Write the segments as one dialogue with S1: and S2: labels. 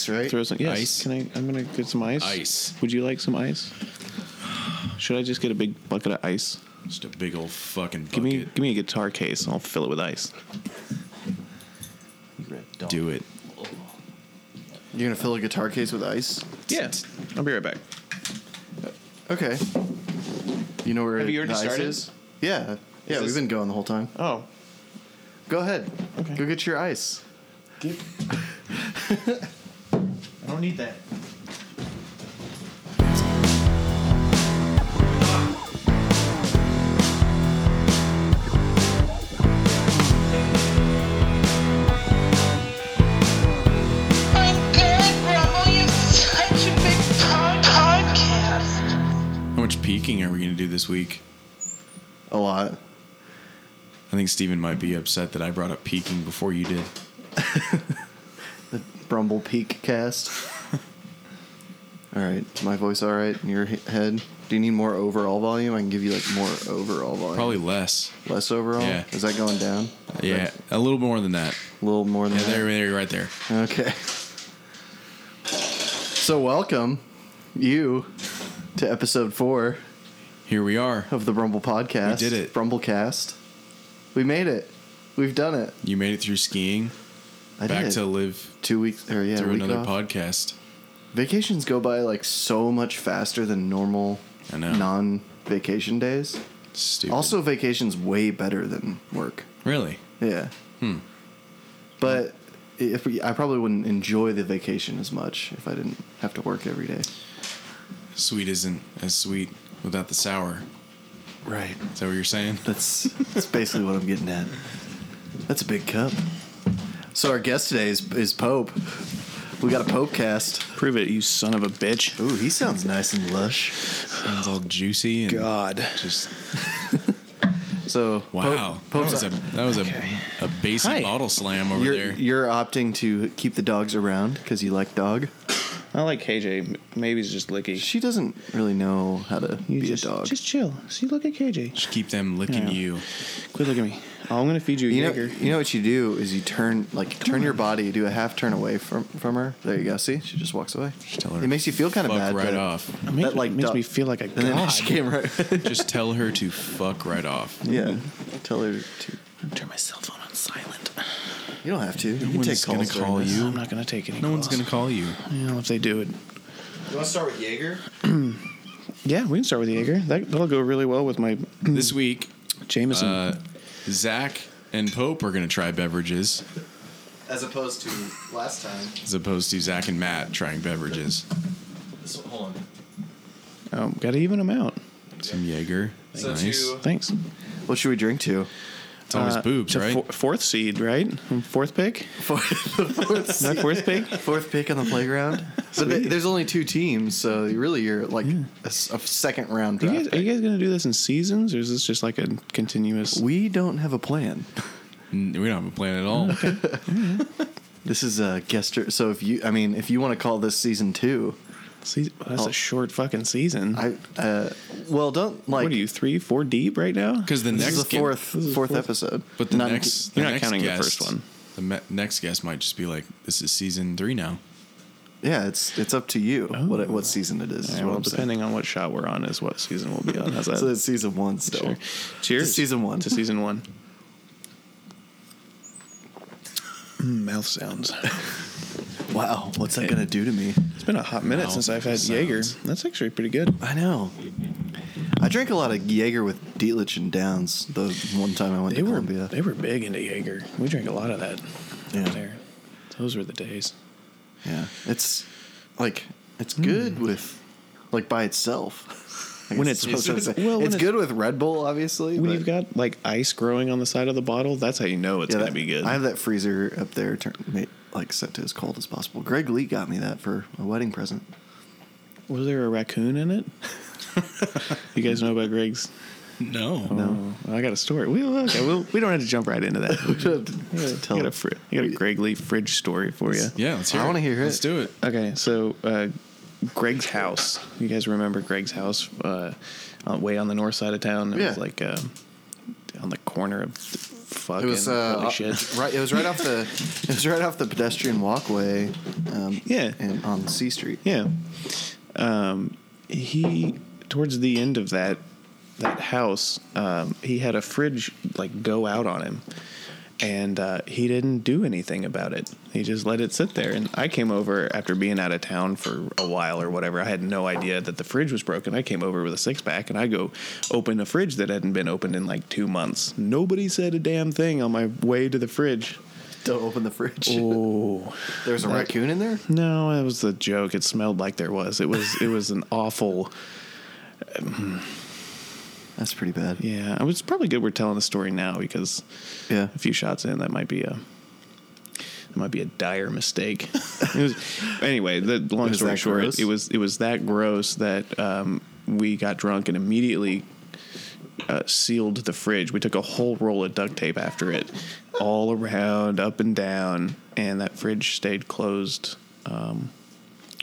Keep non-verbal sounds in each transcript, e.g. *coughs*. S1: ice, right?
S2: Throw some yes.
S3: Ice?
S2: Can I? I'm gonna get some ice.
S3: Ice.
S2: Would you like some ice? Should I just get a big bucket of ice?
S3: Just a big old fucking bucket.
S2: Give me, give me a guitar case. and I'll fill it with ice.
S3: Do it.
S1: You're gonna fill a guitar case with ice?
S2: Yeah, I'll be right back.
S1: Okay. You know where
S2: Have you already
S1: the ice
S2: started?
S1: is? Yeah. Yeah,
S2: Is
S1: we've
S2: this-
S1: been going the whole time.
S2: Oh,
S1: Go ahead.
S2: Okay.
S1: Go get your ice.
S2: I don't need that.
S4: My God, Grandma, you're such a big pod- podcast.
S3: How much peeking are we gonna do this week?
S1: A lot.
S3: I think Steven might be upset that I brought up peeking before you did.
S1: The Brumble Peak
S2: *laughs*
S1: cast. all right. Is my voice all right in your he- head? Do you need more overall volume? I can give you like more overall volume.
S3: Probably less.
S1: less overall.
S3: Yeah.
S1: Is that going down?
S3: Yeah, a little more than that.
S1: A little more than
S3: Yeah, there,
S1: that.
S3: there, right there.
S1: Okay. So welcome you to episode four
S3: Here we are.
S1: of the Brumble podcast.
S3: We did it.
S1: Brumblecast. We made it. We've done it.
S3: You made it through skiing.
S1: I
S3: back
S1: did.
S3: to live
S1: two weeks or yeah,
S3: through
S1: a week
S3: another
S1: off.
S3: podcast.
S1: Vacations go by like so much faster than normal
S3: I know.
S1: non-vacation days.
S3: Stupid.
S1: Also, vacation's way better than work.
S3: really,
S1: Yeah. Hmm. But if we, I probably wouldn't enjoy the vacation as much if I didn't have to work every day.
S3: sweet isn't as sweet without the sour.
S1: Right.
S3: Is that what you're
S1: *sighs*
S3: saying?
S1: That's that's basically what I'm getting at. That's a big cup. So our guest today is is Pope. We got a Pope cast.
S2: Prove it, you son of a bitch.
S1: Ooh, he sounds nice and lush.
S3: Sounds all juicy and
S2: God.
S3: just
S1: So
S3: wow.
S1: Pope, Pope's
S3: that was a that was a a basic
S2: Hi.
S3: bottle slam over
S1: you're,
S3: there.
S1: you're opting to keep the dogs around because you like dog.
S2: I like KJ. M- Maybe he's just licky.
S1: She doesn't really know how to
S2: You
S1: be
S2: just,
S1: a dog.
S2: Just chill. See, look at KJ.
S3: Just keep them licking
S2: Yeah.
S3: you.
S2: Quit looking at me. Oh, I'm gonna feed you a
S1: you know,
S2: Jaeger.
S1: you know what you do is you turn like turn your body, do a half turn away from from her. There you go. See, she just walks away.
S3: tell her
S1: it makes you feel kind of
S3: fuck
S1: bad.
S3: right
S1: but
S3: off.
S2: It makes,
S1: that, like,
S2: makes
S1: duck-
S2: me feel like a
S1: And then she
S2: god.
S1: came right.
S3: Just tell her to fuck right off.
S1: yeah, tell her to.
S2: Turn my cell phone on silent.
S1: You don't have to. you can
S3: one's
S1: take
S3: gonna
S1: calls. during
S3: call
S1: this.
S3: you.
S2: I'm not gonna take any.
S3: No one's
S2: calls.
S3: gonna call you.
S2: You know, if they do it.
S1: You want to start with Jaeger?
S2: Yeah, we can start with Jaeger. That, that'll go really well with my
S3: This week,
S2: Jameson.
S3: uh, Zach and Pope are gonna try beverages
S1: As opposed to last time.
S3: as opposed to Zach and Matt trying beverages.
S1: This one, hold on.
S2: oh, gotta even them out.
S3: Some Jaeger.
S1: So
S3: nice.
S1: to-
S2: Thanks.
S1: What should we drink to?
S3: it's always
S2: Uh,
S3: Oh, boobs,
S2: to
S3: right?
S2: fo- fourth seed, right? Fourth pick.
S1: Fourth, *laughs*
S2: Is that fourth pick?
S1: fourth pick on the playground. but th- there's only two teams, so really you're like a, s- a second round
S2: Are you,
S1: draft.
S2: guys, are you guys gonna do this in seasons, or is this just like a continuous?
S1: pick. we don't have a plan.
S3: N- We don't have a plan at all.
S1: This is a guest. So if you, I mean, if you want to call this season two,
S2: Season, that's
S1: Oh.
S2: a short fucking season.
S1: I, uh, well, don't like.
S2: what are you three, four deep right now?
S3: Because the
S1: This
S3: next
S1: is the
S3: gu-
S1: fourth,
S2: this is the
S1: fourth
S2: fourth.
S1: episode.
S3: but the
S1: Not-
S3: next,
S2: you're
S3: the
S2: not
S3: next
S2: counting the
S3: guest-
S2: first one.
S3: The me- next guest might just be like, "This is season three now."
S1: Yeah, it's it's up to you what it- what season it is. is
S2: Yeah,
S1: what
S2: well,
S1: I'm saying.
S2: depending on what shot we're on, is what season we'll be
S1: *laughs*
S2: on. How's that?
S1: So it's season one still.
S2: Sure. Cheers.
S1: To season one.
S2: To season one. Mm, Mouth sounds.
S1: Wow, what's that gonna do to me?
S2: It's been a hot minute since I've had
S3: Mouth
S2: Jaeger.
S3: sounds.
S2: That's actually pretty good.
S1: I know. I drank a lot of Jaeger with Dietlich and Downs the one time I went
S2: They
S1: to
S2: were
S1: Columbia.
S2: they were big into Jaeger. We drank a lot of that.
S1: Yeah.
S2: There. Those were the days.
S1: Yeah, it's like it's
S2: Hmm.
S1: good with like by itself. *laughs* I
S2: When
S1: guess
S2: it's-
S1: that's what I'm saying.
S2: well, when
S1: it's
S2: it's-
S1: good with Red Bull, obviously.
S2: When
S1: but-
S2: you've got like ice growing on the side of the bottle, that's how you know it's
S1: Yeah,
S2: gonna
S1: that-
S2: be good.
S1: I have that freezer up there, turn, made, like set to as cold as possible. Greg Lee got me that for a wedding
S2: *laughs*
S1: present. *laughs*
S2: was there a raccoon in *laughs* it? you guys know about Greg's?
S3: No,
S2: No, I got a story. We okay, we'll, we don't have to jump right into that.
S1: We
S2: *laughs*
S1: should
S2: I got a fri- I got a Greg Lee fridge story for you.
S3: Yeah, let's hear
S1: I
S3: it.
S1: wanna hear
S3: Let's
S1: it.
S3: do it.
S2: Okay, so uh, Greg's house. You guys remember Greg's house? Uh, on- way on the north side of town. It
S1: Yeah.
S2: was like um on the corner of the fucking
S1: It was uh,
S2: holy
S1: *laughs*
S2: shit.
S1: right. It was right off the. It was right off the pedestrian walkway. Um,
S2: Yeah.
S1: and on C Street.
S2: Yeah. Um, he towards the end of that that house, um, he had a fridge like go out on him, and uh, he didn't do anything about it. He just let it sit there. And I came over after being out of town for a while or whatever. I had no idea that the fridge was broken. I came over with a six pack and I go open a fridge that hadn't been opened in like two months. Nobody said a damn thing on my way to the fridge.
S1: Don't open the fridge. *laughs*
S2: Oh.
S1: There's a raccoon in there.
S2: No, it was a joke. It smelled like there was. It was. It was an awful.
S1: That's pretty bad.
S2: Yeah, it was probably good. We're telling the story now because
S1: Yeah.
S2: a few shots in, that might be a. That might be a dire mistake. *laughs* It was, anyway, the long
S1: was
S2: story
S1: that
S2: short,
S1: gross?
S2: it was it was that gross that um, we got drunk and immediately uh, sealed the fridge. We took a whole roll of duct tape after it, all around, up and down, and that fridge stayed closed. Um,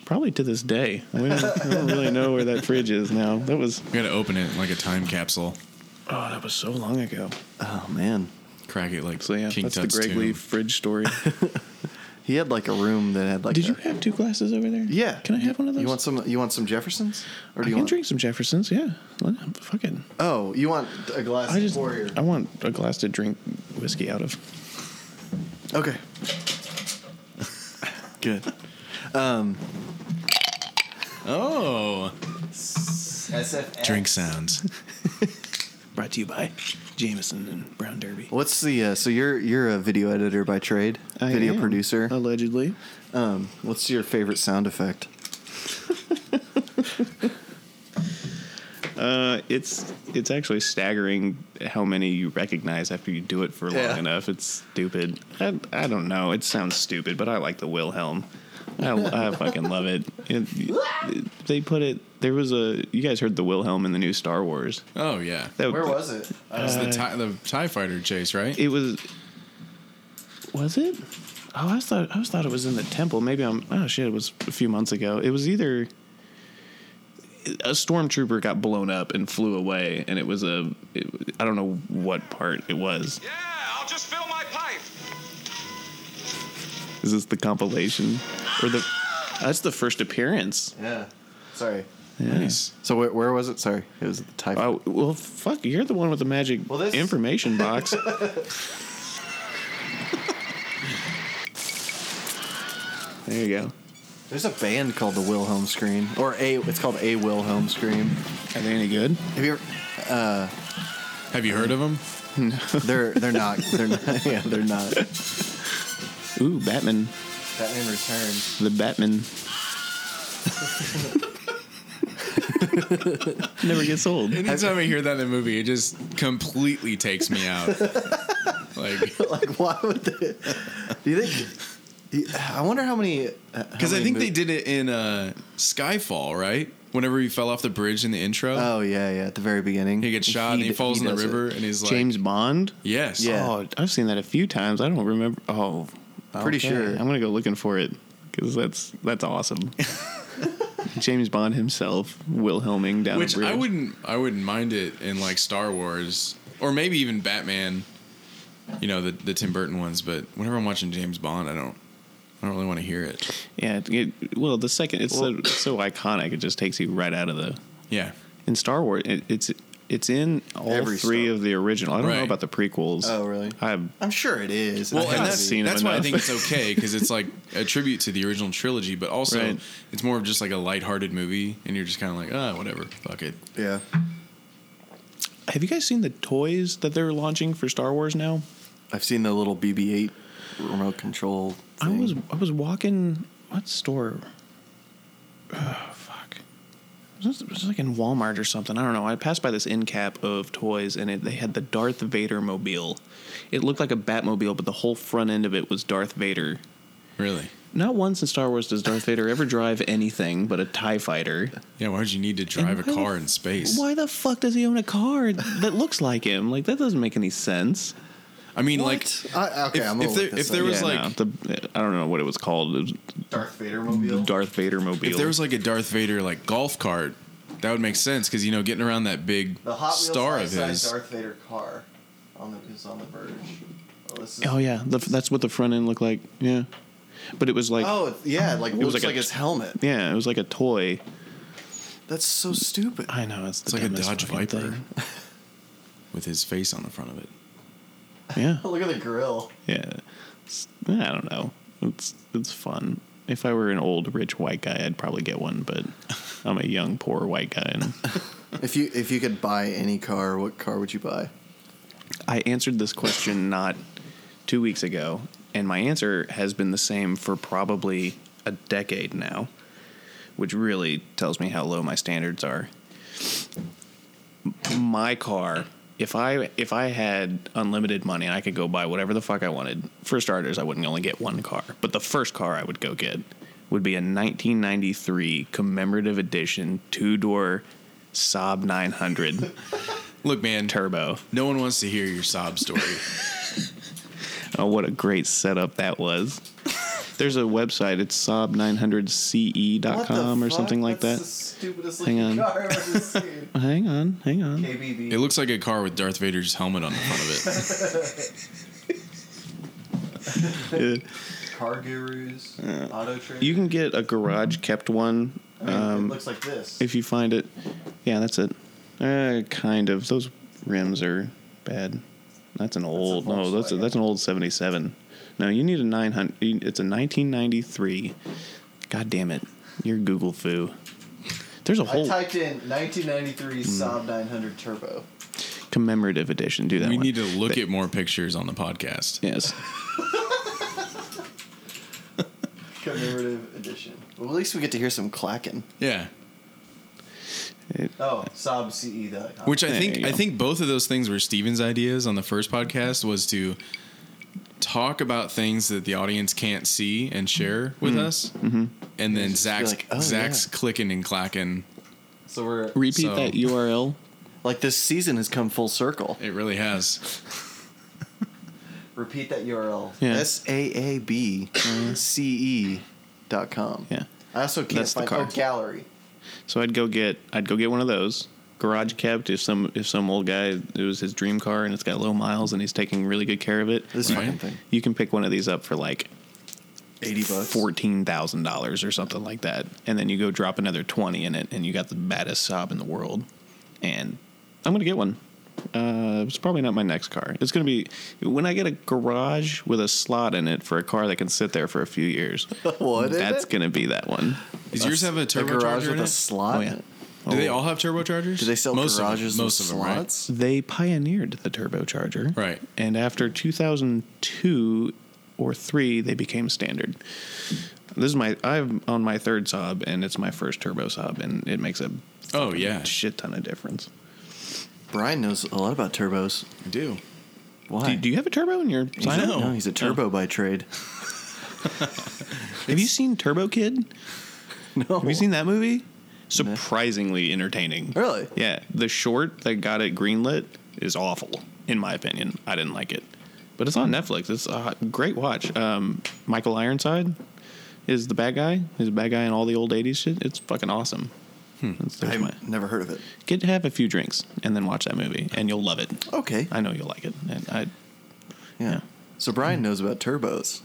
S2: probably to this day. We don't, we don't really know where that fridge is now. That was
S3: We gotta open it like a time capsule.
S2: oh, that was so long ago.
S1: Oh man.
S3: Crack it like
S2: So yeah,
S3: King
S2: that's the
S3: Tut's
S2: Greg
S3: tomb.
S2: Lee fridge
S1: *laughs*
S2: story.
S1: He had like a room that had like.
S2: Did
S1: a-
S2: you have two glasses over there?
S1: Yeah.
S2: Can I have one of those?
S1: You want some? You want some Jeffersons? Or
S2: I
S1: do you
S2: can
S1: want?
S2: drink some Jeffersons. Yeah. Let- Fucking.
S1: Oh, you want a glass
S2: I just.
S1: of Warrior?
S2: I want a glass to drink whiskey out of.
S1: Okay. Good.
S3: Oh,
S1: SFX.
S3: drink sounds.
S2: *laughs* Brought to you by Jameson and Brown Derby.
S1: What's the uh, so you're you're a video editor by trade,
S2: I
S1: video
S2: am, Uh,
S1: producer.
S2: Allegedly.
S1: Um, what's your favorite sound effect?
S2: Uh, it's it's actually staggering how many you recognize after you do it for long
S1: Yeah.
S2: enough. It's stupid. I, I don't know. It sounds stupid, but I like the Wilhelm. I, I fucking love it. It- it- They put it. There was a. You guys heard the Wilhelm in the new Star Wars.
S3: *laughs* Oh yeah, that
S2: That-
S1: it?
S2: Uh,
S3: was uh, the tie, the Tie Fighter chase, right?
S2: It was. Was it? Oh, I thought I was thought it was in the temple. Maybe I'm. Oh shit! It was a few months ago. It was either a stormtrooper got blown up and flew away, and it was a. It, I don't know what part it was.
S5: Yeah, I'll just fill my pipe.
S2: Is this the compilation or the? That's the first appearance.
S1: Yeah. Sorry.
S3: nice.
S1: So where, where was it? Sorry, it was at the type.
S2: Oh well, fuck! You're the one with the magic
S1: Well, this- *laughs*
S2: information box. there you go.
S1: There's a band called the Wilhelm Scream, or a it's called a Wilhelm Scream.
S2: Are they any good?
S1: Have you?
S3: Have you heard of them?
S1: Ever, they're they're not they're not *laughs* yeah they're not.
S2: Ooh, Batman.
S1: Batman Returns.
S2: The Batman. *laughs* Never gets old.
S3: Anytime I hear that in a movie, it just completely takes me *laughs* out. like,
S1: *laughs* Like why would they? Do you think? you- I wonder how many.
S3: *laughs* because I think they did it in uh, Skyfall, right? Whenever he fell off the bridge in the intro,
S1: Oh yeah, yeah. At the very beginning,
S3: he gets shot and he
S1: d-
S3: falls in the
S1: does it.
S3: river, and he's like,
S2: James Bond?
S3: "Yes,
S1: Yeah.
S2: Oh, I've seen that a few times. I don't remember. Oh,
S1: Pretty sure.
S2: I'm gonna go looking for it because that's that's *laughs* awesome. James Bond himself, Wilhelming down
S3: which
S2: a bridge.
S3: I wouldn't I wouldn't mind it in like Star Wars or maybe even Batman. You know the the Tim Burton ones, but whenever I'm watching James Bond, I don't I don't really want to hear it.
S2: Yeah. it- it- well, the second it's so, it's so iconic, it just takes you right out of the
S3: Yeah,
S2: in Star Wars, it, it's it's in all
S1: Every
S2: three
S1: Star-
S2: of the original. I don't
S3: Right.
S2: know about the prequels.
S1: Oh, really?
S2: I'm
S1: I'm sure it is.
S3: well,
S1: It's
S3: and
S1: gotta
S3: that's
S1: be.
S2: seen 'em
S3: that's why I
S2: enough. *laughs*
S3: think it's okay because it's like a tribute to the original trilogy, but also
S2: Right.
S3: it's more of just like a lighthearted movie, and you're just kind of like, ah, whatever, fuck it.
S1: yeah.
S2: Have you guys seen the toys that they're launching for Star Wars now?
S1: I've seen the little BB-8 remote control.
S2: I
S1: thing.
S2: was I was walking what store? Oh, fuck. It was, it was like in Walmart or something. I don't know. I passed by this end cap of toys, and it, they had the Darth Vader mobile. It looked like a Batmobile, but the whole front end of it was Darth Vader.
S3: Really?
S2: Not once in Star Wars does Darth Vader ever drive anything but a Tie Fighter.
S3: Yeah, why would you need to drive
S2: why
S3: a
S2: the
S3: car
S2: f-
S3: in space?
S2: Why the fuck does he own a car that looks like him? Like that doesn't make any sense.
S3: I mean,
S1: What?
S3: like,
S1: I- okay,
S3: if-
S1: I'm a
S3: if
S1: little
S3: there- if
S1: pissed
S3: there
S1: off.
S3: was,
S2: Yeah,
S3: like-
S2: no, the, I don't know what it was called. It was
S1: Darth Vader mobile.
S2: Darth Vader mobile.
S3: if there was like a Darth Vader like golf cart, that would make sense because you know getting around that big star of his.
S1: Vader car on the is on the verge. Oh, this is,
S2: Oh yeah, the, that's what the front end looked like. Yeah, but it was like
S1: Oh, it's- yeah, like it
S2: was
S1: looks
S2: like
S1: like,
S2: a-
S1: his helmet.
S2: yeah, it was like a toy.
S1: That's so stupid.
S2: I know it's, the
S3: It's like a
S2: dumbest
S3: Dodge
S2: fucking
S3: Viper
S2: thing.
S3: with his face on the front of it.
S2: Yeah,
S1: *laughs* Look at the grill.
S2: yeah. It's- I don't know. It's it's fun. If I were an old rich white guy, I'd probably get one. But I'm a young poor white guy, and
S1: If you if you could buy any car, what car would you buy?
S2: I answered this question not two weeks ago, and my answer has been the same for probably a decade now, which really tells me how low my standards are. My car, if I if I had unlimited money and I could go buy whatever the fuck I wanted, for starters, I wouldn't only get one car, but the first car I would go get would be a 1993 commemorative edition two door Saab 900
S3: Look, man,
S2: *laughs* turbo.
S3: no one wants to hear your
S2: *laughs*
S3: sob story.
S2: Oh, what a great setup that was. There's a website. It's sob900ce.com E or something like
S1: That's The
S2: that.
S1: stupidest
S2: Hang
S1: looking
S2: on.
S1: car I've
S2: *laughs*
S1: ever seen.
S2: Hang on, hang on.
S1: KBB.
S3: it looks like a car with Darth Vader's helmet on the front of it.
S2: Uh,
S1: car gurus. auto trade.
S2: you can get a garage kept one
S1: it looks like this.
S2: if you find it. Yeah, that's it. Uh, kind of. Those rims are bad. That's an old. no, that's a,
S1: Volkswagen.
S2: that's an old 77. No, you need a 900. It's a 1993. God damn it. You're Google foo. There's a
S1: I
S2: whole
S1: typed in 1993
S2: Hmm.
S1: Saab 900 Turbo.
S2: commemorative edition. Do *laughs* that
S3: we
S2: one.
S3: need to look at more pictures on the podcast.
S1: *laughs*
S2: Yes.
S1: Commemorative edition. Well, at least we get to hear some clacking.
S3: Yeah.
S2: It-
S1: Oh, SaabCE.com.
S3: Which I
S2: There you
S3: think
S2: go.
S3: I think both of those things were Steven's ideas on the first podcast was to talk about things that the audience can't see and share with us. Mm-hmm. And then Zach's
S1: like, "Oh,
S3: Zach's clicking and clacking.
S1: so we're
S2: Repeat
S3: So-
S2: that URL.
S1: like this season has come full circle.
S3: It really has.
S1: Repeat that URL.
S2: Yeah.
S1: S A A B C E dot com.
S2: Yeah.
S1: I also can't
S2: That's the
S1: find
S2: car.
S1: oh gallery.
S2: So I'd go get I'd go get one of those garage kept if some if some old guy it was his dream car and it's got low miles and he's taking really good care of it.
S1: This
S3: Right.
S1: fucking thing.
S2: You can pick one of these up for like
S1: Eighty bucks.
S2: fourteen thousand dollars or something like that, and then you go drop another twenty in it, and you got the baddest sob in the world. And I'm gonna get one. Uh, it's probably not my next car. It's gonna be when I get a garage with a slot in it for a car that can sit there for a few years.
S1: *laughs* What is
S2: That's
S1: it?
S2: gonna be that one.
S3: Does yours have a
S1: A garage
S3: turbocharger
S1: with
S3: in
S1: a
S3: it?
S1: slot.
S2: Oh,
S1: in
S2: yeah.
S1: it.
S3: Do they all have turbochargers?
S1: Do they sell
S3: most of them-
S1: garages
S3: most
S1: with
S3: of them, right?
S1: slots?
S2: They pioneered the turbocharger.
S3: Right.
S2: And after 2002 or 3, they became standard. This is my I'm on my third Saab and it's my first turbo Saab and it makes a
S3: Oh yeah,
S2: shit ton of difference.
S1: Brian knows a lot about turbos.
S3: I do.
S1: Why?
S2: Do you, do you have a turbo in your
S1: He's a-
S2: lineup?
S1: No, he's a turbo by trade.
S2: Have you seen Turbo Kid?
S1: *laughs* No.
S2: Have you seen that movie? Surprisingly entertaining.
S1: Really?
S2: Yeah. The short that got it greenlit is awful, in my opinion. I didn't like it. But it's on Netflix. It's a hot- great watch. Um, Michael Ironside is the bad guy. He's a bad guy in all the old 80s shit. It's fucking awesome.
S1: Hmm.
S2: That's- there's my-
S1: I've never heard of it.
S2: Get to have a few drinks and then watch that movie, and you'll love it.
S1: Okay.
S2: I know you'll like it. And I,
S1: yeah.
S2: yeah.
S1: So Brian knows about turbos.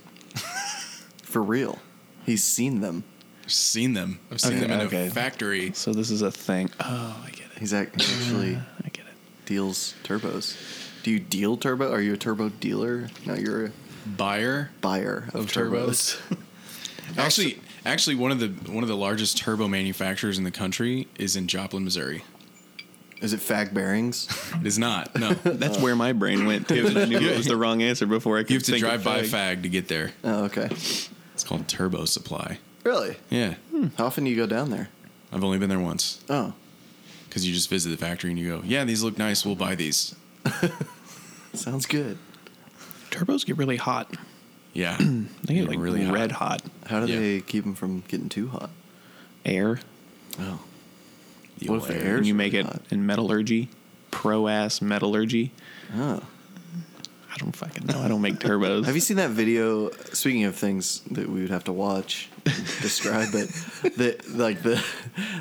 S1: For real. He's seen them.
S3: I've seen them. I've seen
S2: Okay,
S3: them in
S2: okay.
S3: a factory.
S2: so this is a thing. Oh, I get it.
S1: He's act- he actually
S2: I get it.
S1: deals turbos. Do you deal turbo? Are you a turbo dealer? No, you're a
S3: Buyer
S1: buyer of,
S3: of
S1: turbos.
S3: turbos. actually, actually, one of the one of the largest turbo manufacturers in the country is in Joplin, Missouri.
S1: *laughs* Is it fag bearings?
S3: It is not. No,
S2: *laughs*
S3: you
S2: That's where my brain went *laughs* to. I knew it was the wrong answer before I could
S3: have to
S2: think
S3: drive
S2: of uh,
S3: by
S2: fag.
S3: fag to get there.
S1: Oh, okay.
S3: It's called Turbo Supply.
S1: Really?
S3: Yeah,
S2: Hmm.
S1: How often do you go down there?
S3: I've only been there once
S1: Oh,
S3: because you just visit the factory and you go, "Yeah, these look nice. We'll buy these."
S1: sounds good.
S2: Turbos get really hot.
S3: Yeah,
S2: *clears throat* They get
S3: They're
S2: like really red hot.
S1: How do
S3: Yeah.
S1: they keep them from getting too hot?
S2: Air.
S1: Oh,
S3: The
S1: What
S3: old
S1: if the air-
S3: air.
S2: And
S1: Air's
S2: you
S1: really
S2: make it
S1: hot.
S2: in metallurgy, pro ass metallurgy.
S1: oh.
S2: I don't fucking know. I don't make turbos.
S1: Have you seen that video? Speaking of things that we would have to watch,
S2: *laughs*
S1: describe it. the like the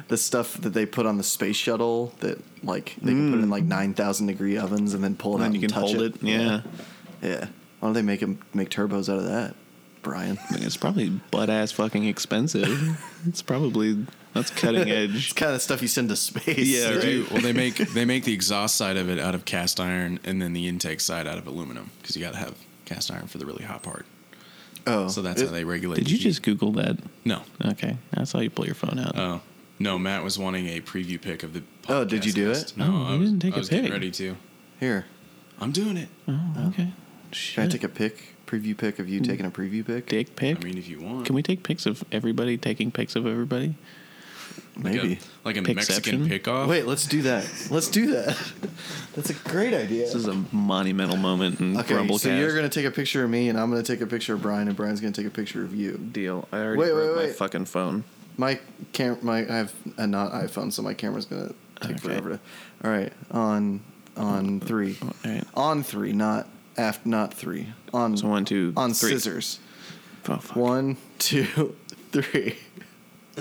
S1: the stuff that they put on the space shuttle that like they can put it in like nine thousand degree ovens and then pull it out
S2: Mm. and you
S1: and
S2: can
S1: touch
S2: hold it. Yeah.
S1: yeah. Why don't they make 'em- make turbos out of that, Brian?
S2: I mean, it's probably butt ass fucking *laughs* expensive. it's probably that's
S1: *laughs*
S2: cutting
S1: It's
S2: edge.
S1: kind of stuff you send to space.
S2: Yeah,
S3: They
S2: right.
S3: do.
S2: *laughs*
S3: Well, they make they make the exhaust side of it out of cast iron, and then the intake side out of aluminum because you got to have cast iron for the really hot part.
S1: Oh,
S3: So that's
S1: it-
S3: how they regulate.
S2: Did
S3: the
S2: you
S3: heat.
S2: just Google that?
S3: no?
S2: Okay, I saw you pull your phone out.
S3: Oh no, Matt was wanting a preview pick of the.
S1: Oh, did you
S3: podcast
S1: do
S3: list.
S1: it?
S3: No,
S2: Oh,
S3: I
S2: you
S3: was,
S2: didn't take
S3: I
S2: a
S3: was getting
S2: pic.
S3: Ready to?
S1: here.
S3: I'm doing it.
S2: oh, okay.
S1: Can I
S2: Shit.
S1: take a pic? Preview pic of you taking a preview pic?
S2: dick pic?
S3: I mean, if you want,
S2: Can we take pics of everybody taking pics of everybody?
S3: Like a-
S1: Maybe.
S3: like a,
S2: Pixception?
S3: Mexican pickoff?
S1: Wait, let's do that. Let's do that. That's a great idea.
S2: This is a monumental moment in
S1: Okay,
S2: Grumblecast.
S1: so you're gonna take a picture of me, and I'm gonna take a picture of Brian, and Brian's gonna take a picture of you.
S2: deal. I already
S1: Wait,
S2: broke
S1: wait,
S2: my
S1: wait.
S2: fucking phone.
S1: My cam, my I have a not iPhone, so my camera's gonna take
S2: Okay.
S1: forever to. All right, on on three,
S2: All right.
S1: on three, not aft, not three. On
S2: So one, two,
S1: on
S2: three.
S1: scissors.
S2: Oh, fuck.
S1: One, two, *laughs* three.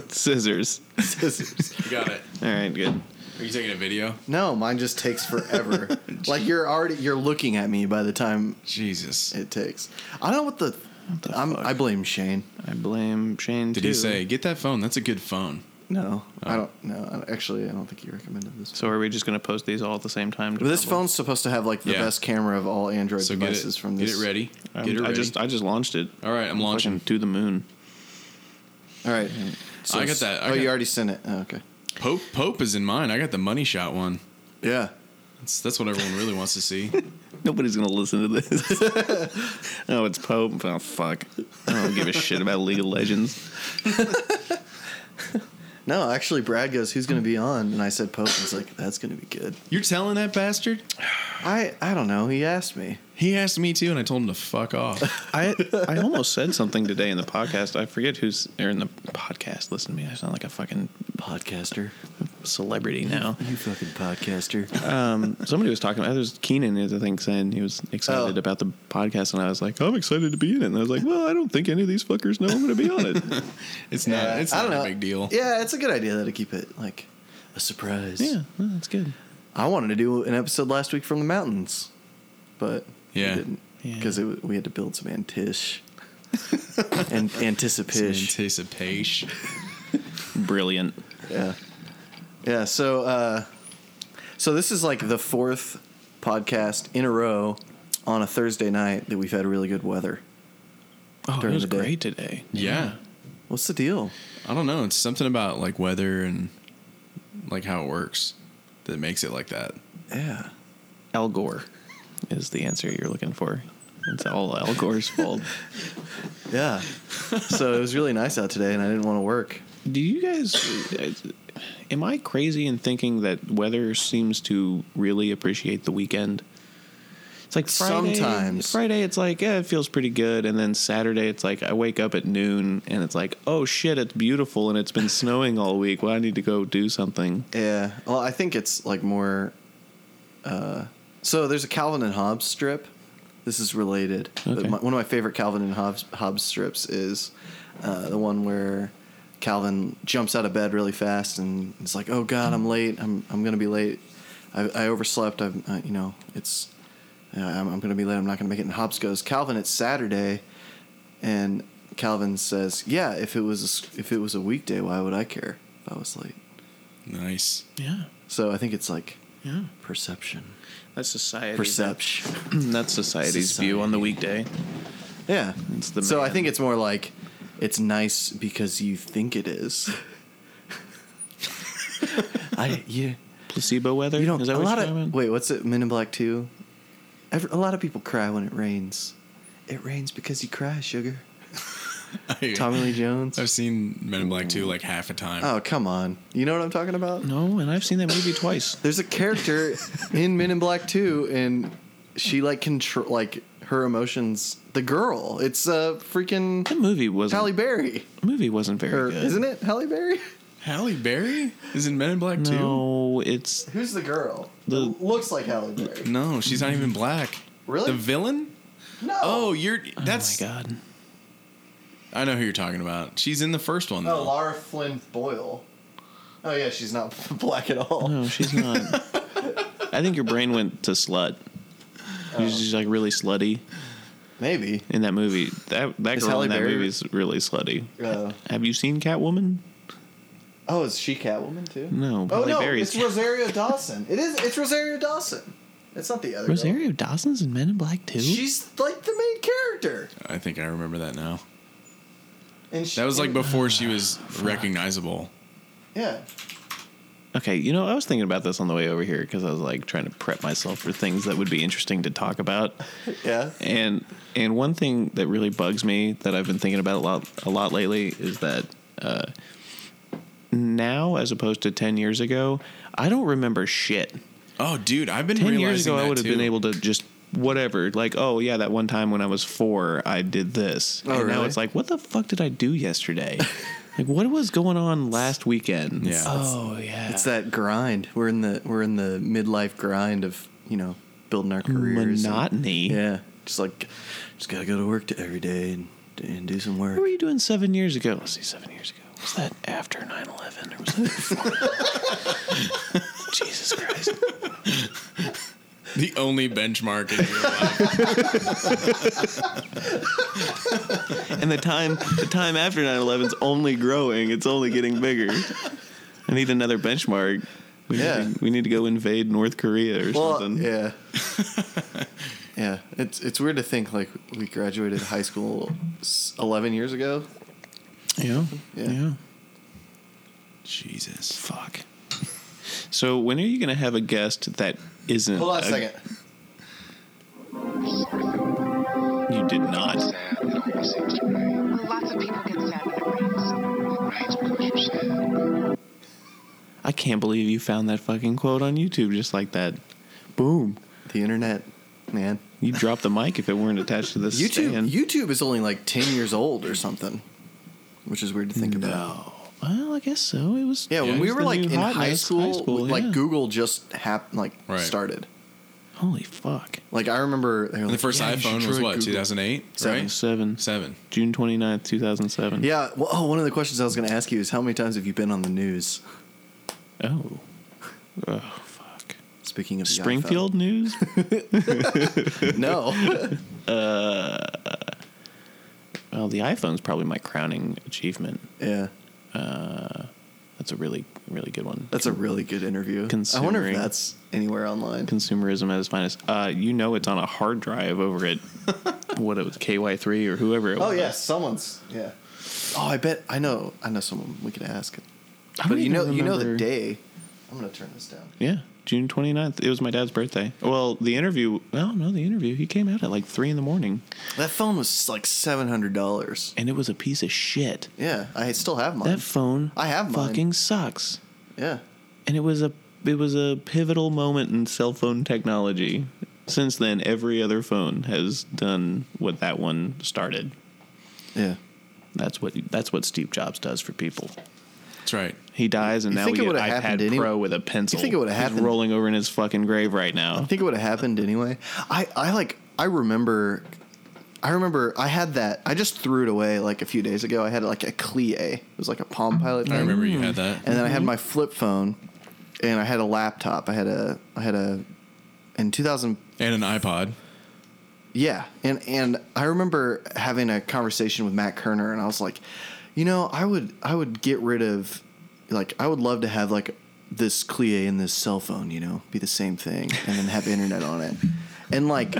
S2: Scissors.
S1: Scissors.
S3: You got it.
S2: All right, good.
S3: Are you taking a video?
S1: No, mine just takes *laughs* forever. like you're already you're looking at me by the time
S3: Jesus.
S1: it takes. I don't know what the.
S2: the
S1: I'm,
S2: fuck?
S1: I blame Shane.
S2: I blame Shane.
S3: Did
S2: too.
S3: he say get that phone? That's a good phone.
S1: No,
S3: Oh.
S1: I don't. No, I don't- actually, I don't think he recommended this.
S2: So are we just gonna post these all at the same time? to
S1: But this
S2: Grumble?
S1: phone's supposed to have like the
S3: Yeah.
S1: best camera of all Android
S3: So get
S1: devices
S3: it.
S1: from this. Um,
S3: Get it ready.
S2: I'm-
S3: get it
S2: I
S3: ready.
S2: just I just launched it.
S3: All right, I'm launching.
S2: Fucking to the moon.
S1: All right. So
S3: I got
S1: it's-
S3: that. I
S1: oh,
S3: got-
S1: you already sent it. Oh, okay.
S3: Pope Pope is in mine. I got the money shot one.
S1: Yeah.
S3: That's that's what everyone really wants
S1: *laughs*
S3: to see.
S2: Nobody's gonna listen to this. *laughs* oh, it's Pope. Oh fuck. I don't give a shit about League of Legends.
S1: No, actually, Brad goes, "Who's going to be on?" And I said, "Pope." He's like, "That's going to be good."
S3: You're telling that bastard?
S1: I I don't know. He asked me.
S3: He asked me too, and I told him to fuck off.
S2: I I almost said something today in the podcast. I forget who's or in the podcast. Listen to me. I sound like a fucking
S1: Podcaster,
S2: celebrity now.
S1: you fucking
S3: *laughs*
S1: podcaster.
S2: Um, Somebody was talking. About, there was Keenan the other thing saying he was excited
S1: Oh.
S2: about the podcast, and I was like, I'm excited to be in it. And I was like, Well, I don't think any of these fuckers know I'm going to be on it.
S3: It's
S1: Yeah,
S3: not. It's not a big deal.
S1: Yeah, it's a good idea though to keep it like a surprise.
S2: *laughs* yeah, no, that's good.
S1: I wanted to do an episode last week from the mountains, but
S3: Yeah.
S1: we didn't
S2: Yeah.
S1: because we had to build some
S3: *laughs*
S1: antish and anticipation. *laughs*
S3: Anticipation.
S2: Brilliant.
S1: yeah, yeah. So, uh, so this is like the fourth podcast in a row on a Thursday night that we've had really good weather.
S2: Oh, it
S1: During
S2: was
S1: the day.
S2: great today.
S3: Yeah.
S1: What's the deal?
S3: I don't know. It's something about like weather and like how it works that makes it like that.
S1: Yeah.
S2: Al Gore is the answer you're looking for. It's all Al Gore's fault.
S3: *laughs*
S1: Yeah. so it was really nice out today, and I didn't want to work.
S2: Do you guys? Am I crazy in thinking that weather seems to really appreciate the weekend? It's like Friday,
S1: Sometimes.
S2: Friday, it's like yeah, it feels pretty good, and then Saturday, it's like I wake up at noon and it's like oh shit, it's beautiful and
S1: *laughs*
S2: it's been snowing all week. Well, I need to go do something.
S1: Yeah. Well, I think it's like more. Uh, so there's a Calvin and Hobbes strip. This is related. But
S2: Okay.
S1: my, one of my favorite Calvin and Hobbes, Hobbes strips is uh, the one where Calvin jumps out of bed really fast and it's like, "Oh God, I'm late. I'm I'm gonna be late. I, I overslept. I'm uh, you know it's uh, I'm, I'm gonna be late. I'm not gonna make it." And Hobbes goes, "Calvin, it's Saturday," and Calvin says, "Yeah, if it was a, s- if it was a weekday, why would I care if I was late?"
S3: Nice. *laughs*
S2: Yeah,
S1: So I think it's like
S2: yeah.
S1: perception.
S2: That's society.
S1: Perception.
S2: *clears throat* That's society's view on the weekday.
S1: Yeah.
S2: It's the
S1: so I
S2: man.
S1: think it's more like it's nice because you think it
S2: *laughs*
S1: is. I you
S2: Placebo weather.
S1: you don't
S2: is that
S1: a
S2: what
S1: lot
S2: you're
S1: of
S2: talking about?
S1: wait what's it Men in Black Two? Every, a lot of people cry when it rains. It rains because you cry, sugar. Tommy Lee Jones.
S3: I've seen Men in Black 2 like half a time.
S1: Oh come on! You know what I'm talking about?
S2: No, and I've seen that movie twice.
S1: There's a
S2: *laughs*
S1: character in Men in Black 2 and she like control like her emotions. The girl. It's uh freaking
S2: That movie wasn't.
S1: Halle Berry.
S2: movie wasn't very
S1: Or
S2: good.
S1: isn't it Halle Berry? *laughs*
S3: Halle Berry is in Men in Black 2?
S2: No, it's
S1: Who's the girl?
S2: The-
S1: Who looks like Halle Berry.
S3: No, she's not even black.
S1: Really?
S3: The villain?
S1: No.
S3: Oh, you're
S2: that's
S3: that's
S2: oh my god.
S3: I know who you're talking about. She's in the first one
S1: Oh,
S3: though.
S1: Laura Flynn Boyle. Oh yeah, she's not *laughs* black at all.
S2: No, she's not. *laughs* I think your brain went to slut. She's like really slutty
S1: Oh, Maybe.
S2: in that movie. That that
S1: Is
S2: girl
S1: Halle
S2: in that
S1: Berry-
S2: movie is really slutty.
S1: Uh,
S2: Have you seen Catwoman?
S1: oh, is she Catwoman too?
S2: No,
S1: Oh
S2: Halle
S1: no,
S2: Berry's
S1: it's Rosario Dawson. It is. It's Rosario Dawson. It's not the other. girl.
S2: Rosario Dawson's in Men in Black too.
S1: She's like the main character.
S3: I think I remember that now.
S1: And she,
S3: That was like before
S2: Ah,
S3: she was recognizable.
S1: Yeah.
S2: Okay, you know, I was thinking about this on the way over here because I was like trying to prep myself for things that would be interesting to talk about.
S1: Yeah.
S2: And and one thing that really bugs me that I've been thinking about a lot a lot lately is that uh, now as opposed to ten years ago, I don't remember shit.
S3: Oh, dude, I've been
S2: Ten
S3: realizing
S2: years ago,
S3: that
S2: I would have been
S3: too.
S2: able to just whatever, like oh yeah, that one time when I was four, I did this,
S1: Oh,
S2: and now
S1: really?
S2: it's like what the fuck did I do
S1: *laughs*
S2: yesterday? like what was going on last weekend?
S3: Yeah.
S2: Oh yeah.
S1: It's that grind. We're in the we're in the midlife grind of you know building our careers. and-
S2: monotony.
S1: yeah. Just like just gotta go to work to every day and and do some work.
S2: What were you doing seven years ago? Let's see, seven years ago. Was that after 9 11 or was that before?
S1: *laughs*
S2: Jesus Christ.
S3: the only benchmark in your
S2: *laughs*
S3: life.
S2: And the time the time after 9 11 is only growing, it's only getting bigger. I need another benchmark. We,
S1: Yeah.
S2: need, to, we need to go invade North Korea or
S1: Well,
S2: something.
S1: yeah. *laughs* yeah, it's it's weird to think like we graduated high school s- 11 years ago.
S2: Yeah.
S1: Yeah.
S3: Jesus.
S2: Fuck. So, when are you going to have a guest that isn't.
S1: Hold on a second.
S2: You did not.
S6: Well, lots of people get sad when it rains.
S2: I can't believe you found that fucking quote on YouTube just like that. Boom.
S1: The internet, man.
S2: You would drop the mic if it weren't attached to this
S1: YouTube
S2: stand.
S1: YouTube is only like 10 years old or something, which is weird to think about.
S2: no. Well, I guess so. It was.
S1: Yeah,
S3: Mm, Yeah,
S1: when
S3: it
S1: we
S2: was
S1: were
S2: the
S1: like
S2: new
S1: in
S2: hotness,
S1: high
S2: high
S1: school,
S2: school,
S1: like
S2: yeah.
S1: Google just hap- like
S3: Right.
S1: started.
S2: Holy fuck!
S1: Like I remember they were
S3: And the
S1: like,
S3: first
S1: "Yeah, you should
S3: iPhone was
S1: try
S3: what,
S1: Google."
S3: 2008?
S1: Seven.
S3: Right?
S2: Seven,
S3: Seven.
S2: June 29th, two thousand seven.
S1: Yeah, well, oh, one of the questions I was going to ask you is how many times have you been on the news?
S2: Oh. Oh fuck.
S1: Speaking of the iPhone.
S2: Springfield news.
S1: *laughs* no.
S2: *laughs* well, the iPhone's probably my crowning achievement.
S1: yeah.
S2: That's a really, really good one.
S1: That's a really good interview. I wonder
S2: Considering-
S1: if that's anywhere online.
S2: Consumerism at its finest. Uh, you know, it's on a hard drive
S1: *laughs*
S2: over at what it was KY3 or whoever it
S1: oh
S2: was.
S1: yeah, someone's yeah. Oh, I bet I know. I know someone we could ask. it.
S2: I don't
S1: But you know,
S2: even
S1: you know the
S2: remember-
S1: day. I'm gonna turn this down.
S2: Yeah, June 29th. It was my dad's birthday. Well, the interview, no, no, the interview, he came out at like 3 in the morning
S1: That phone was like seven hundred dollars.
S2: and it was a piece of shit.
S1: Yeah, I still have mine.
S2: That phone
S1: I have mine.
S2: fucking sucks.
S1: yeah,
S2: And it was a it was a pivotal moment in cell phone technology. Since then, every other phone has done what that one started.
S1: yeah.
S2: That's what that's what Steve Jobs does for people.
S3: That's right.
S2: He dies, and
S1: You
S2: now we
S1: think it
S2: get
S1: would've
S2: iPad
S1: happened any-
S2: Pro with a pencil.
S1: think it would've
S2: He's
S1: happened-
S2: rolling over in his fucking grave right
S1: I
S2: now.
S1: think it would have happened anyway. I I like I remember. I remember I had that. I just threw it away like a few days ago. I had like a Clie. It was like a Palm Pilot.
S3: I
S1: thing.
S3: remember you
S2: Mm.
S3: had that.
S1: and then I had my flip phone, and I had a laptop. I had a I had a in 2000.
S3: And an iPod.
S1: Yeah, and and I remember having a conversation with Matt Kerner, and I was like, you know, I would I would get rid of, like, I would love to have like this Clie and this cell phone, you know, be the same thing, and then have internet on it, and like.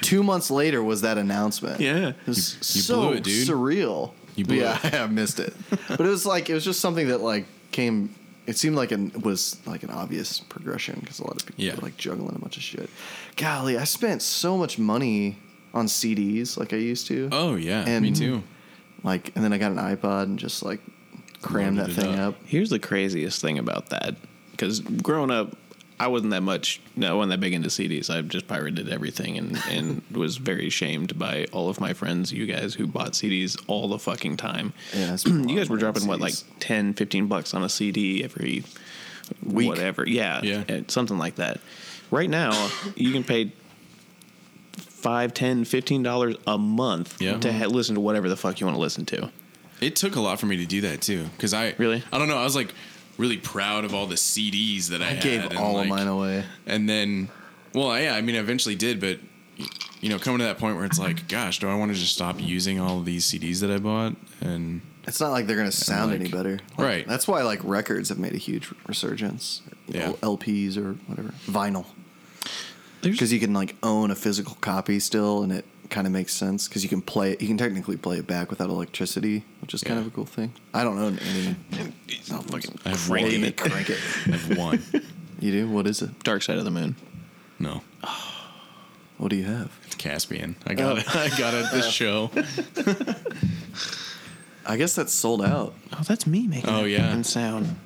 S1: Two months later was that announcement.
S2: Yeah.
S1: it was
S3: You- you
S1: so
S3: blew it, dude.
S1: surreal.
S3: You blew
S1: yeah, *laughs*
S3: it.
S1: I missed it. but it was like it was just something that like came. It seemed like an was like an obvious progression because a lot of people
S3: Yeah.
S1: were like juggling a bunch of shit. Golly, I spent so much money on CDs like I used to.
S3: Oh, yeah. me
S1: And-
S3: too.
S1: Like, and then I got an iPod and just like crammed that
S3: Loaded it
S1: thing
S3: up.
S1: up.
S2: Here's the craziest thing about that, because growing up, I wasn't that much. No, I wasn't that big into CDs. I just pirated everything and and *laughs* was very shamed by all of my friends, you guys who bought CDs all the fucking time. *clears throat*
S1: Yeah, that's been a
S2: you
S1: lot
S2: guys
S1: of
S2: were
S1: buying
S2: dropping what like
S1: CDs.
S2: 10, 15 bucks on a CD every
S1: Week.
S2: whatever. Yeah,
S3: Yeah.
S2: eh, something like that. Right now, you can pay five, ten, fifteen dollars a month
S3: Yeah.
S2: to ha- listen to whatever the fuck you want to listen to.
S3: It took a lot for me to do that too, because I
S2: Really?
S3: I don't know. I was like really proud of all the CDs that I,
S1: I gave
S3: had and,
S1: all
S3: like,
S1: of mine away.
S3: and then, well, yeah, I mean, I eventually did, but y- you know, coming to that point where it's like, gosh, do I want to just stop using all of these CDs that I bought? And
S1: It's not like they're gonna sound
S3: like-
S1: any better, Like,
S3: right.
S1: That's why like records have made a huge resurgence. You
S3: Yeah.
S1: know, LPs or whatever vinyl,
S2: There's
S1: because you can like own a physical copy still, and it kind of makes sense because you can play it. You can technically play it back without electricity, which is kind
S3: Yeah.
S1: of a cool thing. I don't own any. albums.
S3: I have
S1: Well,
S3: one.
S1: you Crank it.
S3: I have one.
S1: *laughs* You do? What is it?
S2: Dark Side of the Moon.
S3: No,
S1: What do you have?
S3: it's Caspian. I got
S1: Oh.
S3: it. I got it.
S1: *laughs*
S3: at This show.
S1: I guess that's sold out.
S2: Oh, that's me making
S3: Oh,
S2: that
S3: yeah.
S2: fucking sound.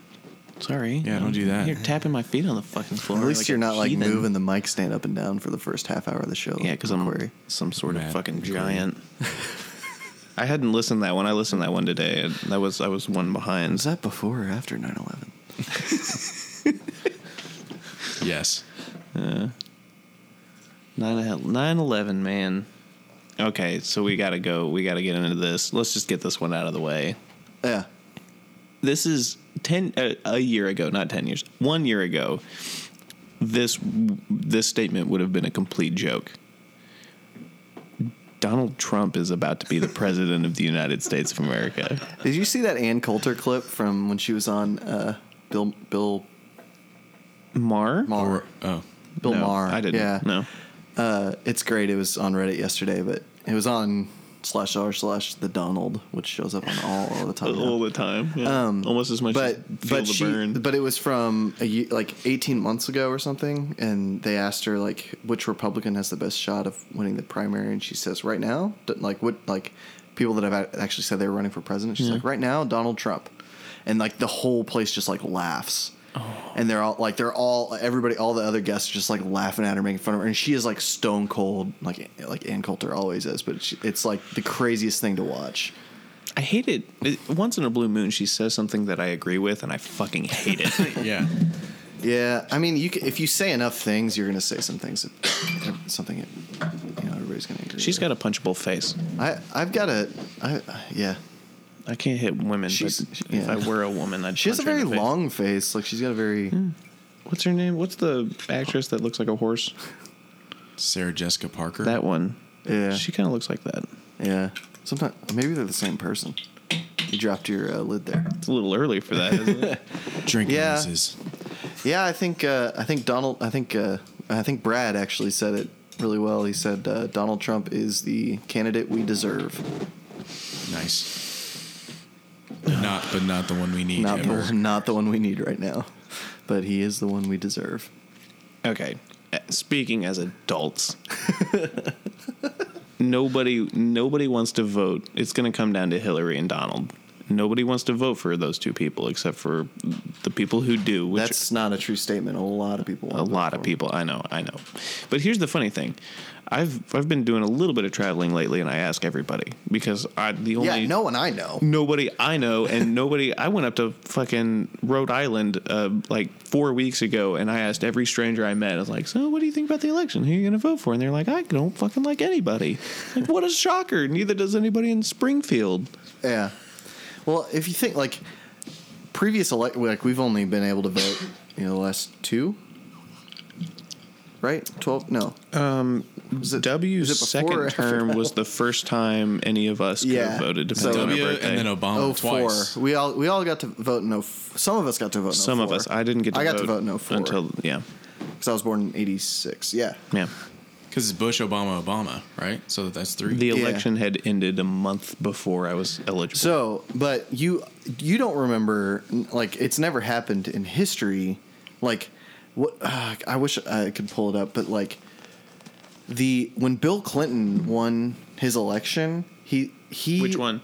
S2: Sorry.
S3: Yeah, don't do that.
S2: You're tapping my feet on the fucking floor.
S1: At least
S2: like
S1: you're
S2: a
S1: not like
S2: heathen.
S1: moving the mic stand up and down for the first half hour of the show.
S2: Yeah, because I'm
S1: Corey.
S2: some sort of
S3: Matt
S2: fucking
S3: McCreary.
S2: giant.
S3: *laughs*
S2: I hadn't listened to that one. I listened to that one today. and That was I was one behind.
S1: Was that before or after 9/11?
S3: Yes.
S2: Nine nine eleven, man. Okay, so we gotta go. We gotta get into this. Let's just get this one out of the way.
S1: Yeah.
S2: This is ten uh, a year ago, not ten years. One year ago, this this statement would have been a complete joke. Donald Trump is about to be the president of the United States of America.
S1: Did you see that Ann Coulter clip from when she was on uh, Bill Bill
S2: Mar?
S1: Maher?
S3: Or oh,
S1: Bill
S2: no,
S1: Maher.
S2: I didn't.
S1: Yeah.
S2: No.
S1: Uh, it's great. It was on Reddit yesterday, but it was on slash r slash the Donald, which shows up on all, all the time. now.
S2: all the time. yeah.
S1: Oh, Um,
S2: Almost as much
S1: but
S2: as feel
S1: but
S2: the
S1: she
S2: burn.
S1: but it was from a ye like 18 months ago or something and they asked her like which republican has the best shot of winning the primary and she says right now d- like what like people that have ac- actually said they were running for president she's like right now Donald Trump and like the whole place just like laughs and they're all like they're all everybody all the other guests are just like laughing at her making fun of her and she is like stone cold like like Ann Coulter always is but she, it's like the craziest thing to watch
S2: I hate it. It- Once in a blue moon, she says something that I agree with, and I fucking hate
S1: *laughs*
S2: it.
S3: yeah.
S1: Yeah, I mean, you c if you say enough things, you're gonna say some things, that, *coughs* something that, you know everybody's gonna agree.
S2: She's
S1: with.
S2: got a punchable face.
S1: I I've got a. I yeah.
S2: I can't hit women.
S1: She's-
S2: but If
S1: yeah.
S2: I were a woman, I'd.
S1: She has a
S2: punch her in
S1: very
S2: the face.
S1: long face. Like she's got a very.
S2: What's her name? What's the actress that looks like a horse?
S3: Sarah Jessica Parker.
S2: That one.
S1: Yeah.
S2: She kind of looks like that.
S1: yeah. Sometimes maybe they're the same person. You dropped your uh, lid there.
S2: It's a little early for that,
S1: *laughs*
S2: isn't it?
S3: drink
S1: Yeah.
S3: glasses.
S1: Yeah, I think uh, I think Donald. I think uh, I think Brad actually said it really well. He said uh, Donald Trump is the candidate we deserve,
S3: Nice. Not, but not the one we need.
S1: not
S3: ever.
S1: the, not the one we need right now, but he is the one we deserve.
S2: Okay. Uh, Speaking
S1: *laughs*
S2: as adults, nobody nobody wants to vote. It's going to come down to Hillary and Donald. Nobody wants to vote for those two people except for the people who do, which
S1: That's not a true statement. A lot of people.
S2: a lot of people. I know, I know. But here's the funny thing. I've I've been doing a little bit of traveling lately and I ask everybody because I the only
S1: Yeah, no one I know.
S2: nobody I know and nobody I went up to fucking Rhode Island uh, like four weeks ago and I asked every stranger I met I was like so what do you think about the election who are you gonna vote for and they're like I don't fucking like anybody like what a shocker neither does anybody in Springfield
S1: Yeah. Well, if you think like previous elect, like we've only been able to vote, you know, the last two, right? Twelve? No.
S2: Oh,
S1: Um, was it
S2: W's
S1: is it before or
S2: second
S1: after?
S2: *laughs* term was the first time any of us could
S1: Yeah.
S2: have voted
S1: So-
S2: depending on
S3: W
S2: our birthday
S3: and then Obama
S1: Oh four.
S3: twice.
S1: We all we all got to vote in. Oh, f- some of us got to vote. In oh
S2: some of us I didn't get to
S1: I got
S2: vote
S1: to vote in 04
S2: until yeah
S1: because I was born in eighty six. Yeah.
S2: yeah
S3: Because it's Bush, Obama, Obama, right? So that's three.
S2: the
S1: Yeah.
S2: election had ended a month before I was eligible
S1: So, but you you don't remember like it's never happened in history. Like what uh, I wish I could pull it up, but like the when Bill Clinton won his election, he he
S2: which one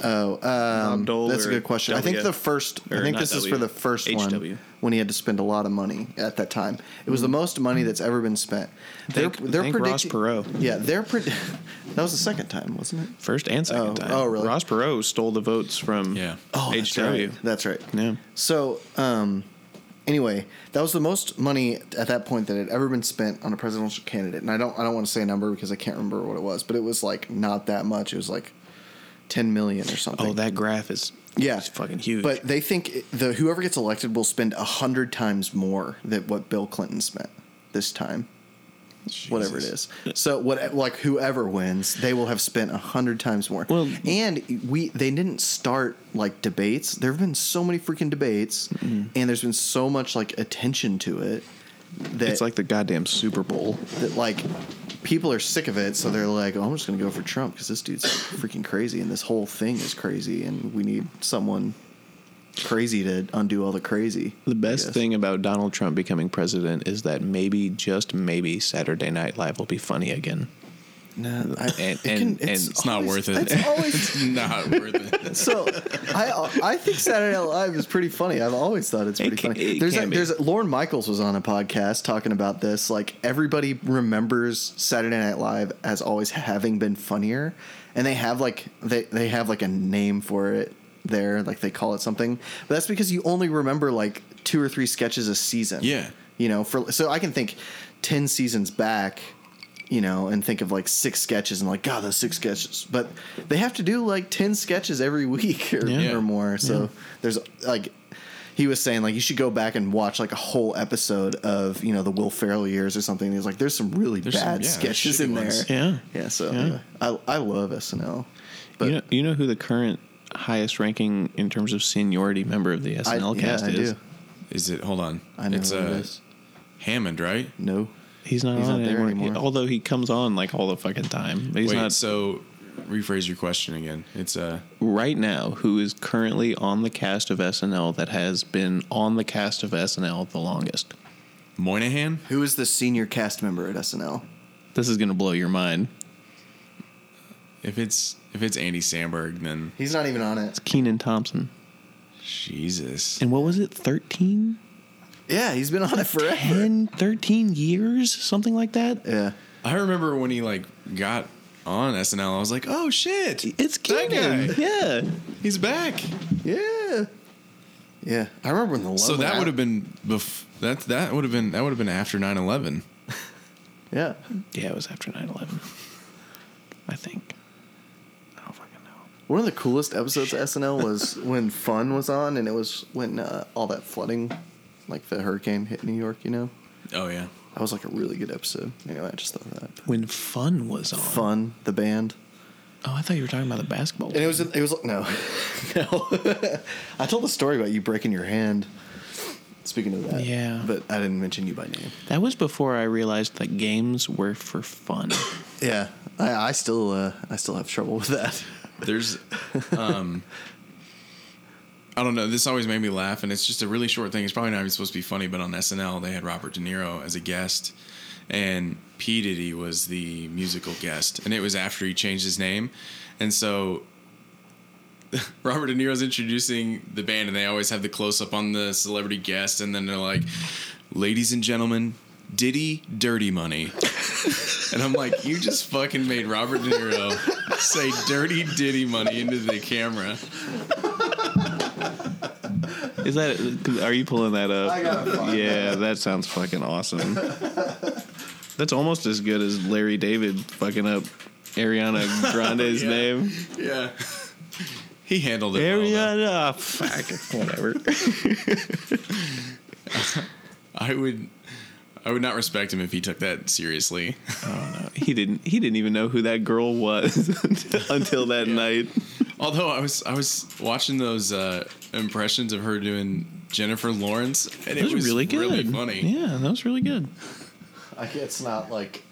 S1: Um,
S2: Dole
S1: that's a
S2: or
S1: good question. I think
S2: W?
S1: the first. I
S2: Or
S1: think
S2: not
S1: this is
S2: W,
S1: for the first
S2: HW.
S1: one when he had to spend a lot of money at that time. It was the most money that's ever been spent.
S2: Mm-hmm. Thank- thank Ross Perot.
S1: Yeah, they're pred- *laughs* that was the second time, wasn't it?
S2: First and second
S1: Oh,
S2: time.
S1: oh, really?
S2: Ross Perot stole the votes from
S3: Yeah.
S1: Oh,
S2: HW.
S1: That's right. That's right.
S2: Yeah.
S1: So, um, Anyway, that was the most money at that point that had ever been spent on a presidential candidate, and I don't I don't want to say a number because I can't remember what it was, but it was like not that much. It was like ten million or something.
S2: Oh, that graph is
S1: Yeah,
S2: is fucking huge.
S1: But they think it- the whoever gets elected will spend a hundred times more than what Bill Clinton spent this time, whatever it is. So what, like whoever wins, they will have spent a hundred times more.
S2: Well-
S1: and we they didn't start like debates. There have been so many freaking debates,
S2: Mm-hmm.
S1: and there's been so much like attention to it that
S2: it's like the goddamn Super Bowl.
S1: that like people are sick of it, so they're like, oh, I'm just gonna go for Trump because this dude's freaking crazy, and this whole thing is crazy, and we need someone crazy to undo all the crazy.
S2: The
S1: I
S2: best
S1: guess.
S2: thing about Donald Trump becoming president is that maybe, just maybe, Saturday Night Live will be funny again.
S1: no, I,
S2: and-
S1: it can-
S2: and-
S1: it's,
S2: and
S3: It's not
S1: always-
S3: worth it.
S1: It's
S2: *laughs*
S1: always
S3: *laughs* It's not worth it.
S1: so. I I think Saturday Night Live is pretty funny. I've always thought it's
S2: It
S1: pretty
S2: ca-
S1: funny.
S2: it
S1: There's a,
S2: can be.
S1: there's a, Lauren Michaels was on a podcast talking about this. Like everybody remembers Saturday Night Live as always having been funnier, and they have like they they have like a name for it there. Like they call it something, but that's because you only remember like two or three sketches a season.
S3: Yeah.
S1: you know. For so I can think ten seasons back. You know, and think of like six sketches and like, God, those six sketches. But they have to do like 10 sketches every *laughs* week or,
S2: Yeah.
S1: or more. So there's like, he was saying like you should go back and watch like a whole episode of you know the Will Ferrell years or something. He's like, there's some really
S3: There's some-
S1: bad
S3: yeah, there's
S1: sketches
S3: shitty
S1: in there.
S3: ones.
S2: Yeah.
S1: yeah. So
S2: Yeah.
S1: anyway, I I love SNL, but
S2: you, know, you know who the current highest ranking in terms of seniority member of the
S1: I,
S2: SNL
S1: yeah,
S2: cast
S1: I
S2: is?
S1: do.
S3: Is it? Hold on.
S1: I know
S3: it's
S1: who it
S3: uh,
S1: is.
S3: Hammond, right?
S1: No,
S2: He's not
S1: He's
S2: on
S1: not there
S2: anymore. He-
S1: anymore.
S2: although he comes on like all the fucking time. He's
S3: Wait.
S2: not
S3: So, rephrase your question again. It's uh,
S2: right now. Who is currently on the cast of SNL that has been on the cast of SNL the longest?
S3: Moynihan.
S1: who is the senior cast member at SNL?
S2: This is gonna blow your mind.
S3: If it's if it's Andy Samberg, then
S1: He's not even on it.
S2: It's Keenan Thompson.
S3: Jesus.
S2: And what was it? Thirteen.
S1: Yeah, he's been on it forever. *laughs*
S2: 10, 13 years, something like that.
S1: Yeah,
S3: I remember when he like got on SNL. I was like, oh shit,
S2: It's
S3: That
S2: Keenan.
S3: guy.
S2: Yeah.
S3: he's back.
S1: yeah, yeah. I remember when the
S3: So
S1: Love
S3: that
S1: Lab-
S3: would have been bef- that that would have been that would have been after 9-11.
S1: yeah.
S2: Yeah, it was after 9 11. I think. I don't fucking know.
S1: One of the coolest episodes of SNL was *laughs* when Fun was on, and it was when uh, all that flooding, like the hurricane hit New York. You know.
S3: Oh yeah.
S1: That was like a really good episode. Anyway, I just thought of that.
S2: When Fun was on.
S1: Fun, the band,
S2: Oh, I thought you were talking about the basketball.
S1: and it was it was no, *laughs* no. *laughs* I told the story about you breaking your hand. Speaking of that,
S2: Yeah.
S1: but I didn't mention you by name.
S2: that was before I realized that games were for fun.
S1: Yeah, I, I still uh, I still have trouble with that. *laughs*
S3: There's um I don't know, this always made me laugh and it's just a really short thing. It's probably not even supposed to be funny, but on SNL they had Robert De Niro as a guest and P Diddy was the musical guest and it was after he changed his name. And so *laughs* Robert De Niro's introducing the band, and they always have the close up on the celebrity guest, and then they're like, "Ladies and gentlemen, Diddy Dirty Money," and I'm like, "You just fucking made Robert De Niro say Dirty Diddy Money into the camera."
S2: Is that? Are you pulling that up?
S1: I gotta find
S2: yeah, that. sounds fucking awesome. That's almost as good as Larry David fucking up Ariana Grande's
S3: *laughs* Yeah.
S2: name.
S3: Yeah, he handled it. well, though.
S2: Ariana, fuck, whatever.
S3: I would, I would not respect him if he took that seriously.
S2: he didn't. He didn't even know who that girl was *laughs* until that night.
S3: Although I was I was watching those uh, impressions of her doing Jennifer Lawrence, and it was, really good, really funny.
S2: Yeah, that was really good.
S1: I, it's not like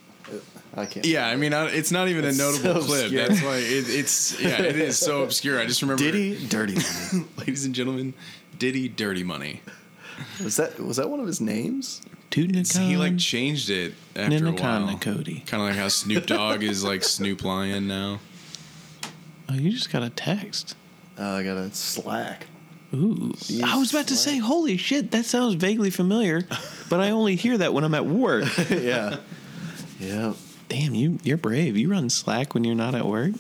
S1: I can't.
S3: Yeah, I mean, I, it's not even
S1: It's
S3: a notable
S1: so
S3: clip.
S1: obscure.
S3: That's why it, it's yeah, it is so obscure. I just
S2: *laughs*
S3: remember
S1: Diddy Dirty Money.
S3: ladies and gentlemen, Diddy Dirty Money.
S1: was that was that one of his names?
S2: Tutankhamun.
S3: He like changed it after a while.
S2: Ninakana Cody.
S3: Kind of like how Snoop Dogg is like Snoop Lion now.
S2: Oh, you just got a text.
S1: Oh, I got a Slack. *laughs*
S2: Ooh. I was about to say, holy shit, that sounds vaguely familiar, but I only hear that when I'm at work.
S1: yeah. Yeah.
S2: *laughs* Damn, you you're brave. You run Slack when you're not at work.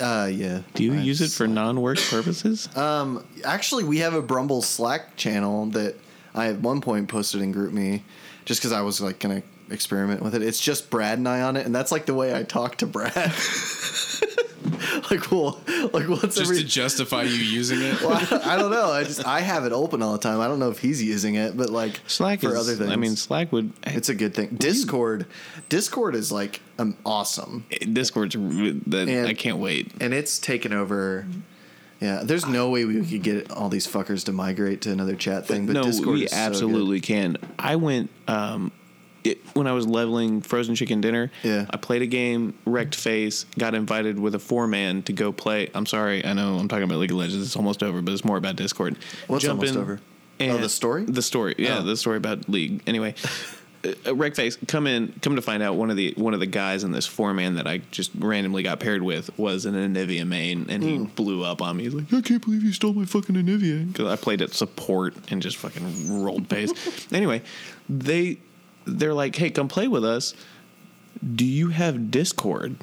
S1: Uh, yeah.
S2: Do you
S1: I Uh,
S2: use it for non-work purposes?
S1: Um, actually, we have a Brumble Slack channel that I at one point posted in group me just because I was like gonna experiment with it. It's just Brad and I on it, and that's like the way I talk to Brad. *laughs* like, well, like what's
S3: Just
S1: every
S3: to justify you using it.
S1: well, *laughs* I, I don't know. I just I have it open all the time. I don't know if he's using it, but like
S2: Slack
S1: for
S2: is,
S1: other things.
S2: I mean, Slack would.
S1: it's a good thing. Discord, Discord is like um, awesome,
S2: Discord's. That, I
S1: And-
S2: can't wait.
S1: and it's taken over. Yeah, there's no way we could get all these fuckers to migrate to another chat thing, but
S2: no,
S1: Discord
S2: we
S1: is so good.
S2: absolutely can. I went um, it, when I was leveling frozen chicken dinner.
S1: Yeah.
S2: I played a game, wrecked face, got invited with a four man to go play. I'm sorry, I know I'm talking about League of Legends. It's almost over, but it's more about Discord.
S1: What's
S2: Jump
S1: almost
S2: in
S1: over?
S2: and-
S1: Oh, the story?
S2: The story, yeah,
S1: Oh.
S2: the story about League. Anyway. Uh, wrecked face, come in. Come to find out, one of the one of the guys in this four man that I just randomly got paired with was an Anivia main, and he blew up on me. He's like,
S3: I can't believe you stole my fucking Anivia.
S2: because I played at support and just fucking rolled pace. anyway, they they're like, "Hey, come play with us. Do you have Discord?"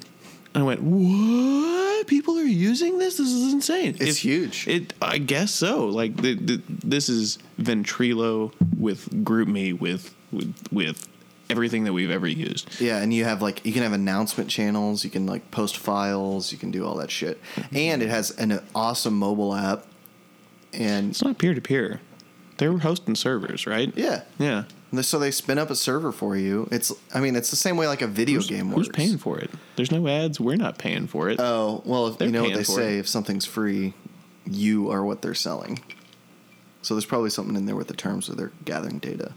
S2: And I went, "What? People are using this? This is insane.
S1: It's huge.
S2: It, I guess so. Like, the, the, this is Ventrilo with GroupMe with with with everything that we've ever used.
S1: Yeah, and you have like you can have announcement channels, you can like post files, you can do all that shit,
S2: Mm-hmm.
S1: and it has an awesome mobile app, and
S2: It's not peer to peer. They were hosting servers, right?
S1: yeah,
S2: Yeah.
S1: So they spin up a server for you. It's I mean it's the same way like a video game works.
S2: Who's paying for it? There's no ads. We're not paying for it.
S1: Oh well, if,
S2: They're
S1: you know what
S2: paying
S1: they
S2: for
S1: say:
S2: it.
S1: if something's free, you are what they're selling. So there's probably something in there with the terms of their gathering data,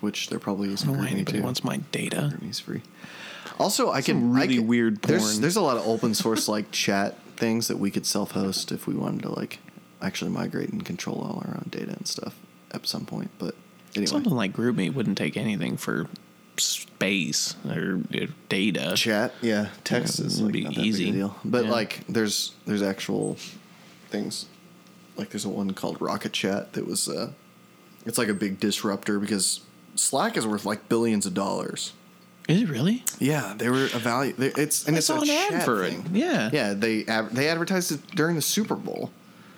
S1: which there probably isn't.
S2: don't know why
S1: for me,
S2: anybody
S1: too.
S2: wants my data.
S1: He's free. Also, I can
S2: Some
S1: I
S2: really
S1: can-
S2: weird
S1: There's
S2: porn.
S1: there's a lot of
S2: *laughs*
S1: open source like chat things that we could self host if we wanted to like actually migrate and control all our own data and stuff at some point. But anyway,
S2: Something like GroupMe wouldn't take anything for space or, or data.
S1: chat, yeah, text
S2: Yeah,
S1: is
S2: it'd
S1: like
S2: be
S1: not that big
S2: easy.
S1: a deal. But
S2: Yeah.
S1: like there's there's actual things like there's a one called Rocket Chat that was uh it's like a big disruptor because Slack is worth like billions of dollars.
S2: Is it really?
S1: Yeah, they were a value. they- It's and
S2: I
S1: it's
S2: saw
S1: a
S2: an ad
S1: chat
S2: for it.
S1: thing.
S2: Yeah.
S1: yeah. They ad- they advertised it during the Super Bowl.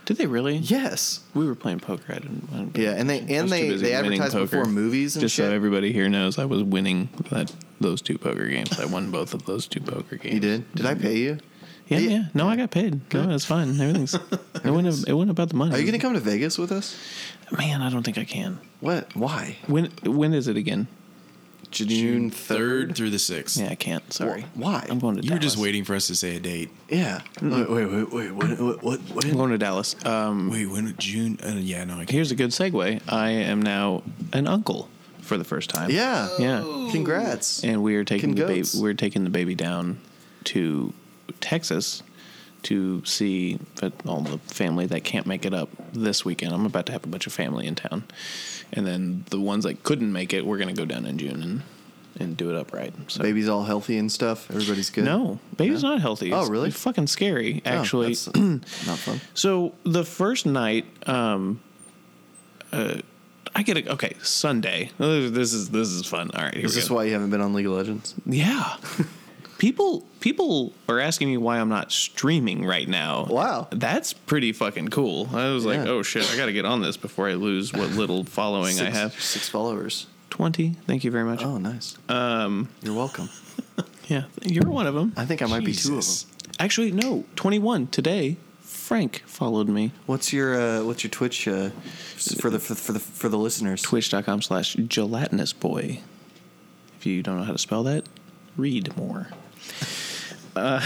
S2: Did they really?
S1: Yes.
S2: We were playing poker. I didn't. I didn't
S1: Yeah, and they
S2: I
S1: and
S2: was too
S1: they
S2: busy
S1: they
S2: winning
S1: advertised
S2: poker.
S1: before movies and
S2: Just
S1: shit.
S2: so everybody here knows, I was winning that those two poker games. I won both of those two poker games.
S1: you did? Did I pay you?
S2: Yeah,
S1: Yeah.
S2: yeah. No, I got paid. No, it's
S1: *laughs*
S2: fine. Everything's. it wasn't. It wasn't about the money.
S1: Are you gonna come to Vegas with us?
S2: Man, I don't think I can.
S1: What? Why?
S2: When? When is it again?
S1: June
S3: Third through the sixth.
S2: Yeah, I can't. Sorry.
S1: Wh- why?
S2: I'm going to.
S3: You were just
S2: Dallas.
S3: waiting for us to say a date.
S1: Yeah. Wait, wait, wait, wait. What? What? What? what
S2: I'm going to Dallas. Um,
S3: Wait, when June? Uh, yeah, no, I can't.
S2: here's a good segue. I am now an uncle for the first time.
S1: Yeah.
S2: Yeah.
S1: Congrats.
S2: And we are taking the baby.
S1: Congrats.
S2: We're taking the baby down to Texas to see that all the family that can't make it up this weekend. I'm about to have a bunch of family in town, and then the ones that couldn't make it, we're going to go down in June and and do it upright. So.
S1: Baby's all healthy and stuff. Everybody's good.
S2: No, baby's not healthy.
S1: Oh,
S2: It's
S1: really?
S2: fucking scary,
S1: Oh,
S2: actually. *clears throat*
S1: that's not fun.
S2: So the first night, um, uh, I get a okay Sunday. *laughs* Uh, This is this is fun. All right, here
S1: Is
S2: we
S1: this
S2: go.
S1: why you haven't been on League of Legends?
S2: yeah. people people are asking me why I'm not streaming right now.
S1: Wow.
S2: that's pretty fucking cool. I was like,
S1: Yeah.
S2: oh shit, I got to get on this before I lose what little following I
S1: Six-
S2: have.
S1: six followers.
S2: Twenty. Thank you very much.
S1: Oh, nice. Um, you're welcome.
S2: Yeah, you're one of them.
S1: I think I might be two of
S3: Jesus.
S1: them.
S2: Actually, no, twenty one today. Frank followed me.
S1: What's your uh, What's your Twitch uh, for the for, for the for the listeners?
S2: twitch.com slash gelatinous boy if you don't know how to spell that read more uh,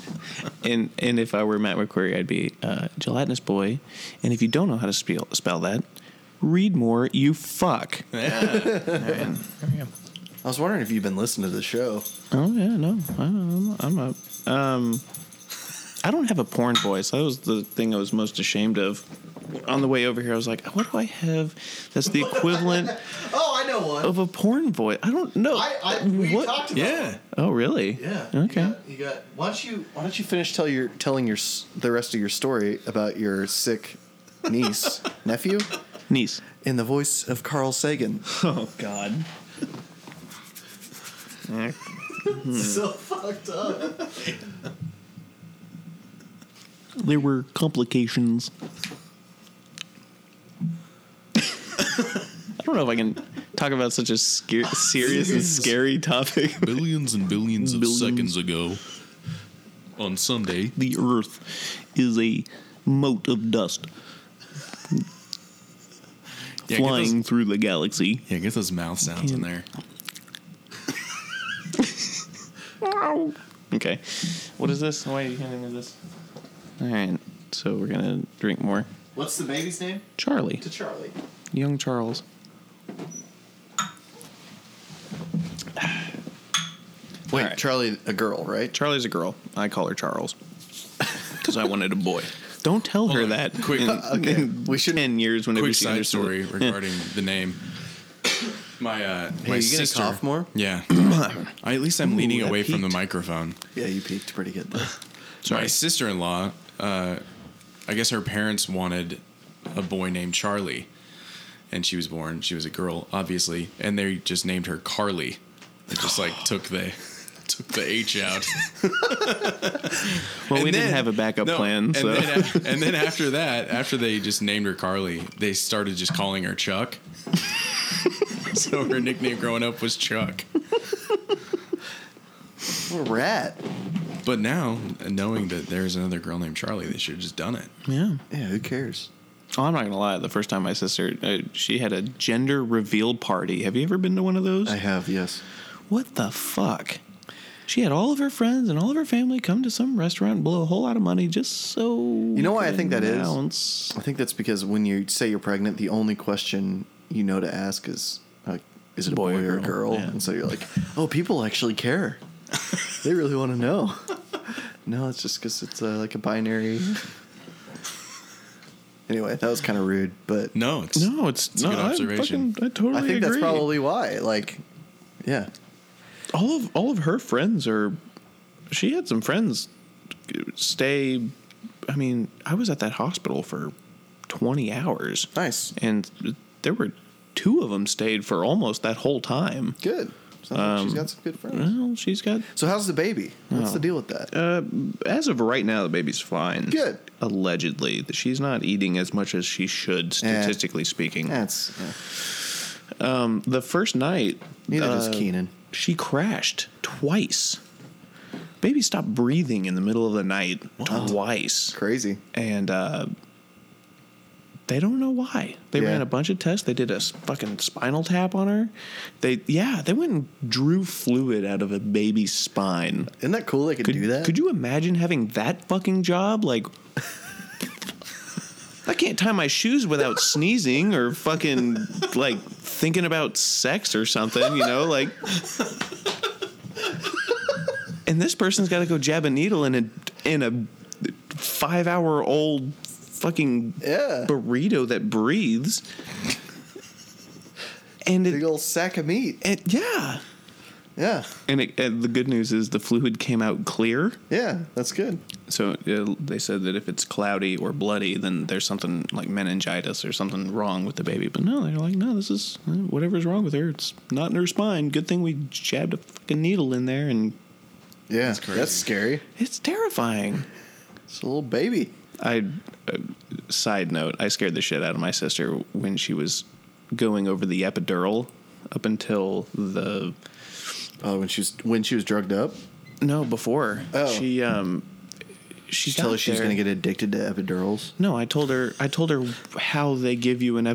S2: *laughs* and and if i were matt mcquarrie i'd be uh, gelatinous boy and if you don't know how to spell, spell that read more you fuck
S1: I was wondering if you've been listening to the show.
S2: oh yeah no I, i'm, I'm up um, i don't have a porn voice that was the thing i was most ashamed of on the way over here i was like what do i have that's the equivalent
S1: Oh, I know one.
S2: of a porn voice i don't know What-
S3: Yeah.
S2: Oh, really?
S1: Yeah.
S2: Okay.
S1: You got, you got- Why don't you Why don't you finish tell your telling your s- the rest of your story about your sick niece nephew
S2: Niece.
S1: in the voice of Carl Sagan.
S2: Oh God.
S1: *laughs* so fucked up.
S2: There were complications. don't know if I can talk about such a scar- serious and scary topic.
S3: Billions and billions of
S2: Billions.
S3: seconds ago on Sunday.
S2: *laughs* the Earth is a mote of dust
S3: Yeah,
S2: flying
S3: Get those,
S2: through the galaxy.
S3: yeah, get those mouth sounds in there.
S2: Okay. What is this? Why are you handing me this? All right. So we're gonna drink more.
S1: What's the baby's name?
S2: Charlie,
S1: Charlie.
S2: young Charles.
S1: Wait,
S2: Alright.
S1: Charlie, a girl, right?
S2: Charlie's a girl. I call her Charles because I wanted a boy. Don't tell her
S3: Hold on.
S2: that.
S3: Quick-
S2: in,
S1: Okay.
S2: in
S1: We should-
S2: ten years whenever
S3: Quick
S2: she
S3: side
S2: understood
S3: story *laughs*
S2: it.
S3: regarding the name. My uh,
S1: Hey,
S3: my
S1: you gonna
S3: sister.
S1: cough more? *coughs*
S3: Yeah. I, at least I'm leaning
S2: that
S3: away from the
S2: peaked.
S3: microphone.
S1: Yeah, you peaked pretty good. Though.
S3: My sister-in-law, uh, I guess her parents wanted a boy named Charlie, and she was born. She was a girl, obviously, and they just named her Carly. They just like
S1: *gasps*
S3: took the *laughs* took the H out.
S2: Well,
S3: And
S2: we didn't
S3: then-
S2: have a backup
S3: no,
S2: plan,
S3: And,
S2: so
S3: then, a- and then after that, after they just named her Carly, they started just calling her Chuck. *laughs* so her nickname growing up was Chuck.
S1: What a rat.
S3: But now, knowing that there's another girl named Charlie, they should have just done it.
S2: yeah.
S1: Yeah, who cares?
S2: Oh, I'm not gonna lie. The first time my sister, uh, she had a gender reveal party. Have you ever been to one of those?
S1: I have, yes.
S2: what the fuck? She had all of her friends and all of her family come to some restaurant and blow a whole lot of money just so. You
S1: know why I think that is?
S2: announce.
S1: I think that's because when you say you're pregnant, the only question you know to ask is like, is it a boy, or a girl?
S2: yeah.
S1: And so you're like, oh, people actually care. they really want to
S2: *laughs*
S1: know. no, it's just because it's uh, like a binary. anyway, that was kind of rude, but
S3: No, it's
S2: No, it's,
S3: a
S2: no.
S3: good
S2: I,
S3: observation.
S2: fucking, I totally
S1: I think
S2: agree.
S1: that's probably why. Like, yeah,
S2: all of all of her friends are. She had some friends stay. I mean, I was at that hospital for twenty hours.
S1: nice,
S2: and there were two of them stayed for almost that whole time.
S1: good. Sounds like she's
S2: Um,
S1: got some good friends.
S2: Well, she's got.
S1: So how's the baby? What's
S2: Oh.
S1: the deal with that?
S2: Uh, as of right now, the baby's fine.
S1: Good.
S2: Allegedly, she's not eating as much as she should,
S1: Yeah.
S2: statistically speaking.
S1: That's yeah.
S2: Um, the first night,
S1: neither does
S2: uh,
S1: Keenan.
S2: She crashed twice. Baby stopped breathing in the middle of the night twice.
S1: Crazy.
S2: and uh, they don't know why. They
S1: Yeah.
S2: ran a bunch of tests. They did a s- fucking spinal tap on her. They yeah, they went and drew fluid out of a baby's spine.
S1: Isn't that cool? They could,
S2: Could
S1: do that.
S2: Could you imagine having that fucking job? Like, I can't tie my shoes without sneezing or fucking like thinking about sex or something. You know, like. And this person's got to go jab a needle in a in a five hour old fucking
S1: Yeah.
S2: burrito that breathes. And
S1: Big
S2: it,
S1: old sack of meat.
S2: it yeah.
S1: Yeah.
S2: And, it, and the good news is the fluid came out clear.
S1: Yeah, that's good.
S2: So uh, they said that if it's cloudy or bloody, then there's something like meningitis or something wrong with the baby. But no, they're like, no, this is uh, whatever's wrong with her. It's not in her spine. Good thing we jabbed a fucking needle in there, and
S1: Yeah, that's,
S3: crazy.
S1: scary.
S2: it's terrifying.
S1: It's a little baby.
S2: I uh, side note, I scared the shit out of my sister when she was going over the epidural up until the
S1: Oh, when she was when she was drugged up,
S2: no before
S1: Oh.
S2: she um she
S1: you tell her
S2: got
S1: she's
S2: there.
S1: gonna get addicted to epidurals.
S2: No, I told her. I told her how they give you an
S1: Oh.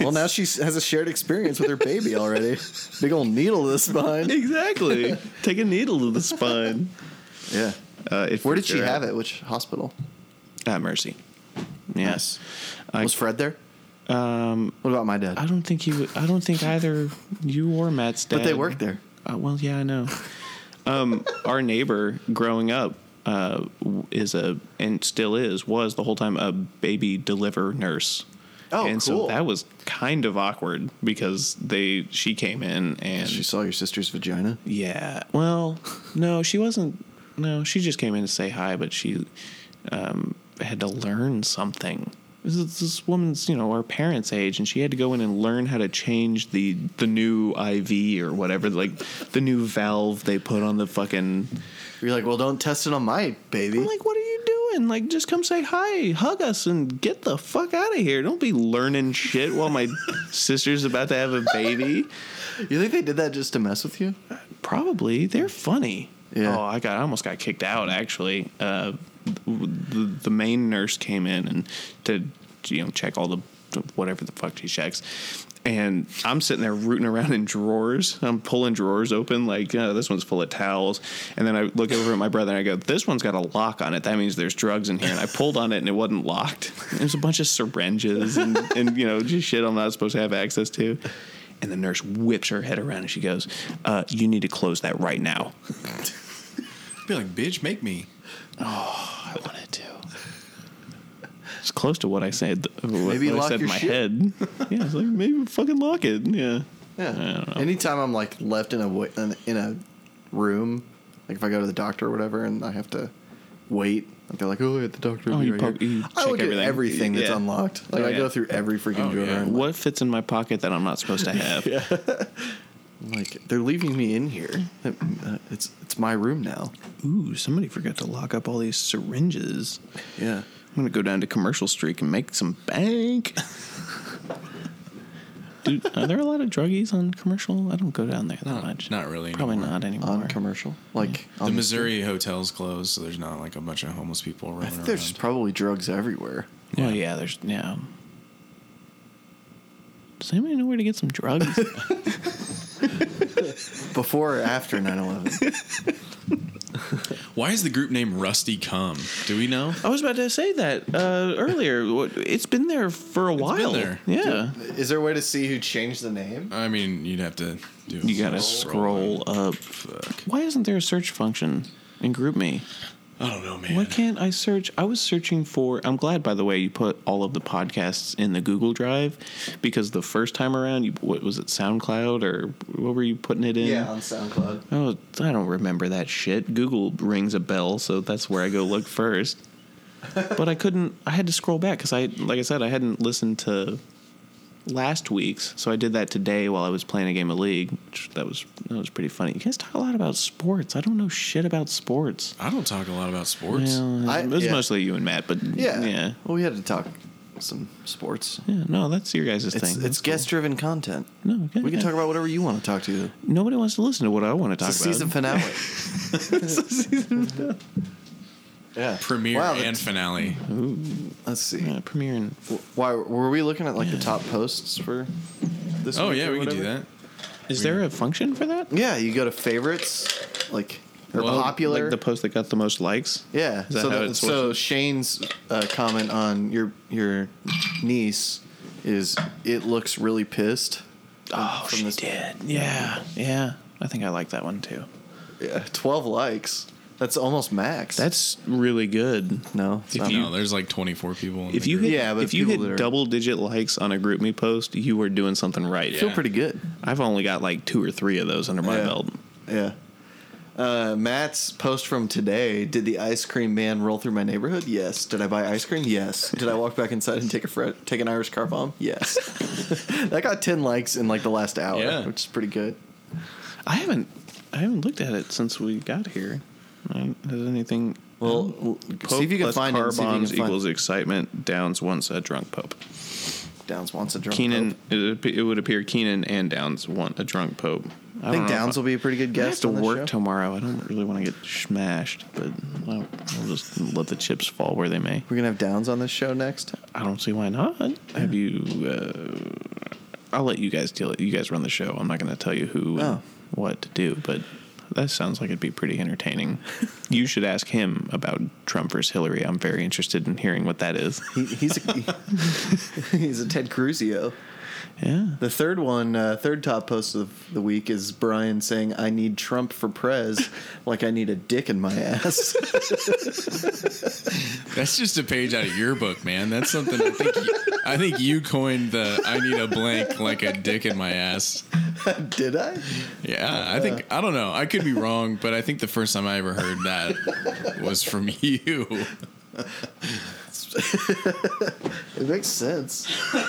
S1: *laughs* Well, now she has a shared experience with her baby *laughs* already. Big old needle to the spine. *laughs*
S2: Exactly. Take a needle to the spine.
S1: Yeah.
S2: Uh, it
S1: Where did
S2: freaked
S1: she
S2: her
S1: have
S2: out.
S1: it? Which hospital?
S2: At Mercy. Yes. I-
S1: was Fred there? Um, what about my dad?
S2: I don't think you. I don't think either you or Matt's dad.
S1: but they worked there.
S2: Uh, well, yeah, I know. Um, our neighbor growing up uh, w- is a and still is was the whole time a baby deliver nurse.
S1: Oh,
S2: and
S1: cool.
S2: so that was kind of awkward because they she came in and
S1: She saw your sister's vagina.
S2: Yeah. Well, no, she wasn't. No, she just came in to say hi, but she um, had to learn something. This, is- this woman's, you know, our parents' age, and she had to go in and learn how to change the the new IV or whatever, like the new valve they put on the fucking.
S1: You're like, well, don't test it on my baby.
S2: I'm like, what are you doing? Like, just come say hi, hug us, and get the fuck out of here. Don't be learning shit while my *laughs* sister's about to have a baby.
S1: You think they did that just to mess with you?
S2: Probably they're funny.
S1: Yeah.
S2: Oh, I got I almost got kicked out actually. Uh, the, the main nurse came in and to you know check all the whatever the fuck she checks. And I'm sitting there rooting around in drawers. I'm pulling drawers open, like oh, this one's full of towels. And then I look over at my brother and I go, "This one's got a lock on it. That means there's drugs in here." And I pulled on it and it wasn't locked. There's a bunch of syringes and, and you know just shit I'm not supposed to have access to. And the nurse whips her head around and she goes, uh, "You need to close that right now."
S3: Be like, bitch, make me.
S2: I wanted to. It's close to what I said. What,
S1: Maybe
S2: what I
S1: lock
S2: said in
S1: your
S2: my
S1: shit.
S2: head. Yeah, it's like maybe fucking lock it. Yeah. I
S1: Yeah.
S2: don't know.
S1: Anytime I'm like left in a wa- in- in a room, like if I go to the doctor or whatever, and I have to wait, like they're like, "Oh, at the doctor." will
S2: Oh,
S1: be
S2: you
S1: right
S2: poke-
S1: here."
S2: you
S1: I
S2: check
S1: look at
S2: everything.
S1: everything, that's
S2: Yeah.
S1: unlocked. Like
S2: Oh,
S1: I
S2: yeah.
S1: go through every freaking
S3: Oh,
S1: drawer.
S3: yeah.
S1: And
S2: What fits in my pocket that I'm not supposed to have?
S1: Like they're leaving me in here. Uh, It's it's my room now.
S2: Ooh, somebody forgot to lock up all these syringes.
S1: Yeah.
S2: I'm gonna go down to Commercial Street and make some bank. Dude, are there a lot of druggies on Commercial? I don't go down there that
S3: Not-
S2: much.
S3: not really
S2: Probably
S3: anymore.
S2: not anymore.
S1: On commercial, like on
S3: The
S1: street.
S3: Missouri hotel's closed, so there's not like a bunch of homeless people
S1: I
S3: running
S1: think
S3: around.
S1: there's probably drugs everywhere.
S2: Well, yeah, there's yeah. Does anybody know where to get some drugs?
S1: Before or after
S2: *laughs*
S1: 9/11?
S3: Why is the group name Rusty Cum? Do we know?
S2: I was about to say that uh, earlier. What- It's been there for a while.
S3: there.
S2: Yeah.
S1: Is there a way to see who changed the name?
S3: I mean, you'd have to do. a
S2: You gotta
S3: scroll.
S2: scroll up. Why isn't there a search function in GroupMe?
S3: I don't know, man.
S2: Why can't I search? I was searching for. I'm glad, by the way, you put all of the podcasts in the Google Drive because the first time around, you what was it, SoundCloud or what were you putting it in?
S1: Yeah, on SoundCloud.
S2: Oh, I don't remember that shit. Google rings a bell, so that's where I go look first. but I couldn't. I had to scroll back because I, like I said, I hadn't listened to last week's, so I did that today while I was playing a game of League. Which that was that was pretty funny. You guys talk a lot about sports. I don't know shit about sports.
S3: I don't talk a lot about sports.
S2: Well,
S1: I-
S2: it was
S1: yeah.
S2: mostly you and Matt, but
S1: Yeah.
S2: yeah,
S1: Well, we had to talk some sports.
S2: yeah. No, that's your guys'
S1: It's,
S2: thing.
S1: it's guest driven content.
S2: No, okay,
S1: we can
S2: yeah.
S1: talk about whatever you want to talk to.
S2: Nobody wants to listen to what I want to talk
S1: It's the
S2: about.
S1: season *laughs* finale. yeah.
S3: Premiere
S1: Wow,
S3: and
S1: that's-
S3: finale.
S1: Let's see.
S2: yeah, premiere and
S1: W- Why were we looking at like the top posts for this?
S3: Oh
S1: week
S3: yeah,
S1: or
S3: we can do
S1: whatever?
S3: that.
S2: is there a function for that?
S1: Yeah, you go to favorites, like or
S3: Well,
S1: popular.
S2: Like the post that got the most likes.
S1: yeah.
S2: Is that
S1: so
S2: how
S1: that-
S2: it's
S1: so Shane's uh, comment on your your niece is it looks really pissed.
S2: Oh,
S1: from
S2: she
S1: this-
S2: did. Yeah, yeah. I think I like that one too.
S1: Yeah, Twelve likes. That's almost max.
S2: That's really good.
S1: no. it's
S2: If
S1: not
S2: you-
S3: No, there's like 24 people. In
S2: If
S3: the
S2: you
S3: group.
S2: hit,
S1: Yeah, but
S2: if you
S1: people that
S2: hit
S1: are-
S2: double digit likes on a group me post, you are doing something right.
S1: I feel pretty good.
S2: I've only got like two or three of those under my
S1: Yeah.
S2: belt.
S1: Yeah. Uh, Matt's post from today: Did the ice cream man roll through my neighborhood? Yes. Did I buy ice cream? Yes. Did I walk back inside and take a fre- take an Irish car bomb? Yes. *laughs* that got ten likes in like the last hour,
S3: Yeah.
S1: which is pretty good.
S2: I haven't, I haven't looked at it since we got here. I- Has anything?
S1: Well,
S2: Um,
S1: see
S2: Pope
S1: if you can
S2: plus
S1: find it
S2: car
S1: and see if you
S2: bombs
S1: can find-
S2: equals excitement. Downs once a drunk pope.
S1: Downs wants a drunk.
S2: Keenan,
S1: Pope.
S2: it, ap- it would appear Keenan and Downs want a drunk pope.
S1: I think Downs will be a pretty good
S2: I have
S1: guest.
S2: to
S1: on this
S2: work
S1: show.
S2: tomorrow. I don't really want to get smashed, but I'll, I'll just let the chips fall where they may.
S1: We're gonna have Downs on this show next.
S2: I don't see why not. Have you? Uh, I'll let you guys deal it. You guys run the show. I'm not going to tell you who and
S1: Oh.
S2: what to do, but that sounds like it'd be
S1: *laughs*
S2: pretty entertaining. you should ask him about Trump versus Hillary. I'm very interested in hearing what that is.
S1: He, he's
S2: *laughs*
S1: a, *laughs* he's a Ted Cruzio.
S2: yeah.
S1: The third one, uh, third top post of the week is Brian saying, "I need Trump for
S7: *laughs*
S1: prez, like I need a dick in my ass."
S3: That's just a page out of your book, man. That's something I think you, I think you coined the I need a blank like a dick in my ass.
S1: Did I?
S3: Yeah, I think I don't know. I could be wrong, but I think the first time I ever heard that was from *laughs* you.
S1: It makes sense.
S2: All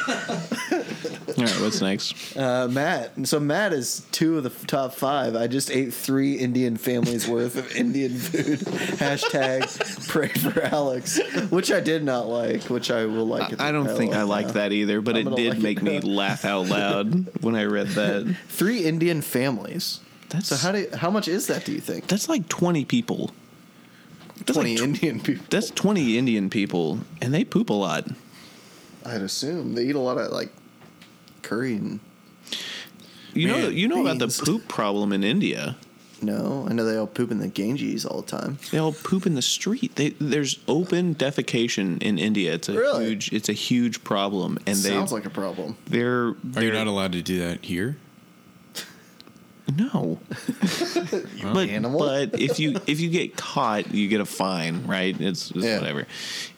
S2: right, what's next?
S7: Uh, Matt. And So Matt is two of the f- top five. I just ate three Indian families worth of Indian food. *laughs* Hashtag pray for Alex, which I did not like, which *laughs* I will like.
S2: I, I don't think I like that either, but
S7: I'm
S2: it
S7: gonna
S2: did
S7: like
S2: make
S7: it
S2: me
S7: now.
S2: laugh out loud when I read
S7: *laughs*
S2: that.
S7: Three Indian families.
S2: That's
S7: So how do how much is that? Do you think?
S2: that's like twenty people. That's
S1: Twenty
S2: like tw-
S1: Indian people.
S2: That's twenty Indian people, and they poop a lot.
S1: I'd assume they eat a lot of like curry and
S2: You know,
S3: Man,
S2: you know about the
S1: beans.
S2: poop problem in India.
S1: no. I know they all poop in the Ganges all the time.
S2: They all poop in the street. They, there's open defecation in India. It's a
S1: Really?
S2: huge. It's a huge problem, and they
S1: Sounds like a problem.
S2: they're
S3: Are you
S2: they're
S3: not allowed to do that here?
S1: *laughs*
S2: no. but
S1: animal.
S2: but if you if you get caught, you get a fine, right? It's, it's
S1: Yeah.
S2: whatever.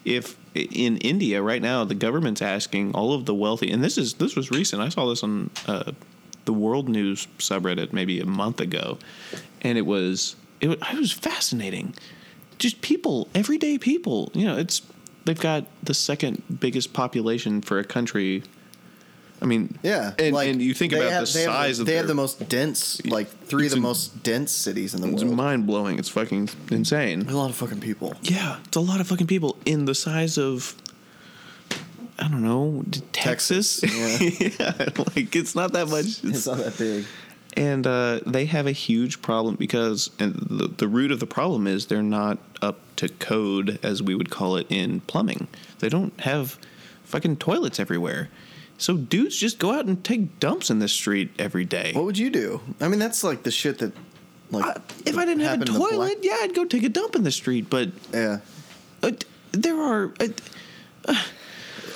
S2: If in India right now, the government's asking all of the wealthy, and this is this was recent. I saw this on uh, the World News subreddit maybe a month ago, and it was it was, it was fascinating. Just people, everyday people. You know, it's they've got the second biggest population for a country. I mean,
S1: Yeah,
S2: and,
S1: like,
S2: and you think
S1: they
S2: about
S1: have-
S2: the
S1: they have
S2: size of
S1: they have
S2: their-
S1: the most dense, like three
S2: It's
S1: of the
S2: in-
S1: most dense cities in the
S2: It's
S1: world.
S2: mind blowing. It's fucking insane.
S1: a lot of fucking people.
S2: Yeah, *laughs* it's a lot of fucking people in the size of I don't know t- Texas. *laughs* yeah. like it's not that much.
S7: It's not that big.
S2: and uh, they have a huge problem because and the, the root of the problem is they're not up to code as we would call it in plumbing. They don't have fucking toilets everywhere. So dudes just go out and take dumps in the street every day.
S1: What would you do? I mean, that's like the shit that, like,
S2: I- if I didn't have a
S1: happened to Black-
S2: toilet, yeah, I'd go take a dump in the street, but
S1: yeah.
S2: uh, there are uh,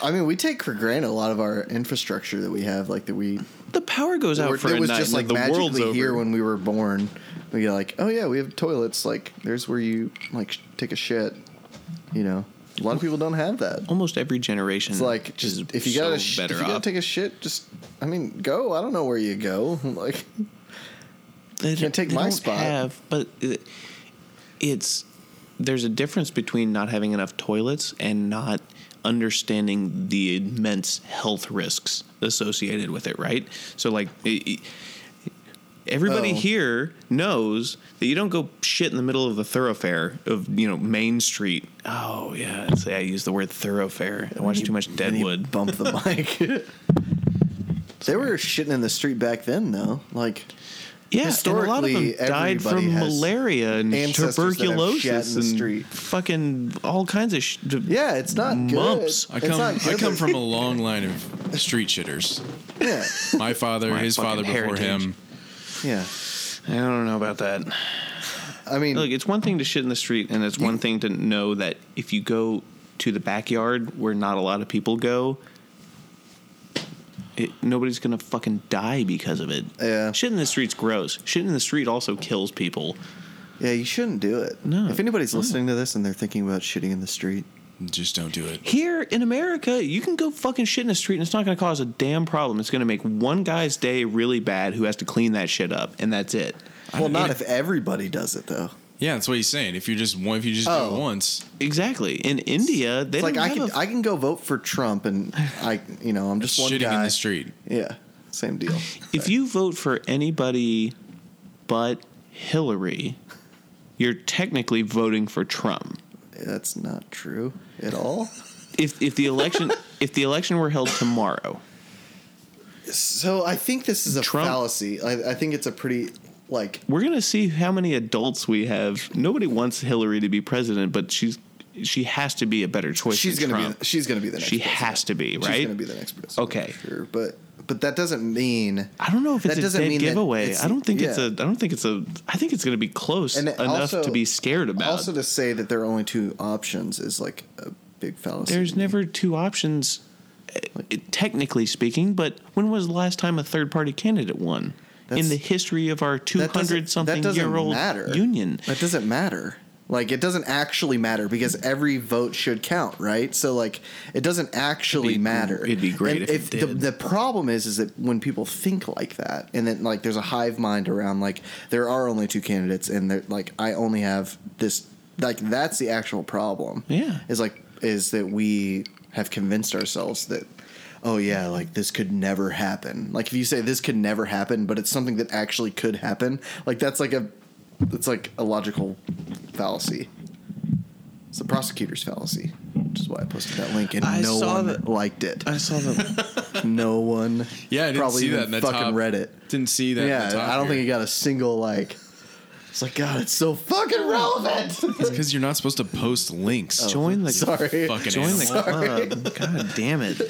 S1: I mean, we take for granted a lot of our infrastructure that we have, like that we
S2: the power goes out for
S1: it
S2: a
S1: was
S2: night
S1: just like
S2: and the world's
S1: magically
S2: over.
S1: here when we were born. We get like, oh yeah, we have toilets. Like, there's where you like sh- take a shit. You know, a lot of people don't have that.
S2: almost every generation
S1: It's like
S2: is
S1: just if you
S2: Mm. so
S1: gotta sh- if
S2: better
S1: you gotta
S2: off.
S1: take a shit, just I mean, go. I don't know where you go. *laughs* Like,
S2: they,
S1: can't take
S2: they
S1: my
S2: don't
S1: spot.
S2: have- but it- it's there's a difference between not having enough toilets and not understanding the immense health risks associated with it, right? So like i- i- everybody
S1: Oh.
S2: here knows that you don't go shit in the middle of the thoroughfare of, you know, Main Street. Oh yeah, say I use the word thoroughfare. I watch too much
S1: And you
S2: Deadwood.
S1: Bump the
S2: *laughs*
S1: mic. they were shitting in the street back then, though. Like
S2: Yeah, and a lot of them
S1: Historically,
S2: died
S1: everybody
S2: from
S1: has
S2: malaria and
S1: ancestors that have shat in
S2: tuberculosis
S1: the
S2: and
S1: street.
S2: fucking all kinds of sh-
S1: Yeah, it's not
S2: Mumps.
S1: good.
S3: I
S1: It's
S3: come
S1: not
S3: I
S1: good,
S3: come
S1: but-
S3: from a long line of street shitters.
S1: yeah,
S3: My father,
S2: My
S3: his father
S2: fucking
S3: before
S2: heritage.
S3: him.
S1: yeah.
S2: I don't know about that.
S1: I mean,
S2: Look, it's one thing to shit in the street, and it's one thing to know that if you go to the backyard where not a lot of people go, it, nobody's gonna fucking die because of it.
S1: Yeah.
S2: shit in the street's gross. Shit in the street also kills people.
S1: yeah, you shouldn't do it.
S2: No,
S1: If anybody's
S2: no.
S1: listening to this and they're thinking about shitting in the street,
S3: Just don't do it.
S2: Here in America, you can go fucking shit in the street and it's not going to cause a damn problem. It's going to make one guy's day really bad who has to clean that shit up, and that's it.
S1: well, not if everybody does it though.
S3: Yeah, that's what he's saying. If you just one, if you just do
S1: Oh.
S3: it once,
S2: Exactly. In India, they
S1: It's
S2: don't
S1: like I
S2: have
S1: can
S2: a-
S1: I can go vote for Trump and I you know I'm just one
S3: shitting
S1: guy.
S3: in the street.
S1: Yeah, same deal.
S2: if you vote for anybody but Hillary, you're technically voting for Trump.
S1: That's not true at all.
S2: If if the
S1: *laughs*
S2: election if the election were held tomorrow,
S1: So I think this is a
S2: Trump-
S1: fallacy. I, I think it's a pretty like
S2: we're going to see how many adults we have. Nobody wants Hillary to be president, but she's she has to be a better choice.
S1: she's
S2: than
S1: gonna
S2: Trump.
S1: be she's gonna be the next
S2: She
S1: president.
S2: has to be, right?
S1: She's gonna be the next president.
S2: Okay.
S1: sure, but but that doesn't mean
S2: I don't know if
S1: That
S2: it's a
S1: doesn't
S2: dead
S1: mean that
S2: giveaway.
S1: it's-
S2: I don't think it's a.
S1: yeah.
S2: I don't think it's a. I think it's going to be close
S1: And it
S2: enough
S1: also-
S2: to be scared about.
S1: Also, to say that there are only two options is like a big fallacy.
S2: There's
S1: to me.
S2: never two options, eh, technically speaking. But when was the last time a third party candidate won in
S1: That's-
S2: the history of our two
S1: That doesn't-
S2: hundred something
S1: that doesn't
S2: year old
S1: matter.
S2: union?
S1: That doesn't matter. Like it doesn't actually matter because every vote should count, right? So like it doesn't actually
S2: It'd be-
S1: matter.
S2: it'd be great
S1: And
S2: if it
S1: the,
S2: did.
S1: the problem is, is that when people think like that, and then like there's a hive mind around like there are only two candidates, and they're like I only have this. Like that's the actual problem.
S2: Yeah.
S1: is like is that we have convinced ourselves that oh yeah, like this could never happen. Like if you say this could never happen, but it's something that actually could happen, like that's like a it's like a logical fallacy. It's the prosecutor's fallacy, which is why I posted that link and
S2: I
S1: no
S2: saw
S1: one
S2: that-
S1: liked it.
S2: I saw the
S1: *laughs* no one.
S3: Yeah, I didn't
S1: probably
S3: see
S1: even
S3: that in the
S1: fucking
S3: top.
S1: read it.
S3: Didn't see that. in
S1: Yeah,
S3: the top
S1: I don't
S3: here.
S1: think it got a single like. It's like God, it's so fucking relevant.
S3: It's because you're not supposed to post links.
S2: join
S1: *laughs*
S2: the
S1: Sorry,
S3: Fucking
S2: join the
S3: animal.
S2: club. God damn
S1: *laughs*
S2: it.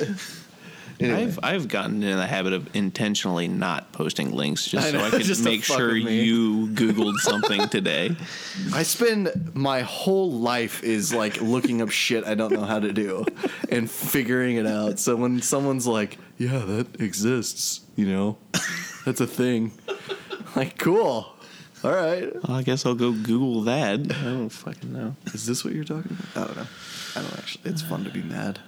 S2: I've I've gotten in the habit of intentionally not posting links just
S1: I
S2: so
S1: know,
S2: I could
S1: just to
S2: make
S1: fuck
S2: sure
S1: with me.
S2: you googled something today.
S1: I spend my whole life is like looking up shit I don't know how to do and figuring it out. So when someone's like, "Yeah, that exists," you know, that's a thing. Like, cool. All right.
S2: Well, I guess I'll go Google that. I don't fucking know.
S1: Is this what you're talking about? I don't know. I don't actually. It's fun to be mad.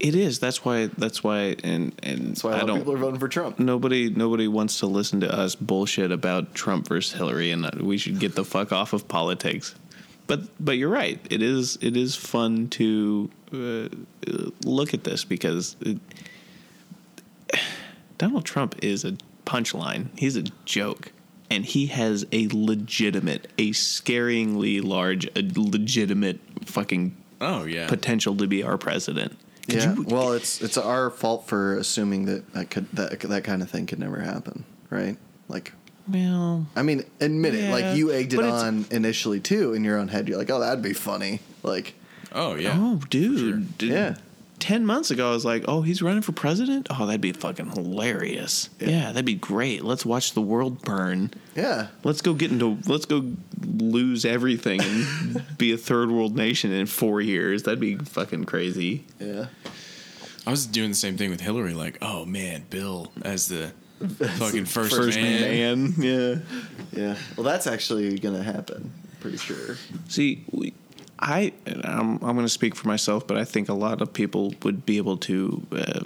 S2: It is. That's why. That's why. And and
S1: That's why a
S2: I
S1: lot of
S2: don't.
S1: people are voting for Trump.
S2: nobody nobody wants to listen to us bullshit about Trump versus Hillary, and that we should get the fuck off of politics. But but you're right. It is it is fun to uh, uh, look at this because it, Donald Trump is a punchline. He's a joke. And he has a legitimate, a scaringly large, a legitimate fucking
S3: Oh yeah.
S2: potential to be our president. Could
S1: yeah.
S2: you-
S1: well, it's it's our fault for assuming that that could that that kind of thing could never happen, right? Like
S2: well,
S1: I mean, admit it.
S2: Yeah,
S1: Like you egged it
S2: but it's-
S1: on initially too in your own head. You're like, oh, that'd be funny. Like,
S3: oh yeah.
S2: Oh, dude. dude.
S1: Yeah.
S2: 10 months ago, I was like, oh, he's running for president? Oh, that'd be fucking hilarious. Yeah. that'd be great. Let's watch the world burn.
S1: yeah,
S2: Let's go get into, let's go lose everything and be a third world nation in four years. That'd be fucking crazy.
S1: yeah.
S3: I was doing the same thing with Hillary. Like, oh man, Bill as the fucking first, man.
S2: man. Yeah.
S1: Yeah. Well, that's actually gonna happen. Pretty sure.
S2: See, we, I and I'm I'm going to speak for myself, but I think a lot of people would be able to uh,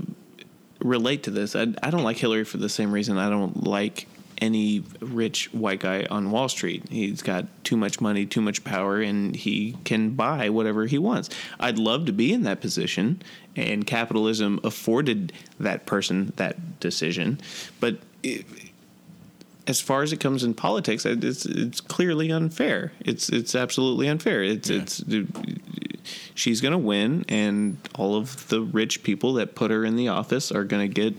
S2: relate to this. I, I don't like Hillary for the same reason I don't like any rich white guy on Wall Street. He's got too much money, too much power, and he can buy whatever he wants. I'd love to be in that position, and capitalism afforded that person that decision, but. It, as far as it comes in politics, it- it's it's clearly unfair. It's it's absolutely unfair. It's
S3: Yeah.
S2: it's she's going to win, and all of the rich people that put her in the office are going to get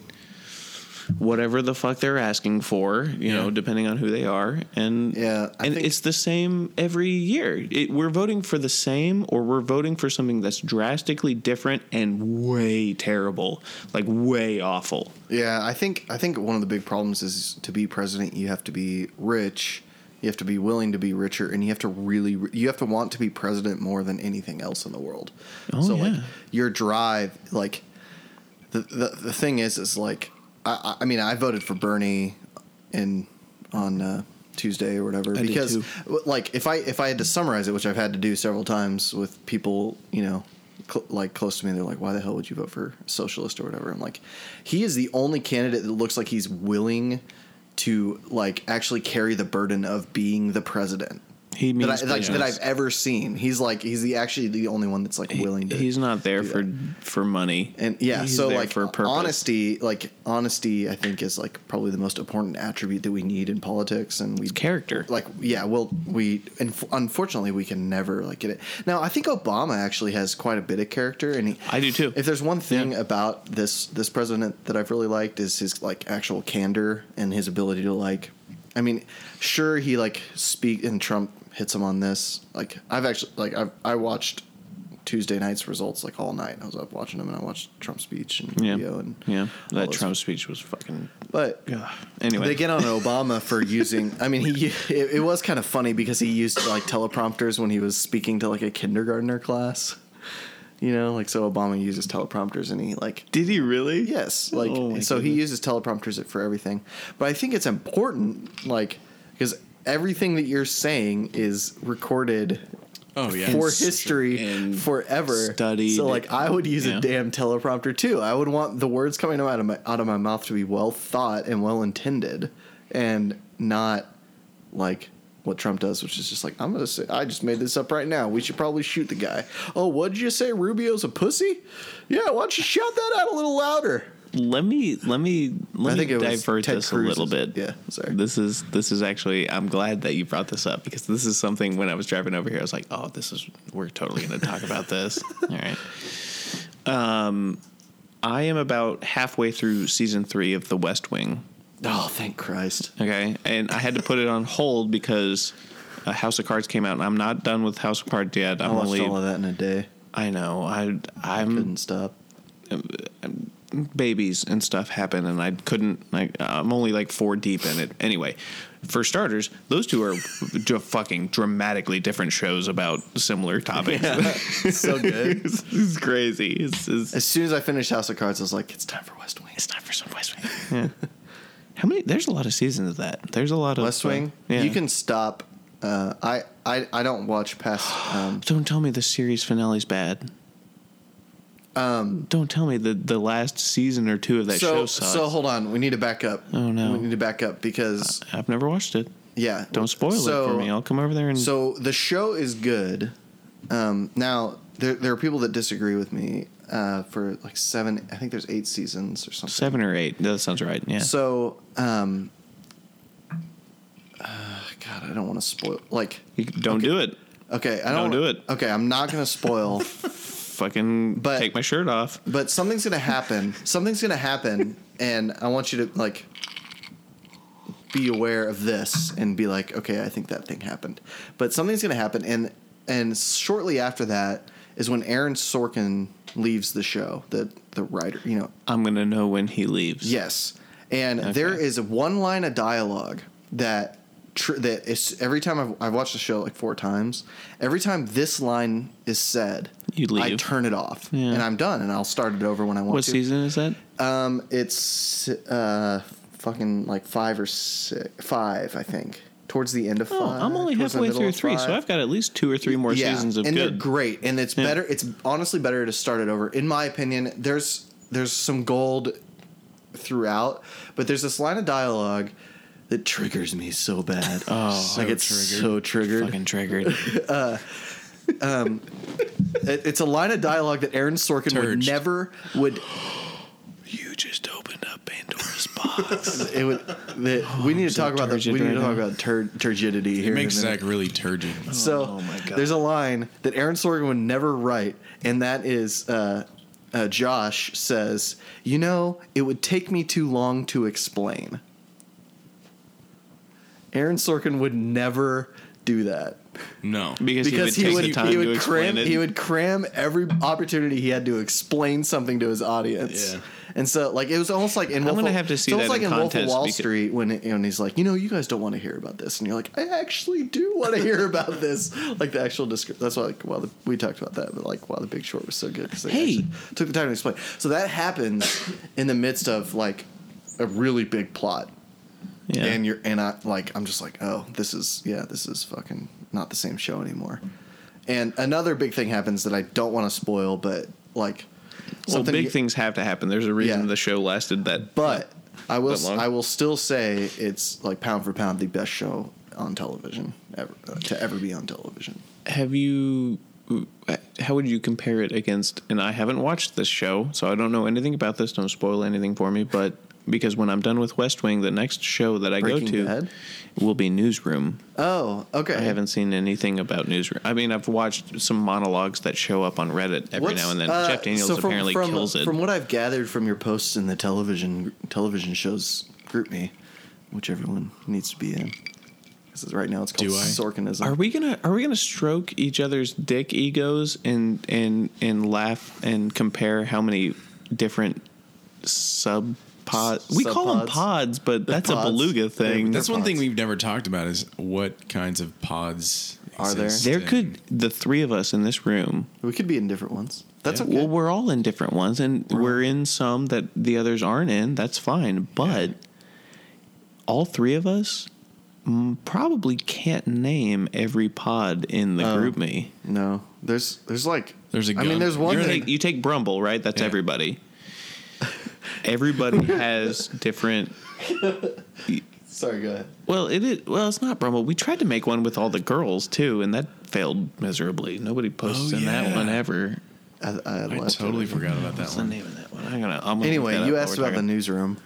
S2: whatever the fuck they're asking for. You know,
S3: Yeah.
S2: depending on who they are, and
S1: Yeah, I
S2: and
S1: think-
S2: it's the same every year. It, we're voting for the same, or we're voting for something that's drastically different and way terrible, like way awful.
S1: Yeah, I think I think one of the big problems is to be president, you have to be rich, you have to be willing to be richer, and you have to really you have to want to be president more than anything else in the world.
S2: Oh,
S1: so like
S2: yeah.
S1: your drive, like the the, the thing is, is like I I I mean I voted for Bernie in on uh, Tuesday or whatever
S2: did
S1: because
S2: too.
S1: w- like if I if I had to summarize it, which I've had to do several times with people, you know, cl- like close to me, they're like, "Why the hell would you vote for a socialist or whatever?" I'm like, he is the only candidate that looks like he's willing to like actually carry the burden of being the president
S2: He
S1: that I,
S2: means
S1: like, that
S2: business.
S1: I've ever seen. He's like he's the actually the only one that's like willing to.
S2: He's not there
S1: do
S2: for
S1: that.
S2: for money.
S1: And yeah,
S2: He's
S1: so
S2: there
S1: like
S2: purpose.
S1: honesty, like honesty, I think is like probably the most important attribute that we need in politics, and we
S2: character.
S1: Like yeah, well, we and unfortunately we can never like get it. Now I think Obama actually has quite a bit of character, and he,
S2: I do too.
S1: If there's one thing about this this president that I've really liked is his like actual candor and his ability to like. I mean, sure he like speak and Trump hits him on this. Like I've actually like I've I watched Tuesday night's results like all night. I was up watching him and I watched Trump's speech and
S2: yeah,
S1: video and
S2: yeah,
S1: all
S2: that
S1: those-
S2: Trump speech was fucking.
S1: But
S2: Ugh. Anyway,
S1: they get on Obama for using. I mean, he it, it was kind of funny because he used like teleprompters when he was speaking to like a kindergartner class. You know, like so Obama uses teleprompters and he like
S2: did he really?
S1: yes, like
S2: Oh my
S1: so he uses teleprompters for everything. But I think it's important like because everything that you're saying is recorded
S3: Oh yeah.
S1: for history
S2: and
S1: forever.
S2: studied.
S1: So like I would use
S2: Yeah.
S1: a damn teleprompter too. I would want the words coming out of my out of my mouth to be well thought and well intended, and not like what Trump does, which is just like, I'm gonna say, I just made this up right now. We should probably shoot the guy. Oh, what did you say? Rubio's a pussy? Yeah, why don't you shout that out a little louder?
S2: Let me let me let
S1: I think
S2: me
S1: it was
S2: divert
S1: Ted
S2: this
S1: Cruz's-
S2: a little bit.
S1: yeah, sorry.
S2: This is this is actually I'm glad that you brought this up because this is something when I was driving over here I was like, "Oh, this is we're totally going to talk
S1: *laughs*
S2: about this." All right. Um I am about halfway through season 3 of The West Wing.
S1: Oh, thank Christ.
S2: Okay. And I had to put it on hold because uh, House of Cards came out and I'm not done with House of Cards yet.
S1: I
S2: I'm
S1: watched
S2: only
S1: all of that in a day.
S2: I know. I I'm
S1: Couldn't stop.
S2: babies and stuff happen and I couldn't like I'm only like 4 deep in it. Anyway, for starters, those two are *laughs* dr- fucking dramatically different shows about similar topics.
S1: so good.
S2: *laughs* it's, it's crazy. It's, it's,
S1: As soon as I finished House of Cards, I was like, it's time for West Wing.
S2: it's time for some West Wing. Yeah. How many there's a lot of seasons of that. There's a lot of
S1: West
S2: uh,
S1: Wing.
S2: yeah.
S1: You can stop. Uh, I, I I don't watch past. Um,
S2: Don't tell me the series finale's bad. Um, don't tell me the the last season or two of *sighs* that
S1: so
S2: show sucks.
S1: so hold on. We need to back up.
S2: Oh, no.
S1: We need to back up because
S2: I've never watched it.
S1: yeah.
S2: Don't spoil it for
S1: So-
S2: me. I'll come over there and
S1: So the show is good. Um, now there there are people that disagree with me uh, for like seven. I think there's eight seasons or something.
S2: seven or eight. That sounds right. Yeah.
S1: So um, uh, God, I don't want to spoil. Like
S2: You- don't do it.
S1: okay, I don't
S2: Don't do it.
S1: Okay, I'm not gonna
S2: *laughs*
S1: spoil.
S2: Fucking
S1: But-
S2: take my shirt off.
S1: but something's gonna happen. Something's gonna happen, and I want you to like be aware of this and be like, okay, I think that thing happened. But something's gonna happen, and and shortly after that is when Aaron Sorkin leaves the show. The the writer, you know,
S2: I'm gonna know when he leaves.
S1: Yes, and there is one line of dialogue that tr- that is every time I've, I've watched the show like four times. Every time this line is said,
S2: You leave.
S1: I turn it off,
S2: Yeah.
S1: and I'm done, and I'll start it over when I want
S2: What
S1: to.
S2: season is that?
S1: Um, it's uh, fucking like five or six, five, I think. Towards the end of
S2: Oh,
S1: five.
S2: I'm only
S1: towards the
S2: halfway
S1: middle
S2: through
S1: of
S2: three,
S1: five
S2: so I've got at least two or three more seasons of
S1: and they're
S2: good.
S1: great, and it's
S2: Yeah.
S1: better. It's honestly better to start it over, in my opinion. There's there's some gold throughout, but there's this line of dialogue that triggers me so
S2: *laughs*
S1: bad. Oh, like it's so triggered.
S2: Fucking triggered.
S1: It- it's a line of dialogue that Aaron Sorkin would
S3: Turged.
S1: never would.
S2: you just opened up Pandora's box.
S1: It would. That, we need to
S2: *sighs* so
S1: talk about the,
S2: turgid
S1: we need
S2: right
S1: to talk
S2: now.
S1: about tur- turgidity here.
S3: It makes
S1: in a minute.
S3: Zach really turgid.
S1: *laughs* So
S2: Oh my God.
S1: there's a line that Aaron Sorkin would never write, and that is uh, uh, Josh says, "You know, it would take me too long to explain." Aaron Sorkin would never do that
S3: No.
S2: because,
S1: because
S2: he
S1: he
S2: would
S1: would
S2: take the time
S1: he
S2: to
S1: would
S2: explain
S1: cram
S2: it.
S1: he would cram every opportunity he had to explain something to his audience.
S3: Yeah.
S1: And so, like, it was almost like in
S2: I'm
S1: Wolf
S2: gonna
S1: of-
S2: have to see
S1: it's almost like
S2: that in
S1: in Wolf of
S2: context
S1: Wall
S2: because-
S1: Street when it, and he's like, you know, you guys don't want to hear about this, and you're like, I actually do want to hear about this. *laughs* Like the actual description. That's why, like, well, the, we talked about that, but like, wow, the Big Short was so good because they
S2: Hey.
S1: actually took the time to explain. So that happens in the midst of like a really big plot
S2: yeah.
S1: and you're and I like I'm just like oh this is yeah this is fucking not the same show anymore. And another big thing happens that I don't want to spoil, but like
S2: well,
S1: something.
S2: big things have to happen. There's a reason
S1: Yeah.
S2: the show lasted that.
S1: but I will
S2: That long?
S1: I will still say it's like pound for pound the best show on television ever uh, to ever be on television.
S2: have you? How would you compare it against? And I haven't watched this show, so I don't know anything about this. Don't spoil anything for me, but because when I'm done with West Wing, the next show that I
S1: Breaking
S2: go to
S1: Bad?
S2: will be Newsroom.
S1: Oh, okay.
S2: I haven't seen anything about Newsroom. I mean, I've watched some monologues that show up on Reddit every now and then.
S1: uh,
S2: Jeff Daniels
S1: so from-
S2: apparently
S1: from,
S2: kills it.
S1: From what I've gathered from your posts in the television television shows group me, which everyone needs to be in. Because right now it's called
S3: Do I?
S1: Sorkinism.
S2: are we gonna Are we gonna stroke each other's dick egos and and and laugh and compare how many different sub pod?
S1: S-
S2: We call them
S1: subpods.
S2: pods, but that's
S1: pods.
S2: a beluga thing.
S3: That's one
S1: pods.
S3: thing we've never talked about is what kinds of pods
S1: Are there?
S3: exist
S2: there
S3: and-
S2: could the three of us in this room.
S1: We could be in different ones. That's
S3: Yeah.
S1: okay.
S2: Well, we're all in different ones, and we're, in some that the others aren't in. That's fine, but all three of us mm, probably can't name every pod in
S1: Oh.
S2: the group. Me,
S1: no, there's there's like
S3: There's a
S1: I mean,
S3: gun.
S1: there's one.
S2: you
S3: You're
S1: that-
S2: take, you take Brumble, right? That's
S3: Yeah.
S1: *laughs*
S2: everybody. Everybody has different.
S7: Sorry, go ahead.
S2: Well, it is. Well, it's not Brumble. We tried to make one with all the girls too, and that failed miserably. Nobody posts
S3: Oh,
S2: in that
S3: yeah.
S2: one ever.
S1: I, I,
S3: I
S1: left
S3: totally
S1: it.
S3: forgot about that
S2: What's the
S3: one.
S2: name of that one? I'm gonna. I'm gonna look that
S1: Anyway,
S2: up
S1: you
S2: while
S1: asked
S2: we're
S1: about the
S2: talking.
S1: newsroom.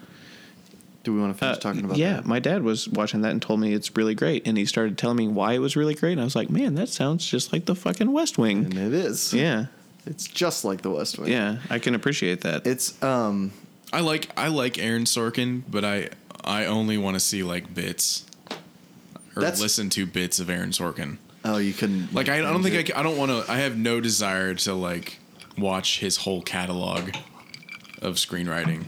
S1: Do we want to finish
S2: Uh,
S1: talking about
S2: yeah,
S1: that?
S2: my dad was watching that and told me it's really great, and he started telling me why it was really great, and I was like, man, that sounds just like the fucking West Wing.
S1: And it is.
S2: yeah,
S1: It's just like the West Wing.
S2: yeah, I can appreciate that.
S1: It's um
S3: I like I like Aaron Sorkin, but I I only want to see like bits or
S1: That's-
S3: listen to bits of Aaron Sorkin.
S1: oh you couldn't
S3: Like I, I don't think I, c- I don't want to. I have no desire to like watch his whole catalog of screenwriting.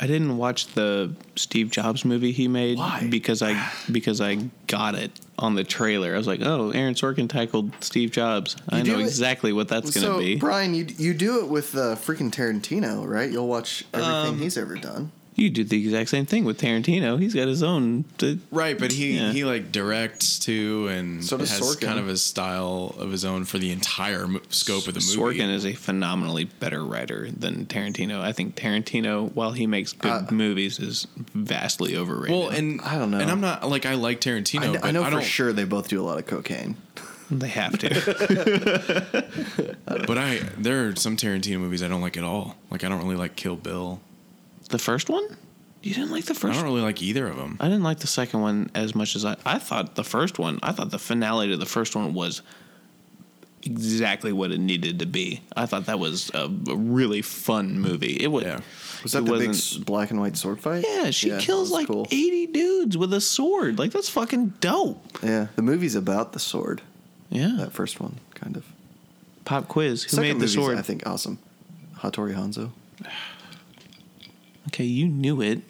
S2: I didn't watch the Steve Jobs movie he made
S1: Why?
S2: because I because I got it on the trailer. I was like, oh, Aaron Sorkin tackled Steve Jobs. I
S1: do
S2: know
S1: it-
S2: exactly what that's
S1: so
S2: gonna be.
S1: Brian, you you do it with uh, freaking Tarantino, right? You'll watch everything
S2: Um,
S1: he's ever done.
S2: You did the exact same thing with Tarantino. He's got his own. th-
S3: Right, but he
S2: Yeah.
S3: he like directs too, and
S1: So does
S3: has
S1: Sorkin.
S3: kind of a style of his own for the entire mo- scope of the movie.
S2: Sorkin is a phenomenally better writer than Tarantino. I think Tarantino, while he makes good
S1: Uh,
S2: movies, is vastly overrated.
S3: Well, and
S1: I don't know.
S3: and I'm not like I like Tarantino.
S1: I, kn-
S3: but
S1: I know for
S3: don't,
S1: sure they both do a lot of cocaine.
S2: they
S1: *laughs*
S2: have to.
S3: but I there are some Tarantino movies I don't like at all. Like I don't really like Kill Bill.
S2: the first one? You didn't like the
S3: I
S2: first
S3: don't really like either of them.
S2: I didn't like the second one as much as I. I thought the first one. I thought the finale to the first one was exactly what it needed to be. I thought that was a, a really fun movie. It was.
S3: Yeah.
S1: Was that
S2: it
S1: the big
S2: wasn't-
S1: s- black and white sword fight?
S2: Yeah, she
S1: that
S2: kills
S1: was
S2: like
S1: cool.
S2: eighty dudes with a sword. Like that's fucking dope.
S1: Yeah, the movie's about the sword.
S2: Yeah.
S1: That first one, kind of.
S2: Pop quiz. Who
S1: Second
S2: made the
S1: movie's,
S2: sword?
S1: I think awesome. Hattori Hanzo.
S2: Okay, you knew it.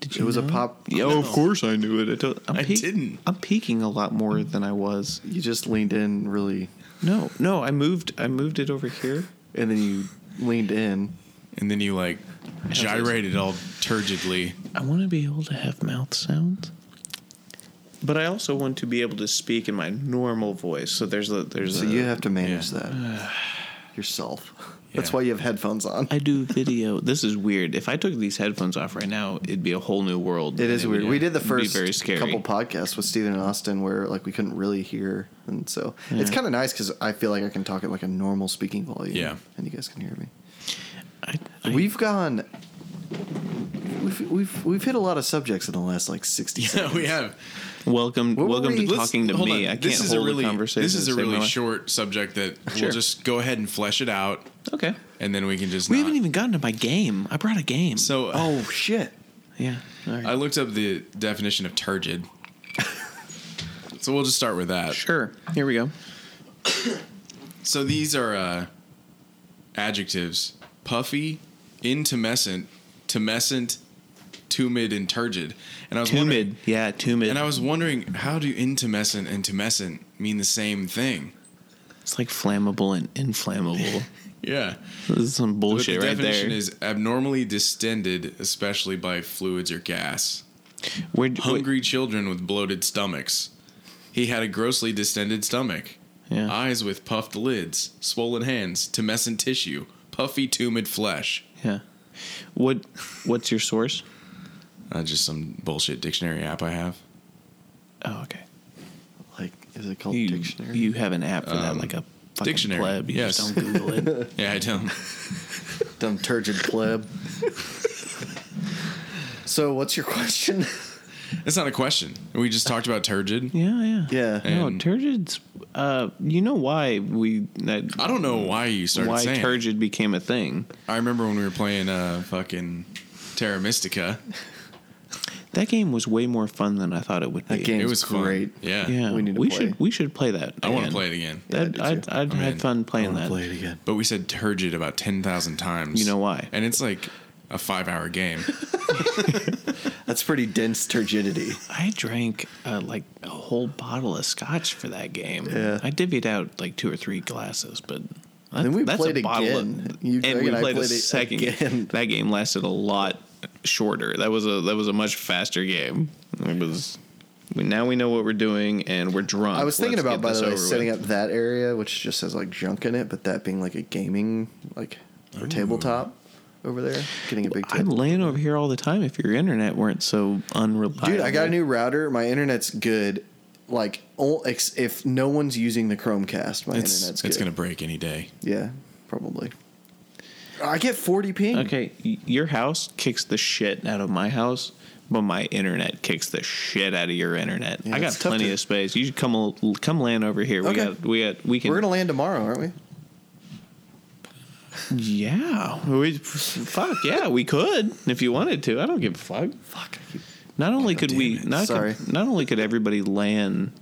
S2: Did
S1: It was a pop.
S2: Yeah, of course I knew it. I, don't- I'm
S3: I
S2: peak-
S3: didn't.
S2: I'm peaking a lot more than I was.
S1: You just leaned in really,
S2: No, no, I moved. I moved it over here.
S1: and then
S2: *sighs*
S1: you leaned in.
S3: And then you like gyrated all turgidly. *laughs*
S2: I want to be able to have mouth sounds, but I also want to be able to speak in my normal voice. So there's a there's
S1: So
S2: a,
S1: you have to manage
S3: yeah.
S2: *sighs*
S1: that yourself. That's
S3: Yeah.
S1: why you have headphones on.
S2: I do video. this is weird. If I took these headphones off right now, it'd be a whole new world.
S1: It
S2: and
S1: is
S2: would
S1: weird. We did the
S2: be
S1: first
S2: very scary.
S1: couple podcasts with Stephen and Austin where like we couldn't really hear, and so it's kind of nice because I feel like I can talk at like a normal speaking volume.
S3: Yeah.
S1: and you guys can hear me.
S2: I, I,
S1: We've gone. We've, we've we've hit a lot of subjects in the last like
S2: *laughs*
S1: sixty.
S3: Yeah,
S1: seconds.
S3: we have.
S2: welcome
S1: What were
S2: welcome
S1: we-
S2: to
S1: let's-
S2: talking to
S3: Hold
S2: me.
S3: on.
S2: I can't
S3: this is
S2: hold
S3: a really,
S2: a conversation.
S3: This is
S2: the
S3: a
S2: same
S3: really
S2: way.
S3: short subject that
S2: Sure.
S3: we'll just go ahead and flesh it out,
S2: Okay.
S3: and then we can just.
S2: We
S3: not-
S2: haven't even gotten to my game. I brought a game.
S3: So
S1: Oh shit!
S2: yeah. All right.
S3: I looked up the definition
S2: *laughs*
S3: of turgid. so we'll just start with that.
S2: sure. Here we go.
S3: So these are uh, adjectives: puffy, intumescent, tumescent, tumid, and turgid. And I was wondering-
S2: Tumid. Yeah, tumid.
S3: And I was wondering, how do intumescent and tumescent mean the same thing?
S2: it's like flammable and inflammable.
S3: Yeah.
S2: this is some
S3: But the
S2: bullshit right
S3: definition
S2: there.
S3: is abnormally distended, especially by fluids or gas.
S2: Where- wait-
S3: Hungry children with bloated stomachs. He had a grossly distended stomach.
S2: Yeah.
S3: Eyes with puffed lids, swollen hands, tumescent tissue, puffy, tumid flesh.
S2: yeah. What? What's your source?
S3: Uh, just some bullshit dictionary app I have.
S2: Oh, okay.
S1: Like, is it called
S2: You,
S1: dictionary?
S2: you have an app for that, like a fucking
S3: Um, dictionary,
S2: pleb. You
S3: yes.
S2: just don't
S3: *laughs*
S2: Google it.
S3: Yeah, I don't.
S1: Dumb turgid *laughs* pleb. so what's your question?
S3: That's not a question. We just talked about turgid.
S2: yeah, yeah.
S1: Yeah.
S2: No,
S3: And-
S2: turgid's. Uh, you know why we that
S3: I don't know why you started
S2: why
S3: saying. it.
S2: turgid became a thing.
S3: I remember when we were playing uh fucking Terra Mystica.
S2: That game was way more fun than I thought it would be.
S1: That game-
S3: It
S1: It's
S3: was fun.
S1: great.
S3: Yeah.
S2: Yeah,
S1: We need to play.
S2: should we should play that.
S3: I want to
S2: again.
S3: play it again.
S2: That
S1: Yeah, I do
S2: I'd,
S1: too.
S2: I'd
S3: I'm
S2: had
S3: in.
S2: fun
S1: I
S2: playing
S1: want to
S2: that.
S1: play it again.
S3: But we said turgid about 10,000 times.
S2: You know why?
S3: And it's like a five
S2: *laughs*
S3: hour game.
S1: That's pretty dense turgidity.
S2: I drank uh, like a whole bottle of scotch for that game.
S1: Yeah.
S2: I divvied out like two or three glasses, but that,
S1: Then we
S2: that's
S1: played
S2: a bottle
S1: again. *laughs*
S2: Of,
S1: You drank
S2: and we
S1: and I
S2: played, a
S1: played it
S2: second game.
S1: again.
S2: *laughs* That game lasted a lot shorter. That was a that was a much faster game. It was. We, now we know what we're doing, and we're drunk.
S1: I was thinking
S2: Let's
S1: about,
S2: get
S1: by
S2: this
S1: the way,
S2: over
S1: setting
S2: with.
S1: up that area, which just has like junk in it, but that being like a gaming, like or tabletop. over there? Getting a big
S2: I'd
S1: tip.
S2: land over here all the time if your internet weren't so unreliable.
S1: Dude, I got a new router. My internet's good. Like, o- ex- if no one's using the Chromecast, my
S3: It's
S1: internet's good.
S3: it's gonna break any day.
S1: Yeah, probably. I get 40 ping.
S2: Okay, y- your house kicks the shit out of my house, but my internet kicks the shit out of your internet.
S1: Yeah,
S2: I got
S1: it's tough
S2: plenty
S1: to-
S2: of space. You should come al- come land over here.
S1: Okay.
S2: We got we got we can.
S1: We're gonna land tomorrow, aren't we?
S2: yeah, we fuck yeah, we could if you wanted to. I don't give a fuck.
S1: Fuck. I keep-
S2: Not only could
S3: damn
S2: we
S3: it.
S2: not
S1: Sorry.
S2: Could, not only could everybody land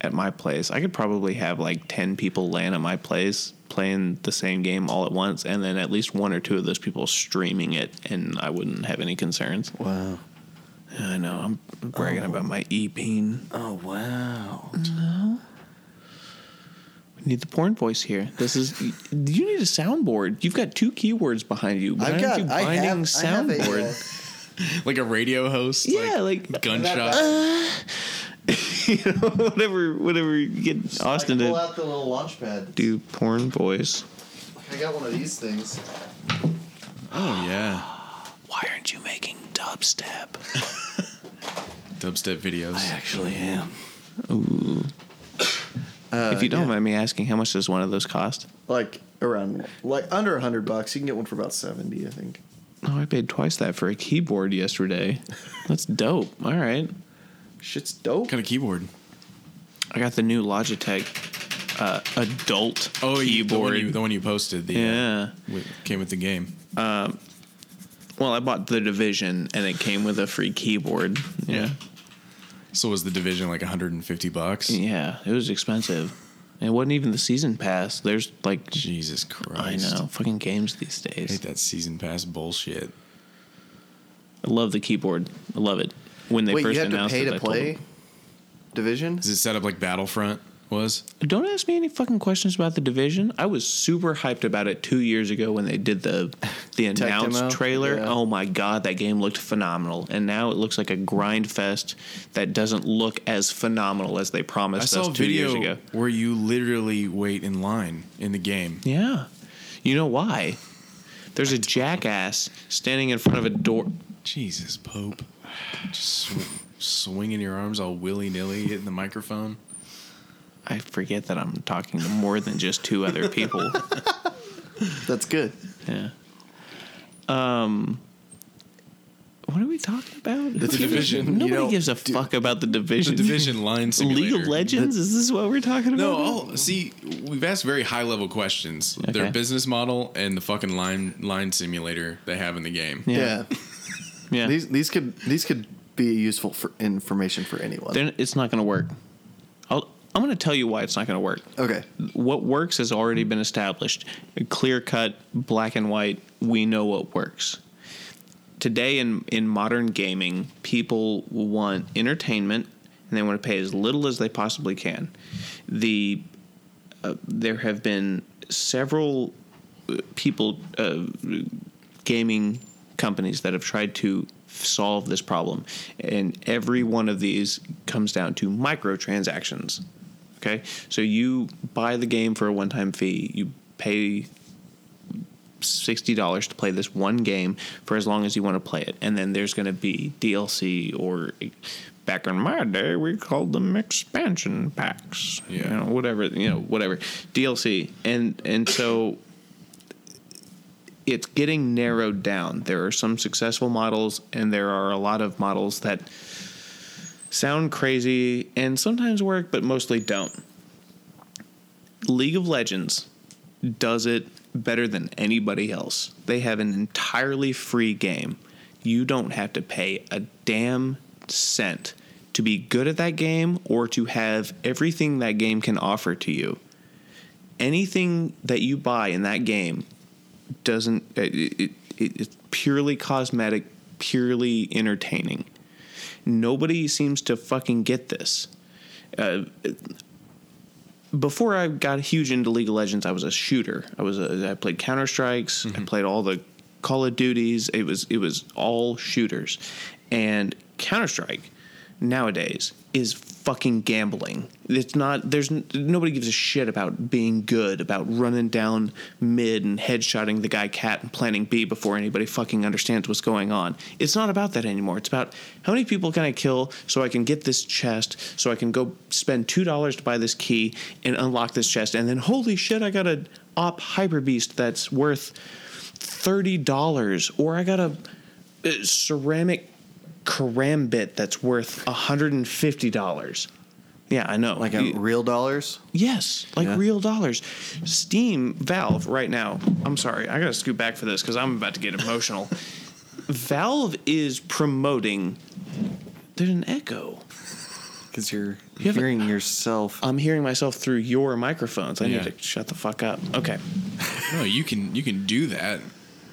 S2: at my place, I could probably have like ten people land at my place playing the same game all at once, and then at least one or two of those people streaming it, and I wouldn't have any concerns.
S1: Wow.
S2: I know. I'm bragging about my e-bean.
S1: Oh wow.
S2: We need the porn voice here. This is. you need a soundboard. You've got two keywords behind you. Why
S1: I've
S2: aren't
S1: got.
S2: you
S1: I
S2: binding
S1: have. I have
S2: soundboard?
S1: *laughs* a, uh,
S3: Like a radio host.
S2: yeah, like,
S3: gunshots.
S2: *laughs* you know, whatever. Whatever. You get Austin
S1: uh, I pull
S2: to
S1: out the little launch pad.
S2: do porn voice.
S1: I got one of these things.
S3: oh yeah,
S2: Why aren't you making dubstep?
S3: dubstep videos.
S1: Actually, am. Uh,
S2: if you don't mind me asking, how much does one of those cost?
S1: Like around, like under a hundred bucks. You can get one for about seventy, I think.
S2: Oh, I paid twice that for a keyboard yesterday. That's dope. All right.
S1: Shit's dope.
S3: What kind of keyboard?
S2: I got the new Logitech uh, adult
S3: Oh, you- the one
S2: keyboard.
S3: you, the one you posted. The, uh,
S2: yeah.
S3: with, came with the game.
S2: Well, I bought the division and it came with a free keyboard. Yeah.
S3: So was the division like 150 bucks?
S2: Yeah. It was expensive. It wasn't even the season pass. There's like
S3: Jesus
S2: I
S3: Christ!
S2: know, fucking games these
S3: I hate
S2: days.
S3: that season pass bullshit.
S2: I love the keyboard. I love it. When they
S1: Wait,
S2: first
S1: you had to
S2: announced
S1: pay
S2: it,
S1: to
S2: I told
S1: play
S2: them-
S1: Division.
S3: Is it set up like Battlefront was?
S2: Don't ask me any fucking questions about the division. I was super hyped about it two years ago when they did the the
S1: Tech
S2: announced
S1: demo?
S2: trailer.
S1: Yeah.
S2: Oh my god, that game looked phenomenal, and now it looks like a grind fest that doesn't look as phenomenal as they
S3: I
S2: promised
S3: saw
S2: us
S3: a
S2: two years
S3: video
S2: ago.
S3: where you literally wait in line in the game.
S2: Yeah, you know why? There's a jackass standing in front of a door.
S3: Jesus, Pope, just sw- swinging your arms all willy nilly, hitting the microphone.
S2: I forget that I'm talking to more than just two other
S3: *laughs*
S2: people.
S1: That's good.
S2: Yeah. Um, what are we talking about? The
S3: Division. You
S2: Nobody
S1: know,
S2: gives a fuck about the division.
S3: The
S2: *laughs*
S3: division line simulator.
S2: League of Legends. Is this what we're talking about?
S3: No, all see, we've asked very high level questions. Their
S2: Okay.
S3: business model and the fucking line line simulator they have in the game.
S1: Yeah.
S2: yeah.
S1: These these could these could be useful for information for anyone.
S2: Then it's not going to work. I'll, I'm going to tell you why it's not going to work.
S1: okay.
S2: What works has already been established. Clear cut, black and white. We know what works. Today in in modern gaming, people want entertainment and they want to pay as little as they possibly can. The uh, there have been several uh, people, uh, gaming companies that have tried to solve this problem, and every one of these comes down to microtransactions. Okay, so you buy the game for a one-time fee. You pay sixty dollars to play this one game for as long as you want to play it, and then there's going to be DLC or back in my day we called them expansion packs. You
S3: Yeah.
S2: know, whatever you know, whatever DLC, and and so it's getting narrowed down. There are some successful models, and there are a lot of models that sound crazy and sometimes work, but mostly don't. League of Legends does it better than anybody else. They have an entirely free game. You don't have to pay a damn cent to be good at that game or to have everything that game can offer to you. Anything that you buy in that game doesn't it, it, it, it's purely cosmetic, purely entertaining. Nobody seems to fucking get this Uh, before I got huge into League of Legends, I was a shooter. I was a, I played Counter Strikes. I played all the Call of Duties. It was it was all shooters, and Counter Strike nowadays is fucking gambling. It's not. There's n- nobody gives a shit about being good, about running down mid and headshotting the guy cat and planning B before anybody fucking understands what's going on. It's not about that anymore. It's about how many people can I kill so I can get this chest, so I can go spend two dollars to buy this key and unlock this chest, and then holy shit, I got a op hyper beast that's worth thirty dollars, or I got a, a ceramic karambit that's worth hundred and fifty dollars. Yeah, I know.
S1: Like
S2: You-
S1: at real dollars?
S2: yes, like
S1: Yeah.
S2: real dollars. Steam Valve right now. I'm sorry, I gotta scoot back for this because I'm about to get emotional. *laughs* Valve is promoting. There's an echo.
S1: Because you're
S2: have a-
S1: hearing yourself.
S2: I'm hearing myself through your microphones. I
S3: Yeah.
S2: need to shut the fuck up. Okay.
S3: No, you can you can do that.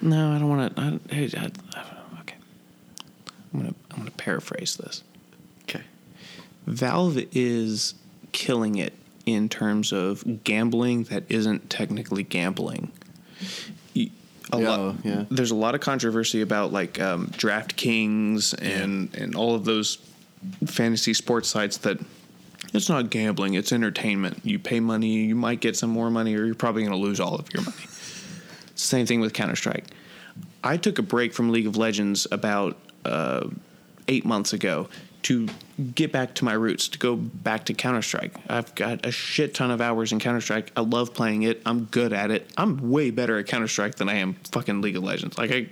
S2: No, I don't want to. I, don't- hey, I, I don't know. Okay. I'm gonna I'm gonna paraphrase this.
S1: okay.
S2: Valve is killing it in terms of gambling that isn't technically gambling. Y- A
S1: Yeah,
S2: lot,
S1: yeah.
S2: There's a lot of controversy about like um, DraftKings and and all of those fantasy sports sites that it's not gambling, it's entertainment. You pay money, you might get some more money, or you're probably going to lose all of your money. Same thing with Counter Strike. I took a break from League of Legends about uh, eight months ago to get back to my roots, to go back to Counter Strike. I've got a shit ton of hours in Counter Strike. I love playing it. I'm good at it. I'm way better at Counter Strike than I am fucking League of Legends. Like I,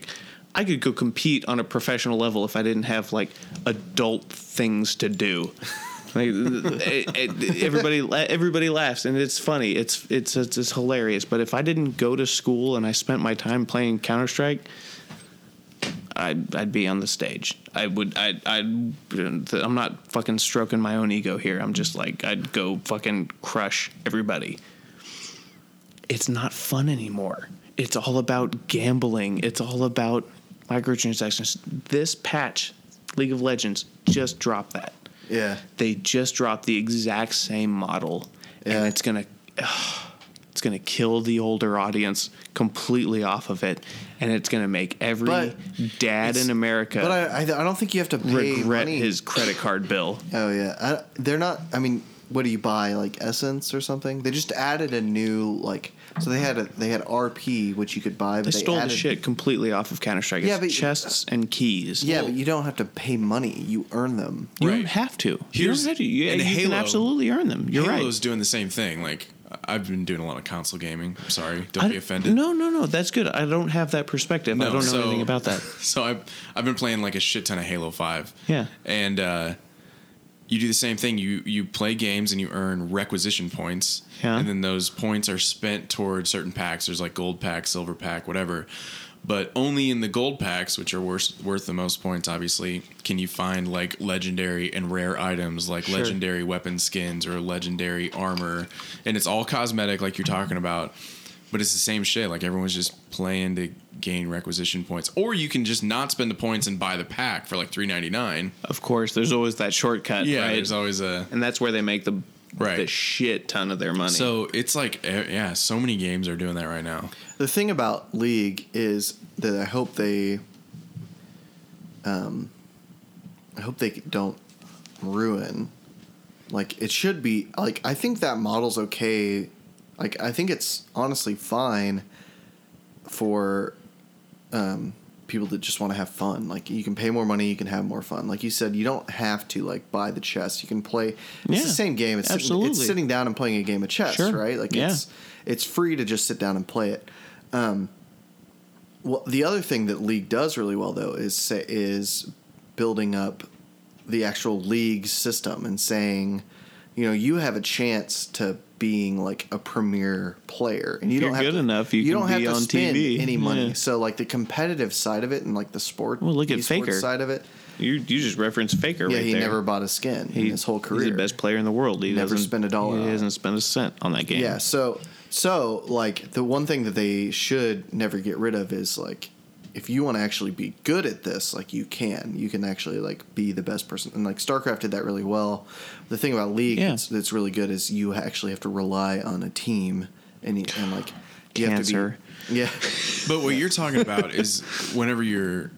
S2: I could go compete on a professional level if I didn't have like adult things to do. *laughs* Like, it- it- everybody, la- everybody laughs, and it's funny. It's, it's it's it's hilarious. But if I didn't go to school and I spent my time playing Counter Strike, I'd I'd be on the stage. I would I I I'm not fucking stroking my own ego here. I'm just like I'd go fucking crush everybody. It's not fun anymore. It's all about gambling. It's all about microtransactions. This patch, League of Legends, just dropped that.
S1: Yeah.
S2: They just dropped the exact same model,
S1: Yeah.
S2: and it's gonna it's gonna kill the older audience completely off of it, and it's gonna make every
S1: But
S2: dad
S1: it's-
S2: in America
S1: But I, I, I don't think you have to pay
S2: regret
S1: money.
S2: his credit card
S1: *laughs*
S2: bill.
S1: Oh yeah, I, they're not. I mean, what do you buy? Like Essence or something? They just added a new like. So they had a they had RP which you could buy. But
S2: They
S1: they,
S2: stole
S1: added,
S2: the shit completely off of Counter Strike.
S1: Yeah,
S2: it's
S1: but-
S2: chests and keys.
S1: Yeah, but you don't have to pay money. You earn them.
S2: you don't
S3: Right.
S2: have to. you
S3: Here's-
S2: don't have to. You,
S3: and
S2: you can
S3: Halo-
S2: absolutely earn them. You're
S3: Halo's
S2: right.
S3: doing the same thing. Like I've been doing a lot of console gaming. Sorry, don't
S2: I-
S3: be offended.
S2: No, no, no. That's good. I don't have that perspective. I
S3: No,
S2: don't know
S3: so-
S2: anything about that.
S3: *laughs* So I've I've been playing like a shit ton of Halo Five.
S2: Yeah.
S3: And uh, you do the same thing. You you play games and you earn requisition points.
S2: Yeah.
S3: And then those points are spent toward certain packs. There's like gold pack, silver pack, whatever. But only in the gold packs, which are worth worth the most points, obviously, can you find like legendary and rare items, like
S2: Sure.
S3: legendary weapon skins or legendary armor, and it's all cosmetic, like you're talking about. But it's the same shit. Like everyone's just playing to gain requisition points, or you can just not spend the points and buy the pack for like three ninety nine.
S2: Of course, there's always that shortcut.
S3: Yeah,
S2: right?
S3: there's always a
S2: and that's where they make the
S3: Right.
S2: the shit ton of their money.
S3: so it's like eh, yeah, so many games are doing that right now.
S1: The thing about League is that I hope they, um, I hope they don't ruin. Like it should be. Like I think that model's okay. Like I think it's honestly fine for um, people that just want to have fun. Like you can pay more money, you can have more fun. Like you said, you don't have to like buy the chess. You can play. It's
S2: Yeah,
S1: the same game. It's Sitting,
S2: absolutely.
S1: it's sitting down and playing a game of chess,
S2: Sure.
S1: right? Like
S2: Yeah.
S1: it's it's free to just sit down and play it. Um, well, the other thing that League does really well though is say, is building up the actual league system and saying, you know, you have a chance to being like a premier player, and you
S2: If
S1: don't
S2: you're
S1: have
S2: good
S1: to,
S2: enough, you can
S1: don't have
S2: be
S1: to
S2: on
S1: spend
S2: TV.
S1: any money.
S2: Yeah.
S1: So like the competitive side of it and like the sport,
S2: Well, look at
S1: esports
S2: Faker.
S1: side of it.
S2: you you just referenced Faker
S1: Yeah,
S2: right
S1: he
S2: there.
S1: never bought a skin in his whole career.
S2: He's the best player in the world. He
S1: Never
S2: doesn't
S1: spent a dollar
S2: He
S1: on it.
S2: hasn't spent a cent on that game.
S1: Yeah, so so like the one thing that they should never get rid of is like if you want to actually be good at this, like you can. You can actually like be the best person. And like StarCraft did that really well. The thing about League
S2: Yeah.
S1: that's, that's really good is you actually have to rely on a team and you, and like you
S2: Cancer.
S1: have to be Yeah. *laughs*
S3: But what you're talking about is whenever you're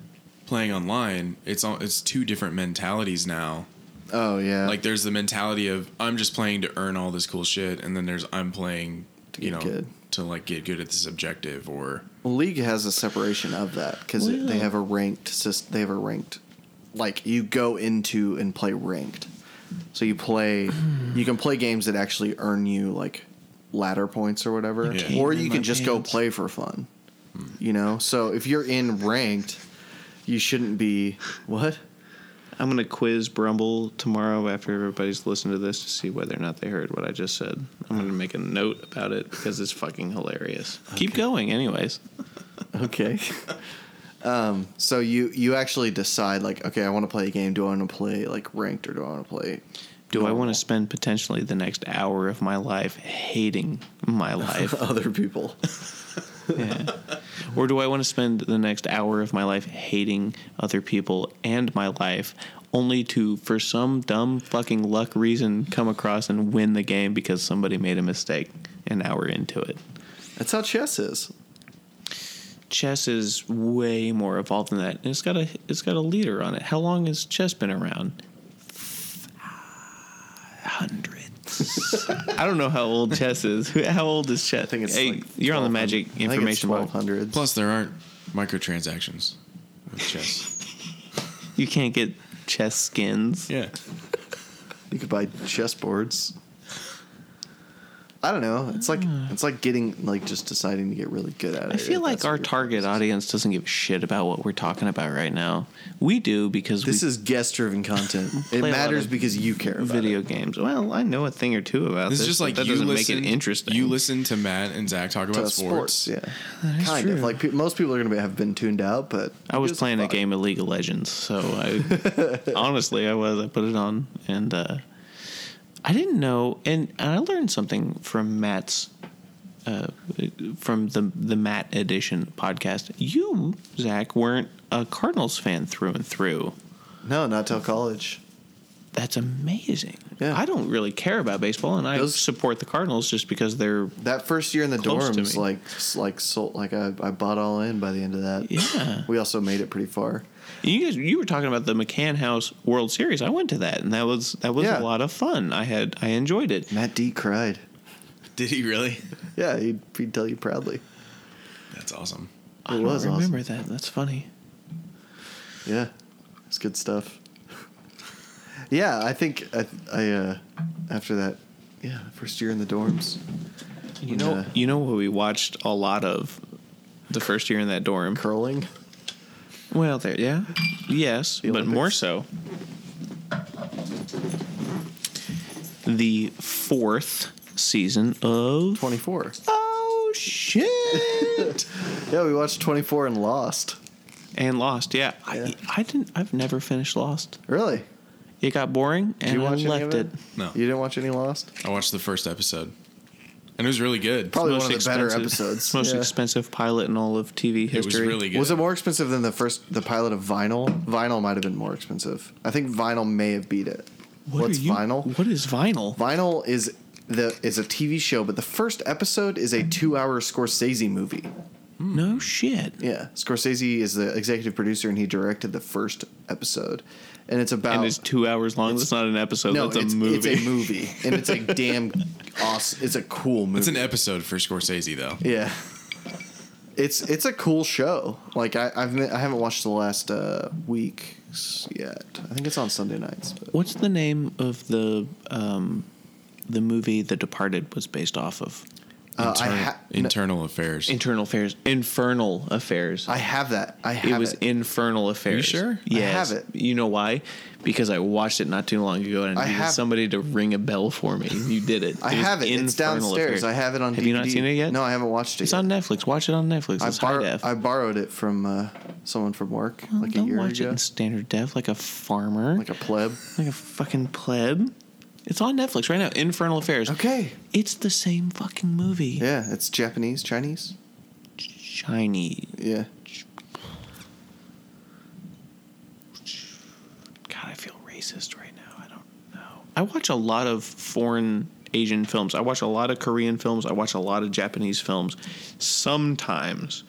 S3: playing online, it's all, it's two different mentalities now
S1: Oh yeah.
S3: Like there's the mentality of I'm just playing to earn all this cool shit, and then there's I'm playing, you know,
S1: get good.
S3: to like get good at this objective or
S1: Well, league has a separation of that because they have a ranked system. They have a ranked, like you go into and play ranked. So you play, you can play games that actually earn you like ladder points or whatever,
S3: Yeah.
S1: or
S2: Peeing in
S1: you
S2: my
S1: can just go
S2: pants.
S1: play for fun. You know, so if you're in ranked, you shouldn't be what?
S2: I'm gonna quiz Brumble tomorrow after everybody's listened to this to see whether or not they heard what I just said. I'm gonna make a note about it because it's fucking hilarious. Keep going, anyways.
S1: Okay. *laughs* um, so you you actually decide like, okay, I want to play a game. Do I want to play like ranked or do I want to play?
S2: Do I want to spend potentially the next hour of my life hating
S3: *laughs*
S2: my life?
S1: *laughs* other people?
S2: Yeah. Or do I want to spend the next hour of my life hating other people and my life only to, for some dumb fucking luck reason, come across and win the game because somebody made a mistake an hour into it?
S1: That's how chess is.
S2: Chess is way more evolved than that, and it's got a it's got a leader on it. How long has chess been around? Hundreds. *laughs* I don't know how old chess is. *laughs* How old is chess? I
S1: think it's
S2: Hey,
S1: like
S2: you're on the magic information
S1: twelve
S2: box.
S1: hundreds.
S3: plus there aren't microtransactions with chess.
S2: You can't get chess skins.
S3: *laughs* yeah,
S1: you could buy chessboards. I don't know. It's like it's like getting like just deciding to get really good at it.
S2: Uh. I feel like
S1: That's
S2: our
S1: what you're-
S2: target audience doesn't give a shit about what we're talking about right now. We do because
S1: This
S2: we
S1: is guest driven
S2: *laughs*
S1: content.
S2: a
S1: it
S2: lot
S1: matters
S2: of
S1: because you care about
S2: video
S1: It.
S2: games. Well, I know a thing or two about
S3: this
S2: this.
S3: is just
S2: but
S3: like
S2: that
S3: you
S2: doesn't
S3: listen.
S2: make it interesting.
S3: You listen to Matt and Zach talk about
S1: To
S3: sports.
S1: sports, yeah, kind of
S2: true.
S1: like pe- most people are going to have been tuned out, but
S2: I was
S1: who gives
S2: playing a
S1: fuck?
S2: game of League of Legends, so
S1: *laughs*
S2: I honestly I was. I put it on, and uh, I didn't know, and, and I learned something from Matt's, uh, from the the Matt Edition podcast. You Zach weren't a Cardinals fan through and through.
S1: No, not till college.
S2: That's amazing.
S1: Yeah.
S2: I don't really care about baseball, and I
S1: Those-
S2: support the Cardinals just because they're
S1: That first year in the
S2: Close to
S1: dorms,
S2: me.
S1: like s- like sold, like I, I bought all in by the end of that.
S2: yeah.
S1: We also made it pretty far.
S2: You guys, you were talking about the McCann House World Series. I went to that, and that was that was
S1: Yeah.
S2: a lot of fun. I had I enjoyed it.
S1: Matt D cried.
S3: Did he really?
S1: Yeah, he'd, he'd tell you proudly.
S3: That's awesome.
S1: It was
S2: I don't remember
S1: awesome.
S2: that. That's funny.
S1: Yeah, it's good stuff. yeah, I think I, I uh, after that, yeah, first year in the dorms,
S2: You
S1: When,
S2: know,
S1: uh,
S2: you know what we watched a lot of the first year in that dorm.
S1: curling.
S2: Well, there, yeah, yes,
S1: The
S2: but more
S1: Olympics.
S2: so the fourth season of
S1: 24.
S2: Oh shit!
S1: *laughs* Yeah, we watched 24 and lost.
S2: and Lost. Yeah,
S1: Yeah.
S2: I, I didn't. I've never finished Lost.
S1: Really?
S2: It got boring, and
S1: you
S2: I
S1: watch any
S2: left
S1: of
S2: it.
S1: it?
S3: No,
S1: You didn't watch any lost?
S3: I watched the first episode, and it was really good.
S1: Probably
S2: Most
S1: one of the better
S2: expensive-
S1: episodes.
S2: Most
S1: Yeah.
S2: expensive pilot in all of TV
S3: it was
S2: history.
S3: really good.
S1: Was it more expensive than the first the pilot of Vinyl? Vinyl might have been more expensive. I think Vinyl may have beat it.
S2: What
S1: What's
S2: are you-
S1: Vinyl?
S2: What is vinyl?
S1: Vinyl is the is a TV show, but the first episode is a 2-hour Scorsese movie.
S2: No shit.
S1: Yeah, Scorsese is the executive producer, and he directed the first episode, and it's about
S2: and it's two hours long. That's not an episode.
S1: no,
S2: that's
S1: it's,
S2: a movie.
S1: it's a movie, and it's a damn awesome. It's a cool movie.
S3: It's an episode for Scorsese though.
S1: yeah, it's it's a cool show. Like I I've n- I haven't watched the last uh, week s- yet. I think it's on Sunday nights. But
S2: What's the name of the um, the movie The Departed was based off of?
S1: uh, I,
S3: Internal-
S1: ha- no,
S3: internal affairs.
S2: Internal Affairs, Infernal Affairs.
S1: I have that. I have
S2: it was
S1: it.
S2: Infernal Affairs.
S3: sure?
S1: I
S2: Yes.
S1: have it.
S2: You know why? Because I watched it not too long ago, and I,
S1: I
S2: needed
S1: have-
S2: somebody to ring a bell for me. You did it.
S1: *laughs* I
S2: It was
S1: have it. It's
S2: Infernal
S1: downstairs.
S2: Affairs.
S1: I have it on.
S2: Have
S1: DVD.
S2: you not seen it yet?
S1: No, I haven't watched it.
S2: It's
S1: yet.
S2: on Netflix. Watch it on Netflix.
S1: I,
S2: It's high
S1: bor-
S2: def.
S1: I borrowed it from uh, someone from work
S2: Well,
S1: like a
S2: don't
S1: year
S2: watch it
S1: ago,
S2: in standard def like a farmer,
S1: like a pleb.
S2: like a fucking pleb. It's on Netflix right now. Infernal Affairs.
S1: Okay.
S2: It's the same fucking movie.
S1: Yeah, it's Japanese, Chinese.
S2: Shiny.
S1: Yeah.
S2: God, I feel racist right now. I don't know. I watch a lot of foreign Asian films. I watch a lot of Korean films. I watch a lot of Japanese films. Sometimes,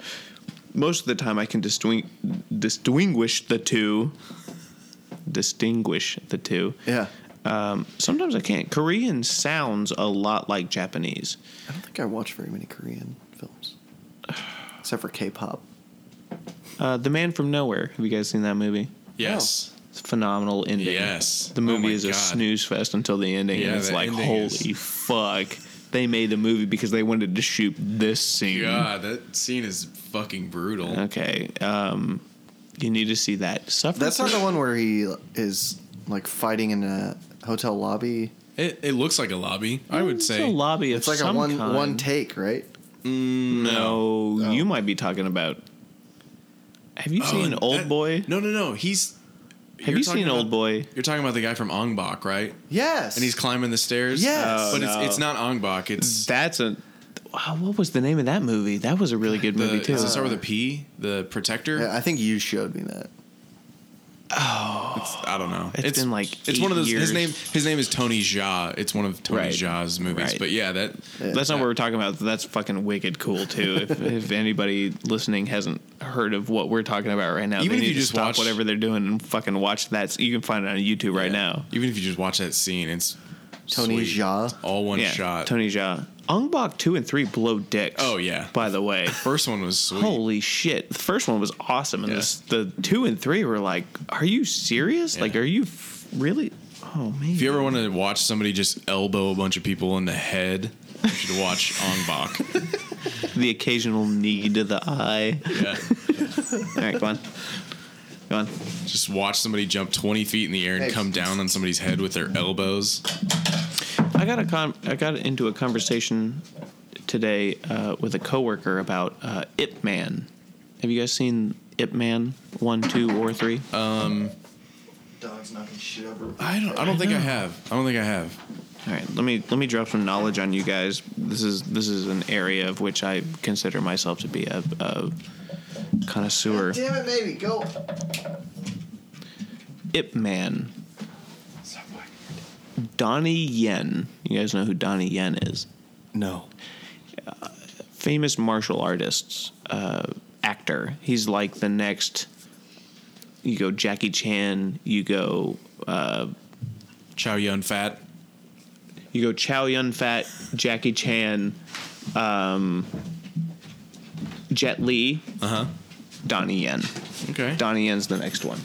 S2: most of the time, I can distinguish distinguish the two distinguish the two.
S1: Yeah.
S2: Um, sometimes I can't. Korean sounds a lot like Japanese.
S1: I don't think I watch very many Korean films, except for K-pop.
S2: Uh, the Man from Nowhere. Have you guys seen that movie?
S3: Yes.
S2: It's a phenomenal ending.
S3: Yes.
S2: The
S3: Oh
S2: movie
S3: my
S2: is a
S3: God.
S2: snooze fest until the ending,
S3: Yeah,
S2: and it's
S3: the
S2: like, holy
S3: ending is-
S2: fuck. They made the movie because they wanted to shoot this scene.
S3: God, that scene is fucking brutal.
S2: Okay. Um, you need to see that. Suffer.
S1: That's not the one where he is like fighting in a hotel lobby.
S3: It, it looks like a lobby. I
S2: Mm,
S3: would
S2: It's
S3: say.
S2: a lobby.
S1: It's
S2: of
S1: like a
S2: some
S1: one
S2: kind.
S1: one take, right?
S2: No, you might be talking about. Have you
S3: Oh,
S2: seen
S3: and
S2: Old
S3: that-
S2: Boy?
S3: No, no, no. He's.
S2: Have
S3: you're
S2: you
S3: talking
S2: seen Old
S3: about-
S2: Boy?
S3: You're talking about the guy from Ongbok, right?
S1: Yes.
S3: And he's climbing the stairs.
S1: Yes. Oh,
S3: but
S2: no.
S3: it's, it's not Ongbok. It's
S2: That's a. Wow, what was the name of that movie? That was a really good
S3: the.
S2: movie too.
S3: does it start with a P? The protector.
S1: Yeah, I think you showed me that.
S3: It's, I don't know.
S2: It's been, like,
S3: it's one of
S2: eight
S3: those.
S2: years.
S3: His name his name is Tony Jaa. It's one of Tony
S2: Right.
S3: Jaa's movies.
S2: Right.
S3: But yeah, that
S2: That's not what we're talking about. That's fucking wicked cool too.
S3: *laughs*
S2: If, if anybody listening hasn't heard of what we're talking about right now,
S3: Even
S2: they
S3: if
S2: need
S3: you
S2: to
S3: just
S2: stop
S3: watch-
S2: whatever they're doing and fucking watch that. You can find it on YouTube right now.
S3: Even if you just watch that scene, it's
S1: Tony
S3: sweet.
S1: Jaa?
S3: All one
S2: yeah,
S3: shot.
S2: Tony Jaa. Ong Bak two and three blow dicks.
S3: Oh, yeah.
S2: By the way,
S3: First one was *laughs* sweet.
S2: Holy shit! The first one was awesome, and
S3: Yeah.
S2: this, the two and three were like, "Are you serious?
S3: Yeah.
S2: Like, are you f- really? Oh man!
S3: If you ever want to watch somebody just elbow a bunch of people in the head, you should watch Ongbok.
S2: the occasional knee to the eye.
S3: Yeah.
S2: All right, go
S3: *laughs*
S2: on, go on.
S3: Just watch somebody jump 20 feet in the air and
S1: Hey.
S3: come down on somebody's head with their elbows.
S2: I got a con- I got into a conversation today uh, with a coworker about uh, Ip Man. Have you guys seen Ip Man one, two, or three?
S1: Dog's knocking shit over.
S3: I don't I don't think I have. I don't think I have.
S2: All right, let me let me drop some knowledge on you guys. This is this is an area of which I consider myself to be a, a connoisseur.
S1: Damn it, baby, go.
S2: Ip Man. Donnie Yen. You guys know who Donnie Yen is?
S1: No.
S2: Famous martial artist, uh, actor. He's like the next. You go Jackie Chan. You go
S3: Chow Yun Fat.
S2: you go Chow Yun Fat, Jackie Chan, um, Jet Li,
S3: Uh huh.
S2: Donnie Yen.
S3: Okay.
S2: Donnie Yen's the next one.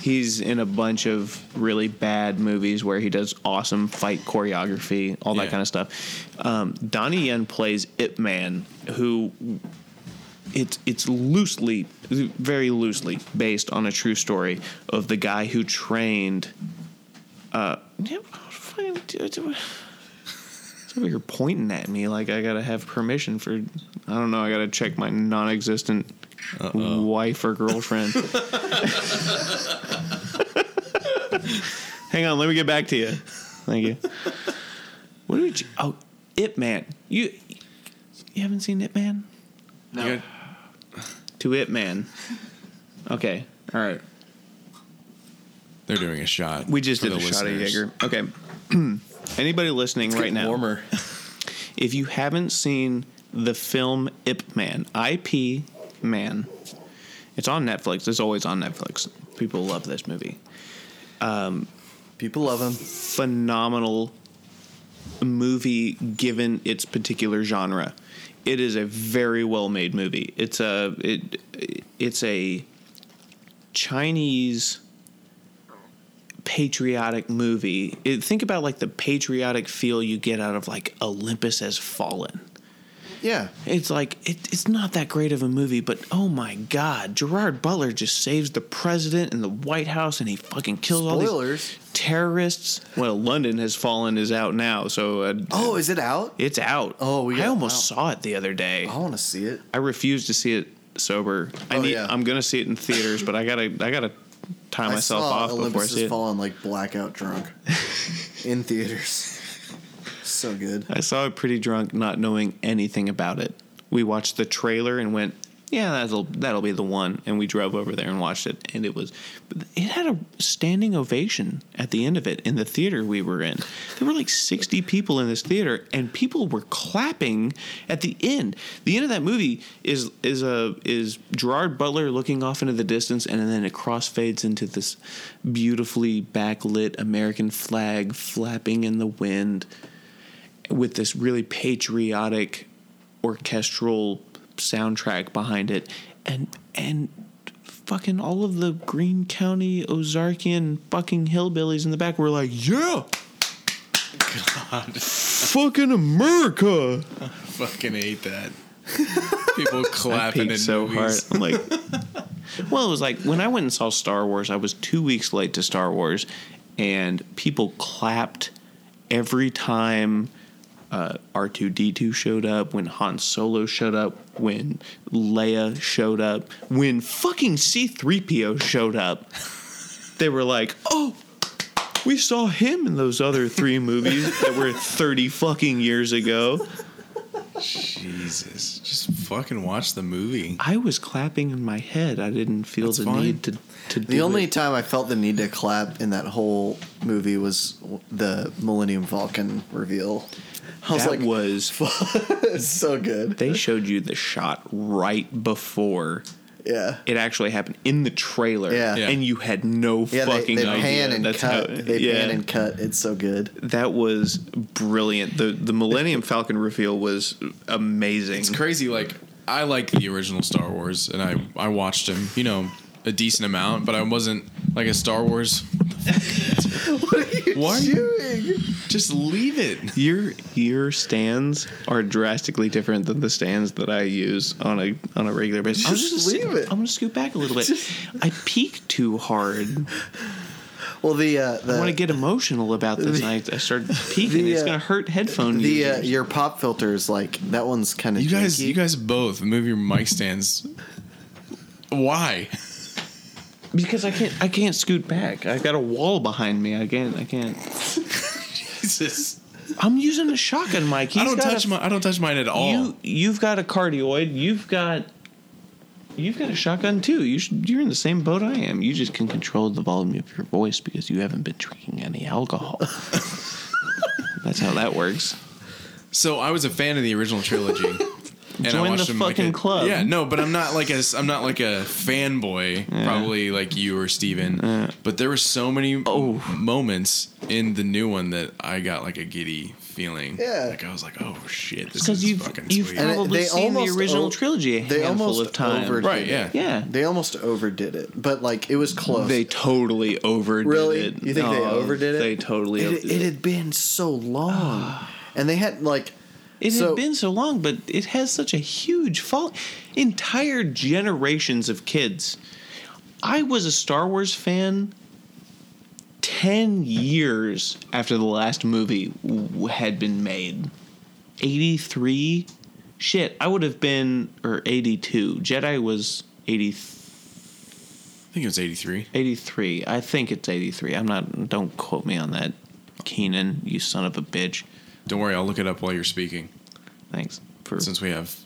S2: He's in a bunch of really bad movies where he does awesome fight choreography, all that
S3: Yeah.
S2: kind of stuff. Um, Donnie Yen plays Ip Man, who it's it's loosely, very loosely based on a true story of the guy who trained. Uh, fucking- it's over here pointing at me like I gotta have permission for. I don't know. I gotta check my non-existent wife or girlfriend. Hang on, let me get back to you. Thank you. What did you? Oh, Ip Man. You you haven't seen Ip Man?
S3: You got-
S2: To Ip Man. Okay. All right.
S3: they're doing a shot.
S2: We just
S3: for
S2: did a
S3: the
S2: shot of
S3: listeners.
S2: Jaeger. Okay. *clears throat* Anybody listening right now?
S7: Warmer.
S2: if you haven't seen the film Ip Man, IP Man, it's on Netflix. It's always on Netflix. People love this movie.
S1: People love him.
S2: Phenomenal movie given its particular genre. It is a very well made movie. It's a it it's a Chinese patriotic movie. It, think about like the patriotic feel you get out of like Olympus Has Fallen.
S1: Yeah.
S2: It's like it, it's not that great of a movie, but oh my god, Gerard Butler just saves the president and the White House, and he fucking kills all
S1: Spoilers.
S2: these terrorists. Well, London has fallen is out now, so uh,
S1: Oh, is it out?
S2: it's out.
S1: Oh, we
S2: I
S1: got-
S2: almost
S1: wow.
S2: saw it the other day.
S1: I want to see it.
S2: I refuse to see it sober. I
S1: Oh,
S2: need.
S1: yeah.
S2: I'm gonna see it in theaters, but I gotta. I gotta tie myself
S1: I saw
S2: off before I
S1: Olympus
S2: see
S1: Has
S2: it.
S1: Fallen like blackout
S2: *laughs*
S1: drunk in theaters. So good.
S2: I saw it pretty drunk, not knowing anything about it. We watched the trailer and went, yeah, that'll that'll be the one. And we drove over there and watched it, and it was it had a standing ovation at the end of it in the theater we were in. There were like sixty people in this theater, and people were clapping at the end. The end of that movie is is a is Gerard Butler looking off into the distance, and then it crossfades into this beautifully backlit American flag flapping in the wind with this really patriotic orchestral soundtrack behind it and and fucking all of the Green County Ozarkian fucking hillbillies in the back were like, "Yeah." Fucking America.
S3: Fucking
S2: *laughs*
S3: hate that. People clapping in
S2: Peaked so
S3: movies.
S2: hard. I'm like *laughs* Well, it was like when I went and saw Star Wars, I was 2 weeks late to Star Wars and people clapped every time uh, R2D2 showed up, when Han Solo showed up, when Leia showed up, when fucking C3PO showed up, they were like, oh, we saw him in those other three movies that were 30 fucking years ago.
S3: Jesus, just fucking watch the movie.
S2: I was clapping in my head. I didn't feel
S3: That's
S2: the
S3: fine.
S2: need to, to do
S1: The only
S2: it.
S1: time I felt the need to clap in that whole movie was w- the Millennium Falcon reveal. I was
S2: that
S1: like,
S2: was
S1: *laughs* it's so good.
S2: they showed you the shot right before
S1: Yeah.
S2: it actually happened in the trailer,
S1: Yeah.
S3: Yeah.
S2: and you had no
S1: Yeah, they,
S2: fucking
S1: they
S2: idea.
S1: pan and
S2: That's
S1: cut.
S2: how-
S1: they
S2: yeah,
S1: pan and cut. It's so good.
S2: that was brilliant. the The Millennium Falcon reveal was amazing.
S3: It's crazy. Like I like the original Star Wars, and I I watched them. You know, a decent amount, but I wasn't like a
S2: *laughs*
S3: Star Wars. what are you Just leave it.
S2: Your your stands are drastically different than the stands that I use on a on a regular basis. I'm
S1: Just
S2: gonna sit-
S1: leave it.
S2: I'm gonna scoot back a
S1: *laughs*
S2: little bit. I peek too hard.
S1: Well, the uh, the
S2: I want to get emotional about this. and I, I start peeking.
S1: the,
S2: it's
S1: uh,
S2: gonna hurt headphone
S1: the uh,
S2: users.
S1: your pop filters like that one's kind of
S3: You guys, you guys both move your mic stands.
S2: *laughs*
S3: Why?
S2: because I can't I can't scoot back. I've got a wall behind me. I can't I can't.
S3: Jesus.
S2: I'm using a shotgun mic. He's
S3: I don't
S2: got
S3: touch
S2: a,
S3: my. I don't touch mine at all.
S2: You you've got a cardioid. You've got you've got a shotgun too. You should, you're in the same boat I am. You just can control the volume of your voice because you haven't been drinking any alcohol. *laughs* That's how that works.
S3: So I was a fan of the
S2: *laughs*
S3: original trilogy. And
S2: Join the
S3: them
S2: fucking
S3: a,
S2: club.
S3: Yeah, no, but I'm not like a I'm not like a fanboy, probably like you or Steven. But there were so many
S2: Oh.
S3: moments in the new one that I got like a giddy feeling.
S1: Yeah.
S3: like I was like, oh shit, this
S2: Because
S3: is
S2: you've
S3: fucking
S2: you've
S3: sweet.
S1: And it-
S2: probably
S1: they
S2: seen the
S1: almost
S2: original
S1: o-
S2: trilogy a
S1: they
S2: handful
S1: almost
S2: of times.
S1: overdid
S3: Right,
S1: it.
S3: yeah.
S2: Yeah.
S1: They almost overdid it, but like it was close.
S2: They totally overdid
S1: Really?
S2: it.
S1: You think they
S2: No,
S1: overdid it?
S2: They totally
S1: it,
S2: overdid
S1: it had been so long, *sighs* and they had like
S2: It
S1: So-
S2: had been so long, but it has such a huge fall. Entire generations of kids. I was a Star Wars fan 10 years after the last movie w- had been made. 83? Shit, I would have been, or 82. Jedi was 80,
S3: I think it was '83.
S2: 83. I think it's 83. I'm not, don't quote me on that. Keenan, you son of a bitch.
S3: Don't worry, I'll look it up while you're speaking,
S2: Thanks for
S3: since we have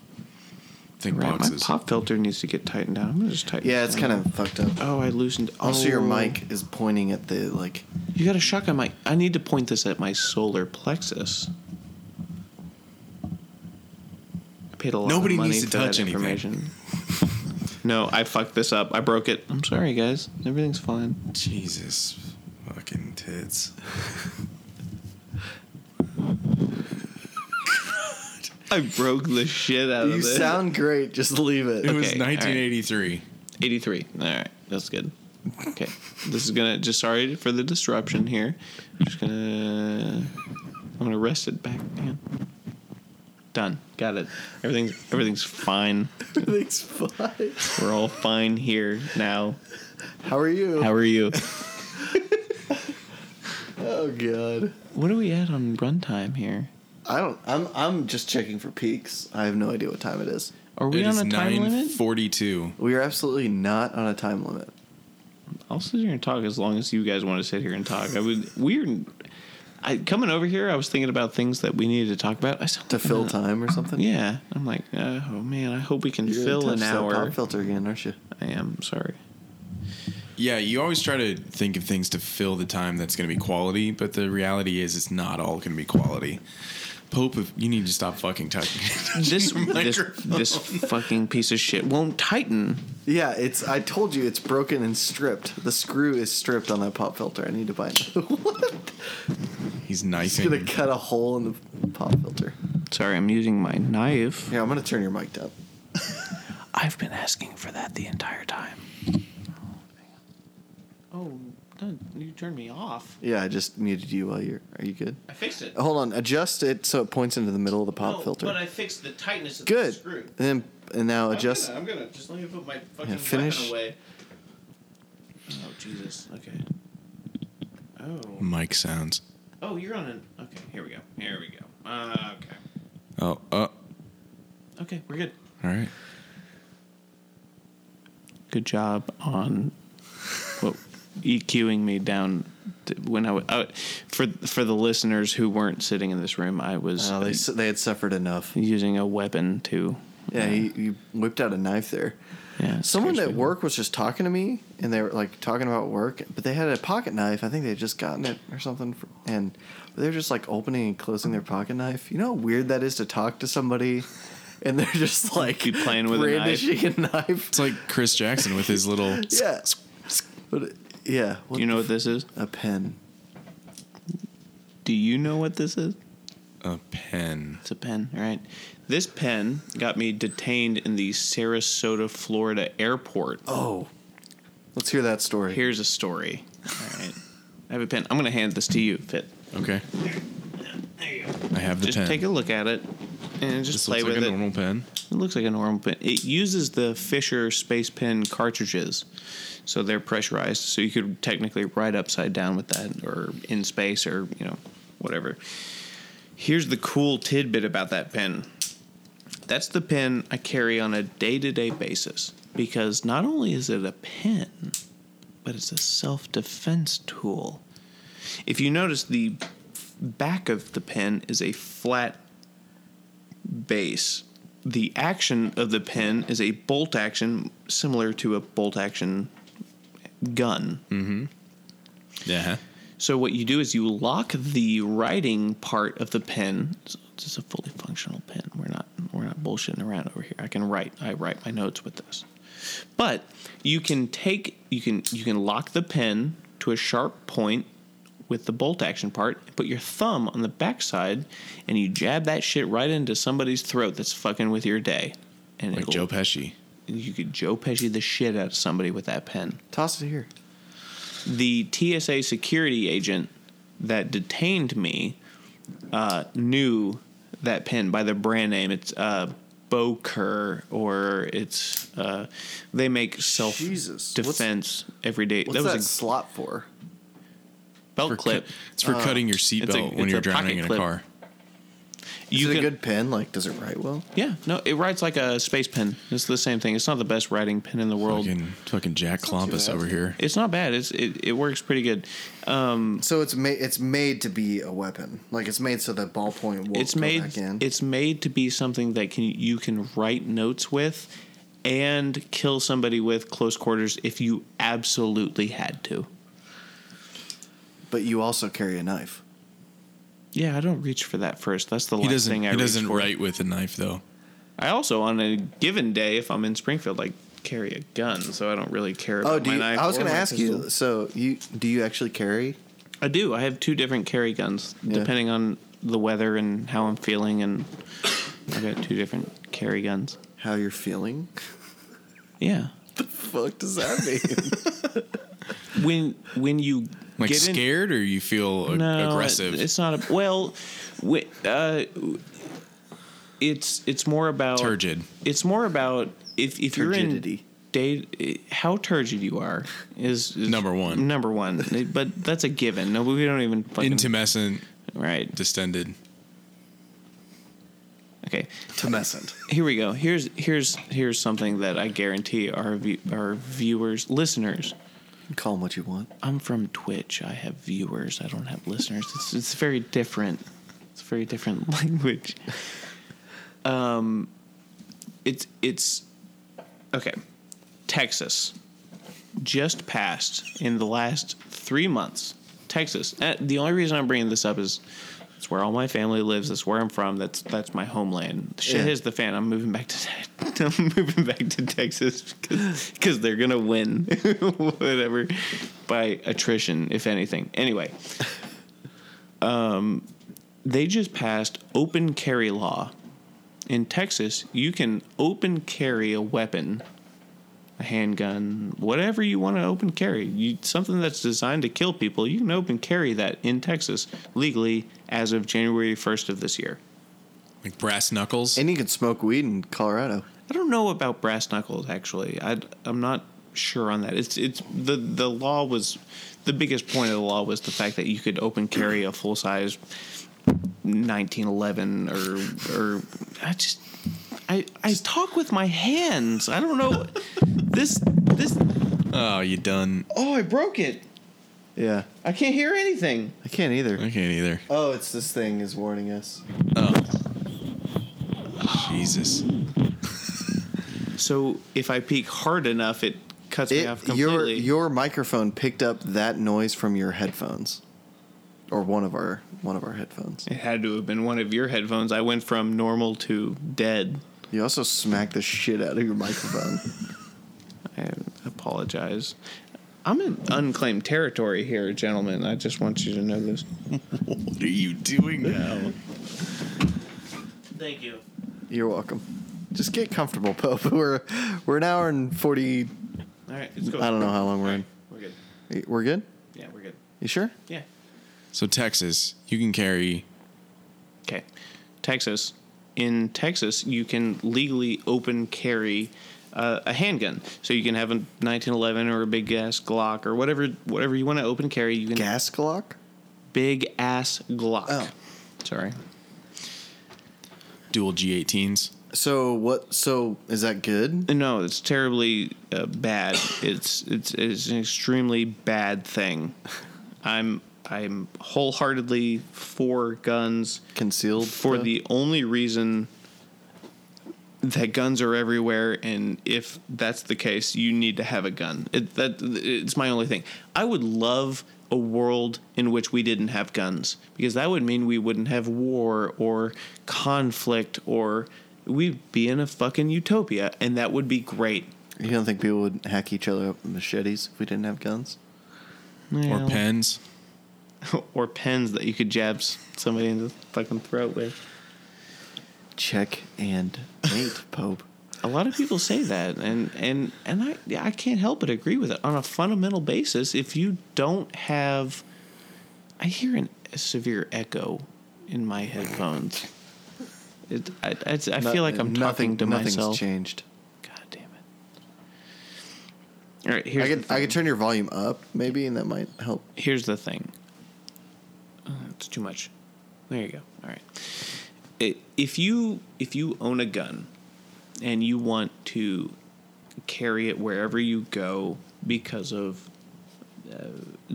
S3: think
S2: Right, my
S3: boxes.
S2: pop filter needs to get tightened down. I'm gonna just tighten.
S1: yeah,
S2: it
S1: it's
S2: down.
S1: kind of fucked up.
S2: Oh, I loosened. Oh,
S1: Also, your mic is pointing at the like.
S2: You got a shotgun mic. I need to point this at my solar plexus. I paid a lot
S3: Nobody
S2: of money
S3: needs to
S2: for
S3: touch
S2: that
S3: anything.
S2: information.
S3: *laughs*
S2: no, I fucked this up. I broke it. I'm sorry, guys. Everything's fine.
S3: Jesus, fucking tits.
S2: I broke the shit out
S1: You
S2: of this.
S1: sound great. Just leave it.
S2: *laughs*
S3: It was
S2: Okay, all right.
S3: 1983.
S2: 83. All right, that's good. Okay, this is gonna. Just sorry for the disruption here. I'm just gonna. I'm gonna rest it back. Hang on. Done. Got it. Everything's everything's fine.
S1: Everything's fine.
S2: We're all fine here now.
S1: How are you?
S2: How are you?
S1: oh god.
S2: What are we at on runtime here?
S1: I don't. I'm. I'm just checking for peaks. I have no idea what time it is.
S2: Are we
S3: It
S2: on
S3: is
S2: a time limit?
S3: 9:42.
S1: We are absolutely not on a time limit.
S2: I'll sit here and talk as long as you guys want to sit here and talk. I would. We're. I coming over here, I was thinking about things that we needed to talk about. I still
S1: to
S2: don't
S1: fill
S2: know.
S1: time or something.
S2: Yeah, I'm like, uh, oh man, I hope we can
S1: You're gonna
S2: fill
S1: touch
S2: an
S1: that
S2: hour.
S1: Pop filter again, aren't you?
S2: I
S1: *laughs*
S2: am sorry.
S3: Yeah, you always try to think of things to fill the time that's going to be quality, but the reality is it's not all going to be quality. Pope, if you need to stop fucking touching.
S2: This
S3: your
S2: this
S3: microphone.
S2: this fucking piece of shit won't tighten.
S1: Yeah, it's. I told you it's broken and stripped. The screw is stripped on that pop filter. I need to buy another. one.
S3: *laughs* He's
S1: It's gonna
S3: knifing.
S1: cut a hole in the pop filter.
S2: Sorry, I'm using my knife.
S1: Yeah, I'm gonna turn your mic down.
S2: I've been asking for that the entire time. Oh, no, you turned me off.
S1: Yeah, I just muted you while you're. Are you good?
S2: I fixed it.
S1: Hold on, adjust it so it points into the middle of the Oh, pop filter.
S2: fixed the tightness of
S1: good. And then and now adjust.
S2: I'm gonna, just let me put my fucking
S1: Yeah, finish. weapon
S2: away. Oh Jesus. Okay. Oh.
S3: Mic sounds.
S2: Oh, you're on an. Okay. Here we go. Here we go. Uh, okay.
S3: Oh, uh, all
S2: Okay, we're good.
S3: right.
S2: Good job on well, EQing me down. To when I was uh, for for the listeners who weren't sitting in this room, I was
S1: Oh, they su- they had suffered enough.
S2: using a weapon to.
S1: Yeah, you, you whipped out a knife there.
S2: Yeah, it
S1: Someone
S2: scares
S1: at
S2: me.
S1: work was just talking to me, and they were like talking about work, but they had a pocket knife. I think they had just gotten it or something, for, and they were just like opening and closing their pocket knife. You know how weird that is to talk to somebody, and they're just like
S2: Keep playing with a knife.
S1: brandishing a knife.
S3: It's like Chris Jackson with his little.
S1: *laughs* Yeah, but it- yeah, what
S2: Do you know
S1: the
S2: what this is?
S1: f- a pen.
S2: Do you know what this is?
S3: A uh, pen.
S2: It's a pen, all right? This pen got me detained in the Sarasota, Florida airport.
S1: Oh, let's hear that story.
S2: Here's a story. All right. I have a pen. I'm going to hand this to you, Fit.
S3: Okay. I have the
S2: Just
S3: pen.
S2: take a look at it and just
S3: this
S2: play
S3: looks like
S2: with
S3: a
S2: it.
S3: normal pen.
S2: It looks like a normal pen. It uses the Fisher Space Pen cartridges, so they're pressurized. So you could technically write upside down with that, or in space, or you know, whatever. Here's the cool tidbit about that pen. That's the pen I carry on a day-to-day basis because not only is it a pen, but it's a self-defense tool. If you notice, the back of the pen is a flat base. The action of the pen is a bolt action similar to a bolt action gun.
S3: Yeah.
S2: So what you do is you lock the writing part of the pen. So this is a fully functional pen. We're not we're not bullshitting around over here. I can write I write my notes with this. But you can take you can you can lock the pen to a sharp point with the bolt action part, put your thumb on the backside, and you jab that shit right into somebody's throat that's fucking with your day. And
S3: Like
S2: it'll-
S3: Joe Pesci.
S2: you could Joe Pesci the shit out of somebody with that pen
S1: Toss it here.
S2: the TSA security agent that detained me uh, knew that pen by the brand name. It's uh, Boker, or it's uh, they make self
S1: Jesus. What's-
S2: defense every day.
S1: What's
S2: that was
S1: that
S2: a
S1: slot for?
S2: belt clip. Uh,
S3: Cu- it's for cutting your
S2: It's a-
S3: seatbelt when
S2: it's
S3: you're
S2: a pocket
S3: drowning in a
S2: clip.
S3: car.
S1: Is
S2: you
S1: it
S2: can,
S1: a good pen? Like, does it write well?
S2: yeah, no, it writes like a space pen. It's the same thing. It's not the best writing pen in the world.
S3: Fucking, fucking Jack Klompus over here.
S2: It's not bad. It's it, it works pretty good. Mm.
S1: So it's made it's made to be a weapon. Like it's made so that ballpoint will
S2: it's
S1: go
S2: made
S1: back in.
S2: it's made to be something that can you can write notes with and kill somebody with close quarters if you absolutely had to.
S1: but you also carry a knife.
S2: Yeah, I don't reach for that first. That's the
S3: He
S2: last
S3: doesn't.
S2: thing I
S3: He doesn't
S2: reach for.
S3: write with a knife though.
S2: I also on a given day if I'm in Springfield like carry a gun, so I don't really care about
S1: Oh, do
S2: my
S1: you,
S2: knife.
S1: I was
S2: or
S1: going to
S2: my
S1: ask
S2: pistol.
S1: you. So you do you actually carry?
S2: I do. I have two different carry guns
S1: Yeah.
S2: depending on the weather and how I'm feeling and I've got two different carry guns.
S1: How you're feeling? *laughs*
S2: Yeah.
S1: Fuck does that *laughs* mean?
S2: When when you
S3: Like
S2: get in-
S3: scared or you feel ag- aggressive.
S2: It's not a well. wi- Uh, it's it's more about
S3: Turgid.
S2: It's more about if if
S1: Turgidity.
S2: you're in day, how turgid you are is, is
S3: Number one.
S2: Number one, but that's a given. No, we don't even fucking
S3: Intumescent,
S2: right.
S3: distended.
S2: Okay,
S1: Tumescent.
S2: here we go. Here's here's here's something that I guarantee our view, our viewers listeners
S1: Call them what you want.
S2: I'm from Twitch. I have viewers. I don't have listeners. It's, it's very different. It's a very different *laughs* language. Um, it's it's okay. Texas just passed in the last three months. Texas. Uh, The only reason I'm bringing this up is it's where all my family lives. That's where I'm from. That's that's my homeland. Shit
S1: Yeah.
S2: is the fan. I'm moving back to. *laughs* I'm moving back to Texas because they're gonna win, *laughs* whatever, by attrition, if anything. Anyway, um, they just passed open carry law in Texas. You can open carry a weapon a handgun, whatever you want to open carry. You, something that's designed to kill people, you can open carry that in Texas legally as of January 1st of this year.
S3: Like brass knuckles.
S1: And you can smoke weed in Colorado.
S2: I don't know about brass knuckles actually. I am not sure on that. It's it's the the law was the biggest point of the law was the fact that you could open carry a full size 1911 or or I just I I talk with my hands. I don't know this this
S3: oh, you done?
S2: oh, I broke it.
S1: Yeah,
S2: I can't hear anything.
S1: I can't either.
S3: I can't either.
S1: Oh, it's this thing is warning us.
S3: Jesus.
S2: So if I peek hard enough, it cuts me off
S1: It, your
S2: completely.
S1: your microphone picked up that noise from your headphones, or one of our one of our headphones.
S2: it had to have been one of your headphones. I went from normal to dead.
S1: You also smacked the shit out of your *laughs* microphone.
S2: I apologize. I'm in unclaimed territory here, gentlemen. I just want you to know this.
S3: What are you doing now?
S2: Thank you.
S1: You're welcome. Just get comfortable, Pope. *laughs* We're we're an hour and forty.
S2: All right, let's
S1: I
S2: go.
S1: don't know how long we're in.
S2: We're good.
S1: We're good.
S2: Yeah, we're good.
S1: You sure?
S2: Yeah.
S3: So Texas, you can carry.
S2: Okay. Texas. In Texas, you can legally open carry uh, a handgun. So you can have a 1911 or a big ass Glock or whatever whatever you want to open carry. You can
S1: Gas clock.
S2: big ass Glock.
S1: Oh.
S2: Sorry.
S3: Dual G18s.
S1: So what? So is that good?
S2: No, it's terribly uh, bad. It's, it's it's an extremely bad thing. I'm I'm wholeheartedly for guns
S1: Concealed
S2: for
S1: stuff?
S2: the only reason that guns are everywhere and if that's the case you need to have a gun it, that it's my only thing i would love a world in which we didn't have guns because that would mean we wouldn't have war or conflict or we'd be in a fucking utopia and that would be great
S1: You don't think people would hack each other up with machetes if we didn't have guns?
S2: Well,
S3: Or pens.
S2: *laughs* or pens that you could jab s- somebody in the fucking throat with
S1: Check and mate, *laughs* Pope.
S2: A lot of people say that, and and and I yeah, I can't help but agree with it on a fundamental basis. If you don't have, I hear an, a severe echo in my headphones. It, I, it's, I feel like I'm
S1: nothing,
S2: talking to
S1: nothing's
S2: myself.
S1: changed.
S2: God damn it! All right, here's
S1: I
S2: the
S1: could
S2: thing.
S1: I could turn your volume up maybe, and that might help.
S2: here's the thing. Uh, it's too much. There you go. All right. I if you if you own a gun and you want to carry it wherever you go because of uh,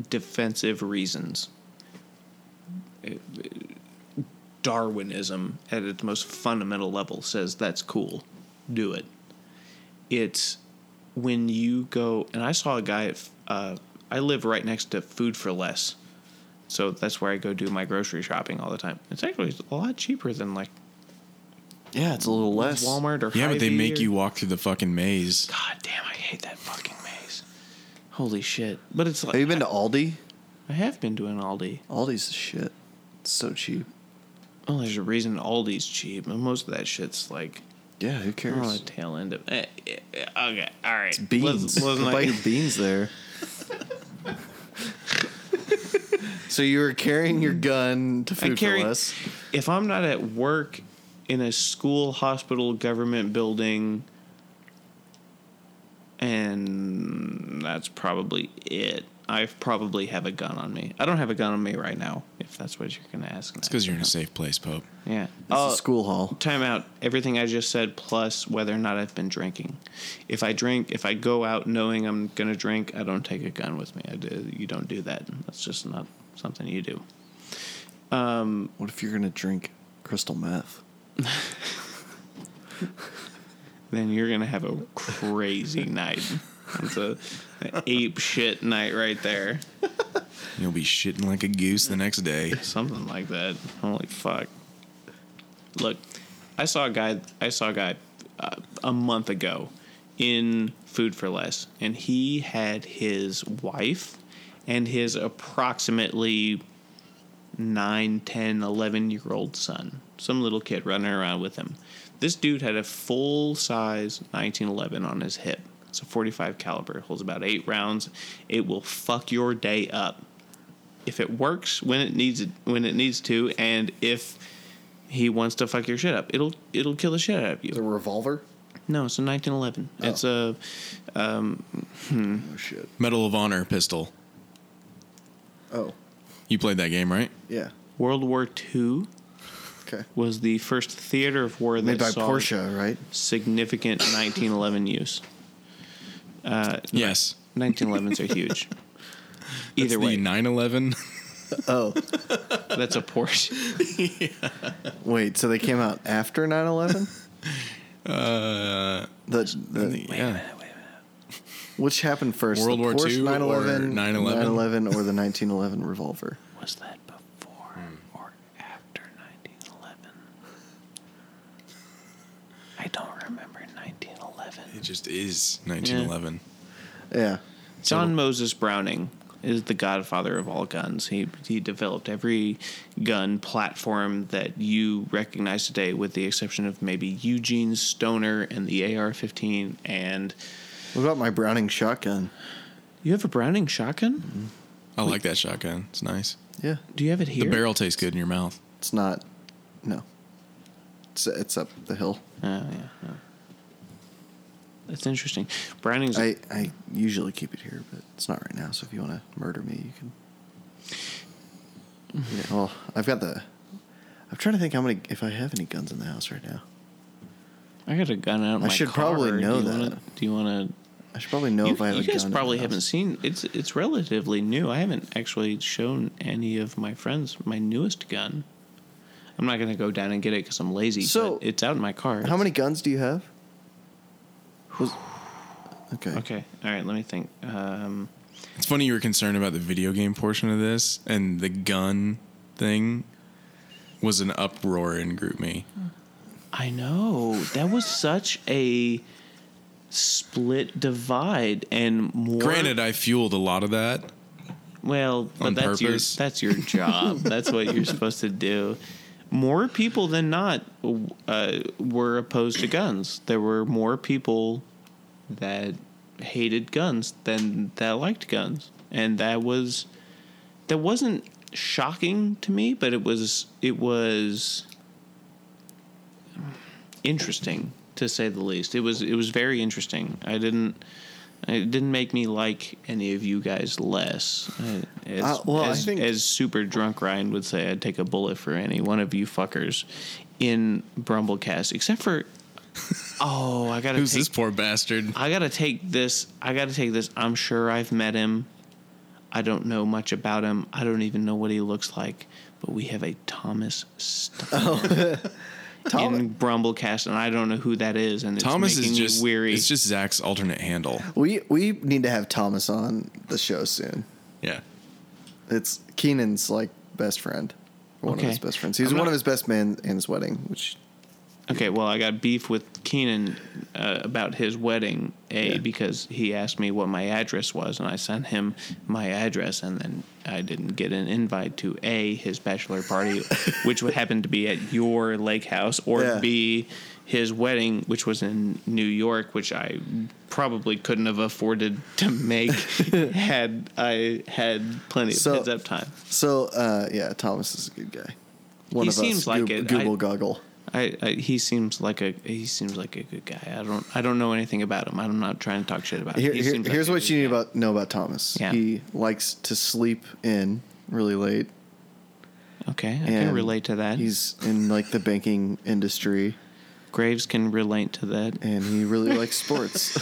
S2: defensive reasons, uh, Darwinism at its most fundamental level says that's cool. Do it. It's when you go, and I saw a guy at, uh, I live right next to Food for Less. So that's where I go do my grocery shopping all the time. It's actually a lot cheaper than like
S1: Yeah, it's a little less.
S2: Walmart or
S3: Yeah, but they
S2: Hy-Vee
S3: make
S2: or-
S3: you walk through the fucking maze.
S2: God damn, I hate that fucking maze. Holy shit! But it's like
S1: Have you been to Aldi?
S2: I have been to an Aldi.
S1: Aldi's the shit. It's so cheap.
S2: Well, there's a reason Aldi's cheap, and most of that shit's like
S1: Yeah, who
S2: on the
S1: cares?
S2: tail end of. Eh, eh, eh, okay, all right.
S1: beans. *laughs*
S2: Let's- let's
S1: You
S2: not-
S1: buy
S3: *laughs*
S1: your beans there. so you were carrying your gun to
S2: I
S1: food
S2: carry.
S1: for less.
S2: If I'm not at work in a school, hospital, government building, and that's probably it. I probably have a gun on me. I don't have a gun on me right now. if that's what you're gonna ask.
S3: It's because you're in a safe place, Pope.
S2: yeah.
S1: It's
S3: uh,
S2: Oh,
S1: a school hall.
S2: time out. Everything I just said plus whether or not I've been drinking. If I drink, if I go out knowing I'm gonna drink, I don't take a gun with me. I do, you don't do that. That's just not something you do.
S1: What if you're gonna drink crystal meth?
S2: Then you're gonna have a crazy night. That's a an ape shit night right there.
S3: You'll be shitting like a goose the next day.
S2: something like that. Holy fuck! Look, I saw a guy. I saw a guy uh, a month ago in Food for Less, and he had his wife and his approximately 9, 10, 11 year old son, some little kid running around with him. This dude had a full size 1911 on his hip. It's a 45 caliber, holds about eight rounds. It will fuck your day up if it works when it needs it when it needs to, and if he wants to fuck your shit up, it'll it'll kill the shit out of
S7: The
S2: you.
S7: revolver?
S2: No, it's a 1911. It's a
S7: Oh, shit.
S3: Medal of Honor pistol.
S7: Oh,
S3: You played that game, right?
S7: yeah.
S2: World War II
S7: Okay.
S2: was the first theater of war that
S7: Made by
S2: saw
S7: Porsche, right?
S2: significant 1911 use.
S3: Yes.
S2: 1911s are
S3: *laughs*
S2: huge. Either
S3: It's
S2: way,
S3: the 911. *laughs*
S7: Oh,
S2: that's a Porsche.
S1: Wait, so they came out after 9/11?
S3: *laughs* Uh,
S1: The, the,
S3: yeah.
S1: which happened first?
S3: World
S1: the
S3: War
S1: Porsche
S3: II or
S1: 9/11,
S3: 9/11?
S1: 9/11 or the 1911 revolver?
S2: Was that before
S3: Hmm.
S2: or after 1911? I don't remember 1911.
S3: It just is 1911.
S1: Yeah.
S2: John Moses Browning is the godfather of all guns. He he developed every gun platform that you recognize today, with the exception of maybe Eugene Stoner and the AR-15. And
S1: What about my Browning shotgun?
S2: you have a Browning shotgun?
S3: I like that shotgun. It's nice.
S1: Yeah,
S2: Do you have it here?
S3: Mm-hmm. The barrel tastes good in your mouth.
S1: it's not. No. It's it's up the hill.
S2: Oh yeah. yeah. That's interesting. Browning's
S1: I, I usually keep it here, but it's not right now. So if you want to murder me, you can. Yeah, well, I've got the. I'm trying to think how many if I have any guns in the house right now.
S2: I got a gun out. Of
S1: I
S2: my
S1: should
S2: car.
S1: probably know
S2: do you Wanna,
S1: that.
S2: do you want to?
S1: I should probably know
S2: you,
S1: if I have
S2: you
S1: a gun.
S2: guys
S1: in
S2: probably
S1: the
S2: haven't
S1: house.
S2: seen it's it's relatively new. I haven't actually shown any of my friends my newest gun. I'm not gonna go down and get it because I'm lazy.
S1: So-
S2: but it's out in my car.
S1: How many guns do you have? Was- okay.
S2: Okay, all right. Let me think. Um,
S3: It's funny you were concerned about the video game portion of this, and the gun thing was an uproar in Group Me.
S2: I know that was such a split divide and more.
S3: Granted, I fueled a lot of that.
S2: Well, but
S3: On
S2: that's
S3: purpose?
S2: your that's your
S3: *laughs*
S2: job. that's what you're supposed to do. More people than not uh, were opposed to guns. There were more people that hated guns than that liked guns, and that was that wasn't shocking to me, but it was it was interesting to say the least. It was it was very interesting. I didn't it didn't make me like any of you guys less. I- As,
S1: Uh, well, I
S2: as,
S1: think-
S2: as super drunk Ryan would say, I'd take a bullet for any one of you fuckers in Brumblecast, except for *laughs* oh, I gotta
S3: Who's
S2: take
S3: this poor bastard?
S2: I gotta take this. I gotta take this. I'm sure I've met him. I don't know much about him. I don't even know what he looks like. But we have a Thomas Steiner
S3: Oh. *laughs*
S2: in Brumblecast, and I don't know who that is. And it's
S3: Thomas
S2: making
S3: is just
S2: me weary.
S3: It's just Zach's alternate handle.
S1: We we need to have Thomas on the show soon.
S3: Yeah.
S1: It's Keenan's like best friend, one
S2: Okay.
S1: of his best friends. He was
S2: I'm
S1: one
S2: not-
S1: of his best men in his wedding, which
S2: okay. Well, I got beef with Keenan uh, about his wedding. A
S1: Yeah.
S2: because he asked me what my address was, and I sent him my address, and then I didn't get an invite to A his
S1: *laughs*
S2: bachelor party, which would happen to be at your lake house, or
S1: Yeah.
S2: B his wedding, which was in New York, which I probably couldn't have afforded to
S1: *laughs*
S2: make had I had plenty of
S1: So-
S2: heads up time.
S1: So uh, yeah, Thomas is a good guy. One
S2: He
S1: of
S2: seems
S1: us,
S2: like
S1: Goob-
S2: it.
S1: Google
S2: I-
S1: Goggle.
S2: I, I he seems like a he seems like a good guy. I don't I don't know anything about him. I'm not trying to talk shit about him.
S1: Here,
S2: He
S1: here-
S2: seems like
S1: here's
S2: a
S1: what
S2: good
S1: you need
S2: guy.
S1: about know about Thomas.
S2: Yeah.
S1: He likes to sleep in really late.
S2: Okay,
S1: And
S2: I can relate to that.
S1: He's in like the banking industry,
S2: Graves can relate to that.
S1: and he really
S2: *laughs*
S1: likes sports.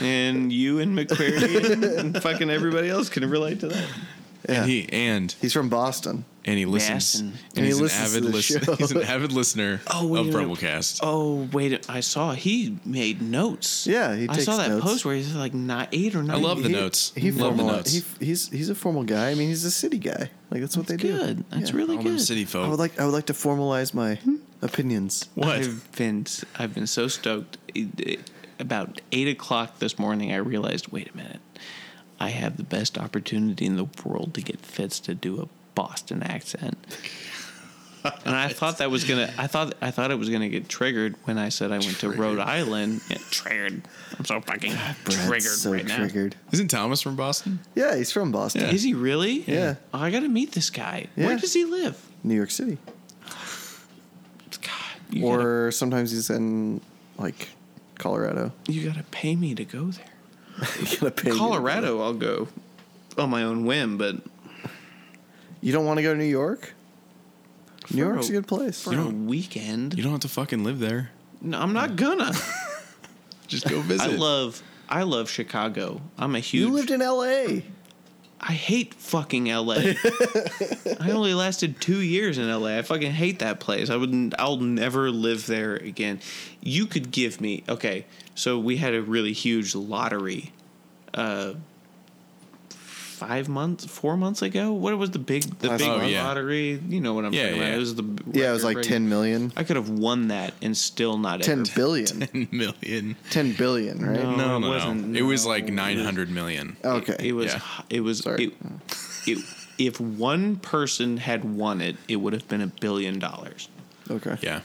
S2: And you
S1: *laughs*
S2: and McQuarrie and fucking everybody else can relate to that.
S1: Yeah.
S3: And he and
S1: He's from Boston.
S3: and he
S2: Yes,
S3: listens
S2: and-
S3: and,
S1: And he
S3: he's
S1: listens to
S3: an avid
S1: the show.
S3: listener. He's an avid listener
S2: Oh, wait
S3: of
S2: a minute.
S3: Brumblecast.
S2: Oh wait, I saw he made notes.
S1: Yeah, he
S2: I saw
S1: takes
S2: that
S1: notes.
S2: post where he's like not eight or
S3: I
S2: nine.
S3: love the
S1: He-
S3: notes.
S1: He
S3: love the
S1: formal.
S3: notes.
S1: He, he's he's a formal guy. I mean, he's a city guy. Like that's what
S2: That's
S1: they
S2: good.
S1: do.
S2: That's
S1: Yeah.
S2: really Hmm?
S3: All them
S2: good.
S3: city
S1: I would
S3: folk.
S1: like I would like to formalize my opinions.
S3: What?
S2: I've been I've been so stoked. It- it- About eight o'clock this morning, I realized. Wait a minute, I have the best opportunity in the world to get Fitz to do a Boston accent. And I thought that was gonna. I thought I thought it was gonna get triggered when I said I went to Rhode Island. Yeah, triggered. I'm so fucking
S1: Brad's
S2: triggered
S1: so
S2: right
S1: triggered.
S3: Isn't Thomas from Boston?
S1: Yeah, he's from Boston,
S2: now. Is he really?
S1: Yeah.
S2: Oh, I gotta meet this guy.
S1: Yeah.
S2: Where does he live?
S1: New York City,
S2: God, you
S1: or sometimes he's in like Colorado. *laughs*
S2: gotta, you gotta pay me to go there.
S1: You gotta pay me.
S2: Colorado, I'll go on my own whim, but
S1: You don't want to go to New York? New
S2: For
S1: York's a
S2: a-
S1: good place.
S2: for a weekend,
S3: You don't have to fucking live there.
S2: no, I'm not
S1: *laughs*
S2: gonna.
S3: Just go visit.
S2: I
S3: *laughs*
S2: love, I love Chicago. I'm a huge.
S1: You lived in L.A.
S2: I hate fucking
S1: *laughs*
S2: L.A. I only lasted two years in L.A. I fucking hate that place. I wouldn't. I'll never live there again. You could give me okay. So we had a really huge lottery. Uh, Five months, four months ago. What was the big, the
S1: Last
S2: big
S1: month.
S3: Oh, yeah.
S2: lottery? You know what I'm
S3: Yeah,
S2: talking about.
S3: yeah.
S2: It was the
S1: Yeah, it was like
S2: record-breaking-
S1: ten
S2: *laughs*
S1: million.
S2: I could have won that and still not
S1: Ten
S2: ever. *laughs*
S1: billion.
S3: 10 million.
S1: Ten billion, right?
S2: No.
S3: No,
S2: it
S3: no,
S2: wasn't.
S3: no. It was
S2: No, Oh. it
S3: like
S2: was-
S3: 900 million.
S1: Okay.
S2: It was.
S3: Yeah.
S2: It was.
S1: Sorry.
S2: It, it, if one person had won it, it would have been a billion dollars.
S1: okay.
S3: Yeah.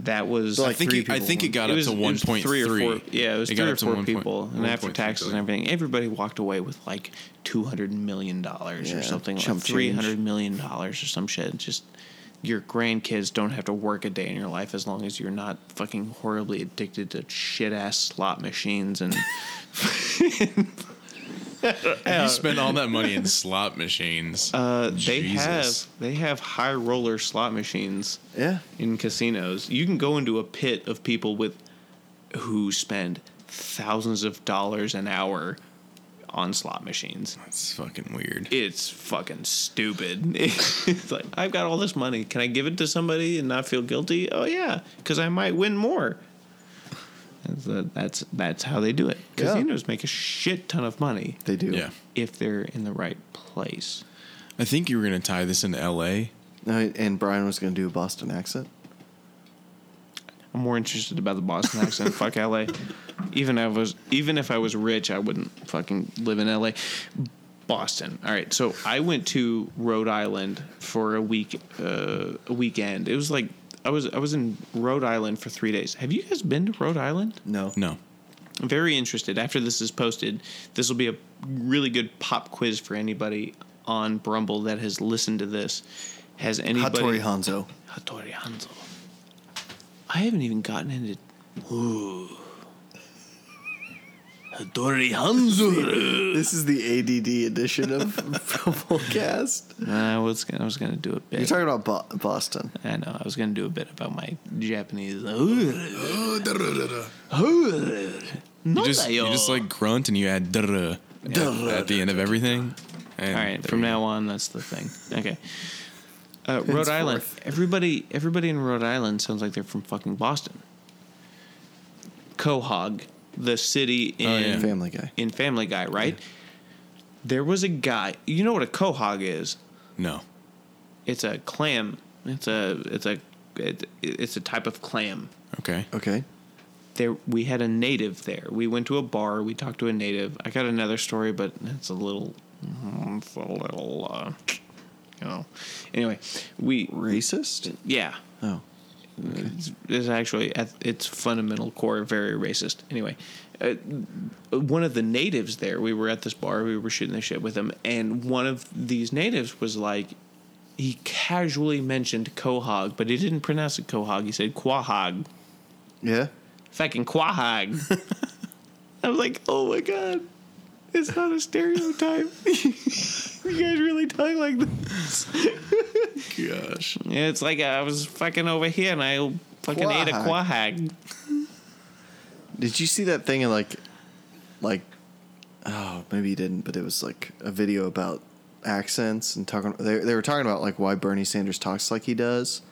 S2: That was.
S1: So,
S3: I
S1: like,
S3: think
S1: three
S3: it, I
S1: people
S3: think it got
S2: it
S3: up
S2: was,
S3: to
S2: it was
S3: 1.3.
S2: three or four. Yeah, it was three
S3: got
S2: or
S3: up to
S2: four
S3: 1.3.
S2: people, and after
S3: 1.3
S2: taxes and
S3: billion.
S2: everything, everybody walked away with like two hundred million dollars
S1: Yeah,
S2: or something, like
S1: chump change.
S2: three hundred million dollars or some shit. Just your grandkids don't have to work a day in your life as long as you're not fucking horribly addicted to shit ass slot machines and.
S3: You spent all that money in slot machines.
S2: Oh. Uh, they
S3: Jesus.
S2: have they have high roller slot machines
S1: Yeah.
S2: in casinos. You can go into a pit of people with who spend thousands of dollars an hour on slot machines.
S3: That's fucking weird.
S2: It's fucking stupid. *laughs* it's like I've got all this money. Can I give it to somebody and not feel guilty? Oh yeah, because I might win more. That's that's, that's how they do it.
S1: Yeah.
S2: Casinos make a shit ton of money
S1: They do.
S3: yeah.
S2: if they're in the right place.
S3: I think you were going to tie this into LA.
S1: No, and Brian was going to do a Boston accent.
S2: I'm more interested about the Boston accent. Fuck LA. Even if I was even if I was rich, I wouldn't fucking live in LA. Boston. All right. So I went to Rhode Island for a week uh, a weekend. It was like I was I was in Rhode Island for 3 days. Have you guys been to Rhode Island?
S1: No.
S3: No.
S2: I'm very interested. After this is posted, this will be a really good pop quiz for anybody on Brumble that has listened to this. Has anybody
S1: Hattori
S2: *laughs*
S1: Hanzo.
S2: Hattori Hanzo. I haven't even gotten into. Ooh. Hattori Hanzo.
S1: This is the ADD edition of
S2: *laughs*
S1: Fullcast.
S2: I was gonna, I was gonna do a bit.
S1: You're talking about Bo- Boston.
S2: I know. I was gonna do a bit about my
S3: *laughs*
S2: Japanese.
S3: You
S2: No,
S3: just, you just like grunt and you add durr at, at the end of everything. And
S2: All right,
S3: there
S2: from
S3: you
S2: now on, that's the thing. Okay.
S3: *laughs*
S2: Uh, Rhode Island. Everybody, everybody in Rhode Island sounds like they're from fucking Boston. Quahog, the city in
S3: Oh, yeah.
S1: Family Guy.
S2: in Family Guy, right? There was a guy. You know what a quahog is?
S3: go. No.
S2: It's a clam. It's a it's a it, it's a type of clam.
S3: Okay.
S1: Okay.
S2: There we had a native there. We went to a bar. We talked to a native. I got another story, but it's a little it's a little uh, you know. Anyway, we
S1: Racist?
S2: yeah.
S1: Oh.
S2: It's, it's actually at its fundamental core very racist. Anyway, uh, one of the natives there, we were at this bar, we were shooting the shit with him, and one of these natives was like, he casually mentioned Quahog, but he didn't pronounce it Quahog. He said Quahog,
S1: Yeah. *laughs*
S2: fucking Quahog. I was like, oh my *laughs* god, it's not a stereotype. you guys really talk like that.
S1: Oh,
S3: Gosh.
S2: It's like I was fucking over here and I fucking ate a quahog.
S1: Did you see that thing in like, like, oh maybe you didn't, but it was like a video about accents and talking. They they were talking about like why Bernie Sanders talks like he does.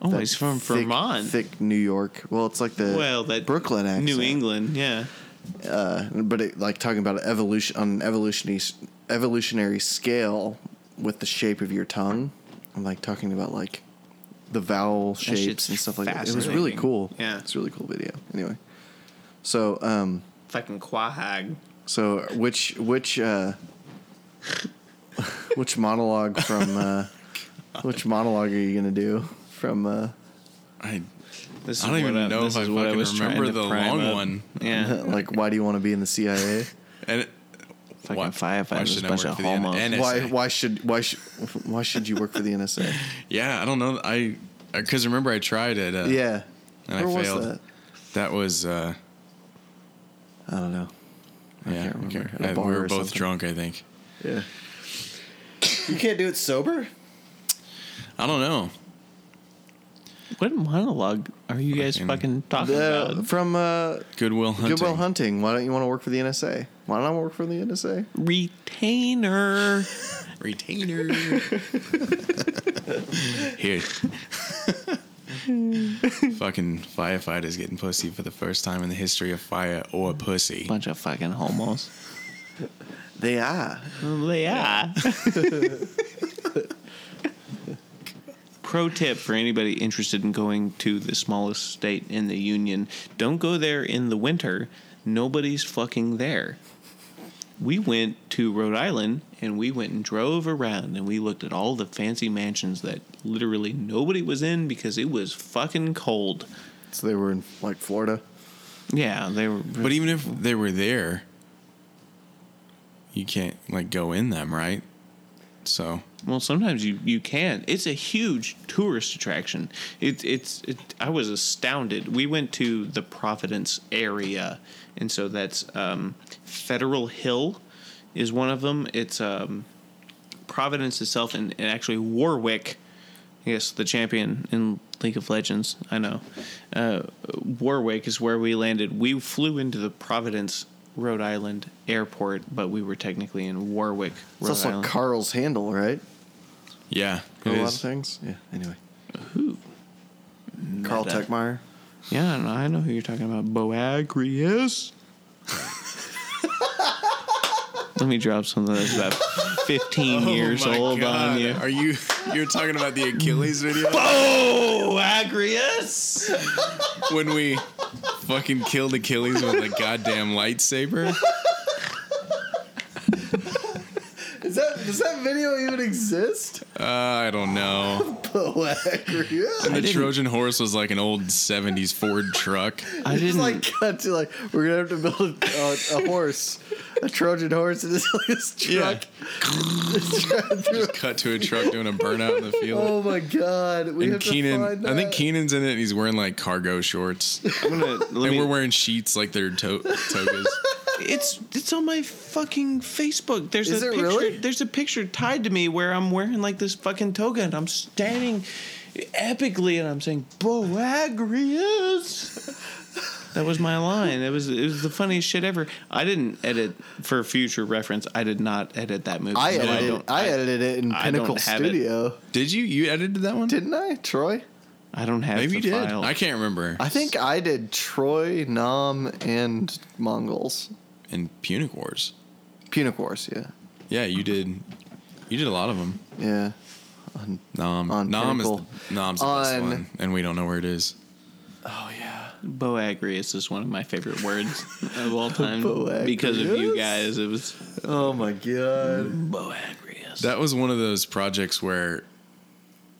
S2: Oh,
S1: That
S2: he's from
S1: thick-
S2: Vermont.
S1: thick New York. Well, it's like the
S2: well, that
S1: Brooklyn accent,
S2: New England, yeah.
S1: but it, like talking about evolution on an evolutionary evolutionary scale with the shape of your tongue, and like talking about like the vowel
S2: shit's
S1: shapes and stuff like that. It was really
S2: fascinating.
S1: cool.
S2: Yeah.
S1: it's a really cool video. Anyway, so um,
S2: Fucking quahog.
S1: so which which uh, which monologue from uh, which monologue are you gonna do from? Uh,
S3: I
S2: This
S3: I don't even know
S2: this
S3: if I
S2: is what
S3: fucking
S2: was trying
S3: remember
S2: to
S3: the
S2: prime
S3: long
S2: up.
S3: one.
S2: Yeah.
S1: like, why do you want to be in the CIA?
S3: and it-
S2: Fucking
S3: why-
S2: firefighters,
S3: why should I
S2: bunch
S3: work
S2: of
S3: for the
S2: homos.
S3: NSA?
S1: Why? Why should? Why should? Why should you work for the NSA?
S3: Yeah, I don't know. I because remember I tried it. Uh,
S1: Yeah.
S3: and I
S1: Where was
S3: failed.
S1: that?
S3: that was. Uh,
S1: I don't know.
S3: yeah,
S1: can't remember.
S3: okay.
S1: At a
S3: I-
S1: bar
S3: we
S1: or
S3: were both
S1: something.
S3: drunk. I think.
S1: Yeah.
S7: You can't do it sober.
S3: I don't know.
S2: *laughs* What monologue are you guys
S3: Fucking-
S2: fucking talking
S1: The,
S2: about?
S1: from uh,
S3: Goodwill Hunting.
S1: Goodwill Hunting. Why don't you want to work for the NSA? Why don't I work for the NSA?
S2: Retainer.
S1: *laughs*
S3: Retainer. Here. *laughs* Fucking firefighters getting pussy for the first time in the history of fire or pussy.
S2: bunch of fucking homos.
S1: They are.
S2: They are. *laughs* Pro tip for anybody interested in going to the smallest state in the union don't go there in the winter. Nobody's fucking there. We went to Rhode Island and we went and drove around and we looked at all the fancy mansions that literally nobody was in because it was fucking cold.
S1: So they were in like Florida.
S2: Yeah, they were.
S3: But even if they were there, you can't like go in them, right? So
S2: Well, sometimes you, you can. It's a huge tourist attraction. It, it's it, I was astounded. We went to the Providence area, and so that's um, Federal Hill is one of them. It's um, Providence itself, and, and actually Warwick. Yes, the champion in League of Legends. I know. Uh, Warwick is where we landed. We flew into the Providence, Rhode Island airport, but we were technically in Warwick,
S1: It's
S2: Rhode
S1: also
S2: Island.
S1: Carl's Handle, right?
S3: yeah,
S1: For
S3: it
S1: a lot of
S3: is.
S1: things. Yeah. Anyway,
S2: Who?
S1: Carl
S2: Meta.
S1: Techmeyer.
S2: Yeah, I know- I know who you're talking about.
S3: *laughs*
S2: Boagrius. Let me drop something that's about 15 years
S3: Oh my
S2: old
S3: God.
S2: on you.
S3: Are you you're talking about the
S2: *laughs*
S3: Achilles video
S2: Oh, Boagrius!
S3: when we fucking killed Achilles with a goddamn lightsaber?
S1: Is that does that video even exist? *laughs*
S3: Uh, I don't know.
S1: Blackrius.
S3: And the
S2: didn't-
S3: Trojan horse was like an old '70s Ford truck.
S2: I
S1: It's
S2: didn't.
S1: like cut to like we're gonna have to build a, a, a horse, a Trojan horse, and it's like this *laughs* truck.
S3: Just cut to a truck doing a burnout in the field.
S1: Oh my god! We
S3: and
S1: have to find
S3: Keenan,
S1: that.
S3: I think Keenan's in it. and He's wearing like cargo shorts,
S2: I'm gonna, let
S3: *laughs* and
S2: me-
S3: we're wearing sheets like they're to- togas.
S2: it's it's on my fucking Facebook. There's
S1: Is
S2: a
S1: it
S2: picture,
S1: really?
S2: There's a picture tied to me where I'm wearing like this fucking toga and I'm standing epically and I'm saying Boagrius. *laughs* that was my line. It was it was the funniest shit ever. I didn't edit for future reference. I did not edit that movie.
S1: I
S2: No,
S1: edited.
S2: don't-
S1: I, edited it in
S2: I
S1: Pinnacle
S2: don't have it.
S1: Studio.
S3: Did you? You edited that one?
S1: Didn't I, Troy?
S2: I don't have
S3: Maybe
S2: the
S3: you did.
S2: file.
S3: I can't remember.
S1: I think I did Troy, Nam, and Mongols.
S3: in Punic Wars.
S1: Punic Wars, yeah.
S3: Yeah, you did. You did a lot of them.
S1: Yeah.
S3: Nom.
S1: On
S3: Nom is
S1: Pinnacle.
S3: the, Nom's the best
S1: On-
S3: one, and we don't know where it is.
S2: Boagrius is one of my
S1: *laughs*
S2: favorite words of all time
S1: Boagrius?
S2: because of you guys. It was
S1: Oh my god.
S2: Boagrius.
S3: That was one of those projects where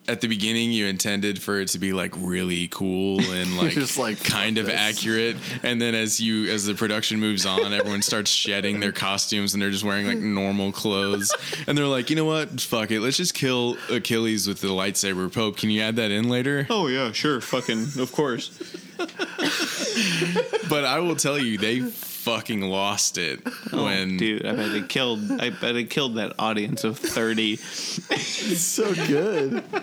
S3: at the beginning you intended for it to be like really cool and
S1: *laughs*
S3: like,
S1: Just like,
S3: kind of
S1: fuck this.
S3: accurate and then as you as the production moves on everyone starts shedding their costumes and they're just wearing like normal clothes and they're like you know what fuck it let's just kill achilles with the lightsaber pope can you add that in later
S2: Oh yeah, sure, fucking, of course.
S3: but i will tell you they fucking lost it
S1: Oh,
S3: when
S2: Dude, I bet it killed. I bet it killed that audience of thirty.
S1: It's so good. *laughs*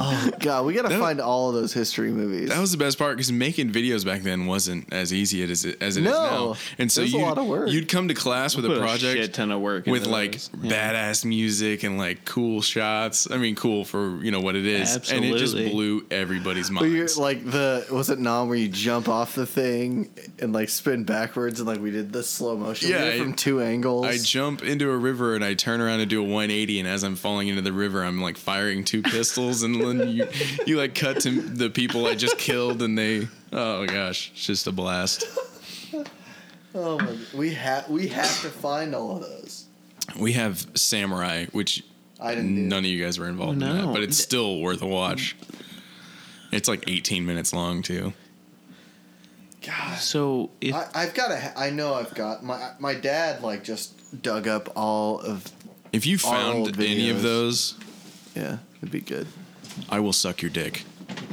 S1: Oh god, we gotta
S3: That-
S1: find all of those history movies.
S3: That was the best part because making videos back then wasn't as easy as it, as it is
S1: No,
S3: now. And so
S1: there's a
S3: you
S1: lot of work.
S3: you'd come to class with
S2: Put
S3: a
S2: a
S3: project
S2: shit ton of work
S3: with
S2: into
S3: like
S2: those.
S3: badass music and like cool shots. I mean, cool for you know what it is, and it just
S2: Absolutely.
S3: blew everybody's
S1: Where you're,
S3: minds.
S1: like the was it Nom where you jump off the thing and like spin backwards and like we did the slow motion we
S3: Yeah,
S1: did it
S3: I-
S1: from two angles.
S3: I jump into a river and I turn around and do a 180, and as I'm falling into the river, I'm like firing two pistols, and then you you like cut to the people I just killed, and they oh gosh, it's just a blast.
S1: oh my, we have we have to find all of those.
S3: We have Samurai, which
S1: I didn't do.
S3: none of you guys were involved in
S2: No.
S3: that, but it's still worth a watch. It's like 18 minutes long too.
S1: God,
S2: So if
S1: I, I've got to. I know I've got my my dad like just dug up all of
S3: If you
S1: Our old
S3: found any
S1: videos.
S3: of those,
S1: yeah. It'd be good.
S3: I will suck your dick.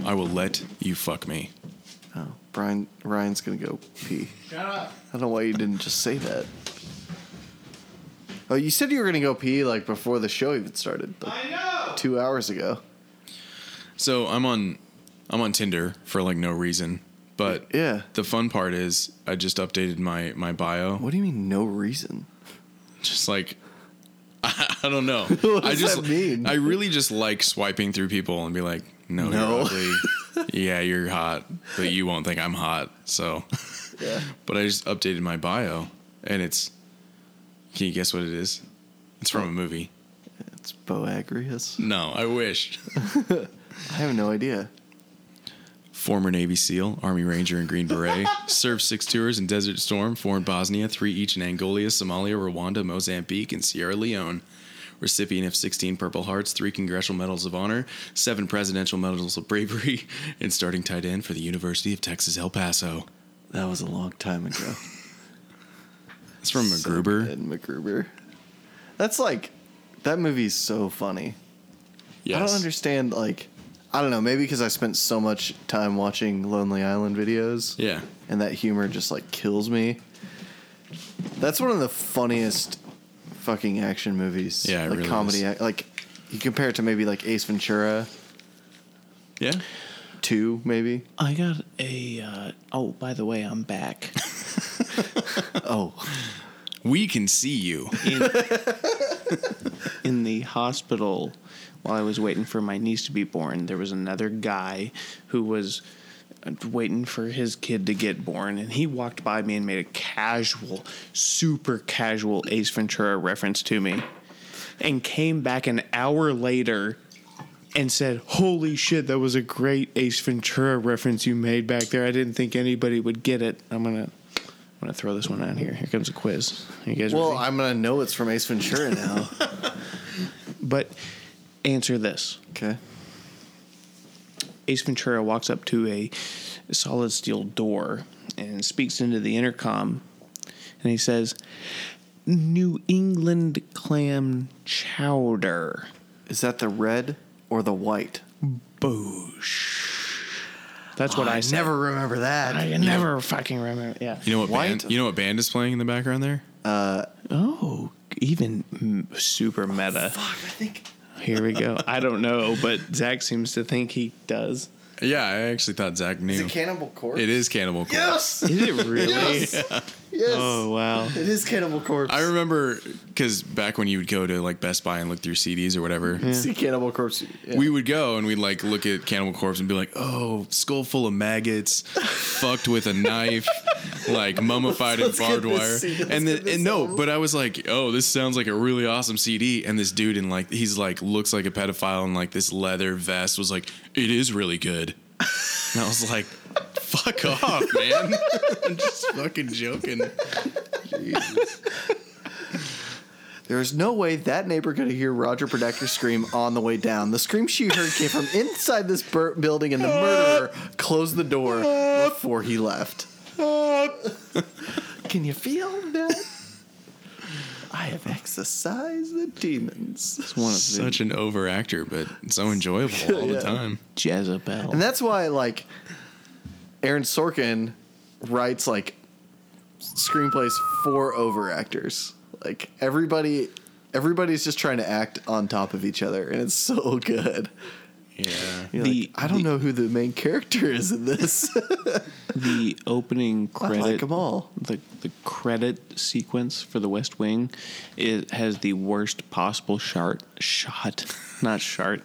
S3: I will let you fuck me.
S1: Oh, Brian Ryan's gonna go pee. I don't know why you didn't just say that. Oh, you said you were gonna go pee like before the show even started. Like, Two hours ago.
S3: So I'm on, I'm on Tinder for like no reason, but
S1: Yeah.
S3: The fun part is I just updated my my bio.
S1: What do you mean no reason?
S3: Just like *laughs* I, I don't know.
S1: *laughs* What
S3: I
S1: does
S3: just
S1: that mean?
S3: I really just like swiping through people and be like, no,
S1: No.
S3: you're
S1: *laughs*
S3: ugly. yeah, you're hot, but you won't think I'm hot. So, *laughs*
S1: Yeah.
S3: but I just updated my bio, and it's. Can you guess what it is? It's from a movie.
S1: It's Bo Agrius.
S3: No, I wish.
S1: I have no idea.
S3: Former Navy SEAL, Army Ranger, and Green Beret. *laughs* Served six tours in Desert Storm, four in Bosnia, three each in Angola, Somalia, Rwanda, Mozambique, and Sierra Leone. Recipient of 16 Purple Hearts, three Congressional Medals of Honor, seven Presidential Medals of Bravery, *laughs* and starting tight end for the University of Texas El Paso.
S1: That was a long time ago. *laughs*
S3: It's from MacGruber.
S1: And MacGruber. That's like that movie's so funny.
S3: Yes.
S1: I don't understand. Like, I don't know. Maybe because I spent so much time watching Lonely Island videos.
S3: Yeah.
S1: And that humor just like kills me. That's one of the funniest fucking action movies.
S3: Yeah, it
S1: like
S3: really
S1: comedy.
S3: is.
S1: ac- Like, you compare it to maybe like Ace Ventura
S3: Yeah.
S1: Two, maybe.
S2: I got a. Uh, oh, by the way, I'm back.
S1: Oh,
S3: We can see you.
S2: in, in the hospital while I was waiting for my niece to be born, there was another guy who was waiting for his kid to get born, and he walked by me and made a casual, super casual Ace Ventura reference to me, and came back an hour later. And said, "Holy shit, that was a great Ace Ventura reference you made back there. I didn't think anybody would get it. I'm gonna, I'm gonna throw this one out here. Here comes a quiz. Are you guys
S1: well,
S2: ready?
S1: I'm gonna know it's from Ace Ventura now.
S2: But answer this.
S1: *laughs* okay.
S2: Ace Ventura walks up to a solid steel door and speaks into the intercom and he says, New England clam chowder.
S1: Is that the red or the white?
S2: Boosh. That's what I, said.
S1: Oh, never remember that.
S2: I never fucking remember. Yeah.
S3: You know what
S1: White?
S3: band? You know what band is playing in the background there?
S2: Oh, even mm, super meta.
S1: Fuck, I think
S2: Here we go. I don't know, but Zach seems to think he does.
S3: Yeah, I actually thought Zach knew.
S1: it's a Cannibal Corpse.
S3: It is Cannibal Corpse.
S1: Yes.
S3: *laughs*
S2: Is it really?
S1: *laughs* Yes. Yes.
S2: Oh, wow.
S1: It is Cannibal Corpse.
S3: I remember because back when you would go to like Best Buy and look through CDs or whatever,
S1: see Cannibal Corpse. yeah.
S3: we would go and we'd like look at Cannibal Corpse and be like, "Oh, skull full of maggots, fucked with a knife, like mummified
S1: *laughs*
S3: in
S1: Let's get
S3: barbed
S1: this
S3: wire."
S1: CD, let's
S3: And
S1: get
S3: then
S1: this
S3: and no,
S1: album.
S3: but I was like, "Oh, this sounds like a really awesome CD." And this dude in like he's like looks like a pedophile in like this leather vest was like, "It is really good." And I was like, "Fuck
S1: *laughs*
S3: off, man! I'm just fucking joking."
S1: There's no way that neighbor could hear Roger Predactor scream on the way down. The scream she heard came from inside this bur- building, and the murderer closed the door before he left. Can you feel that? I have exorcised the demons.
S2: It's one of the
S3: Such an over actor, but so enjoyable
S1: *laughs*
S3: all
S1: Yeah.
S3: the time.
S2: Jezebel.
S1: And that's why, like, Aaron Sorkin writes, like, screenplays for over actors. Like everybody, everybody's just trying to act on top of each other, and it's so good.
S3: Yeah.
S1: You're
S2: The-
S1: like, I don't
S2: the-
S1: know who the main character is in this. *laughs*
S2: the opening
S1: I
S2: credit
S1: like them all.
S2: the the credit sequence for The West Wing it has the worst possible shot shot not shot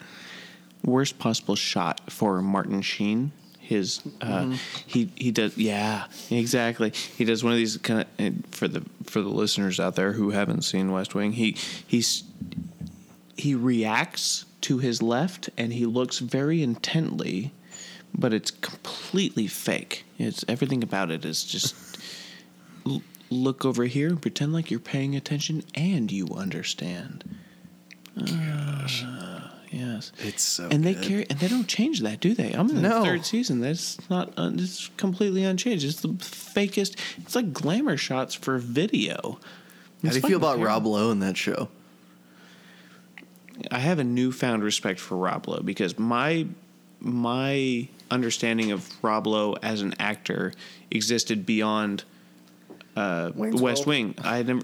S2: worst possible shot for Martin Sheen his uh, he he does yeah exactly he does one of these kind of for the for the listeners out there who haven't seen West Wing he he's he reacts to his left and he looks very intently but it's completely fake it's everything about it is just l- look over here and pretend like you're paying attention and you understand Ah, yes
S1: It's so.
S2: and they
S1: good.
S2: carry and they don't change that do they i'm in
S1: No.
S2: the third season that's not un, it's completely unchanged it's the fakest it's like glamour shots for video
S1: How
S2: It's
S1: do you
S2: fucking
S1: feel about
S2: terrible.
S1: Rob Lowe in that show?
S2: I have a newfound respect for Rob Lowe because my my understanding of Rob Lowe as an actor existed beyond uh,
S1: Wayne's
S2: West
S1: World.
S2: Wing. I had never,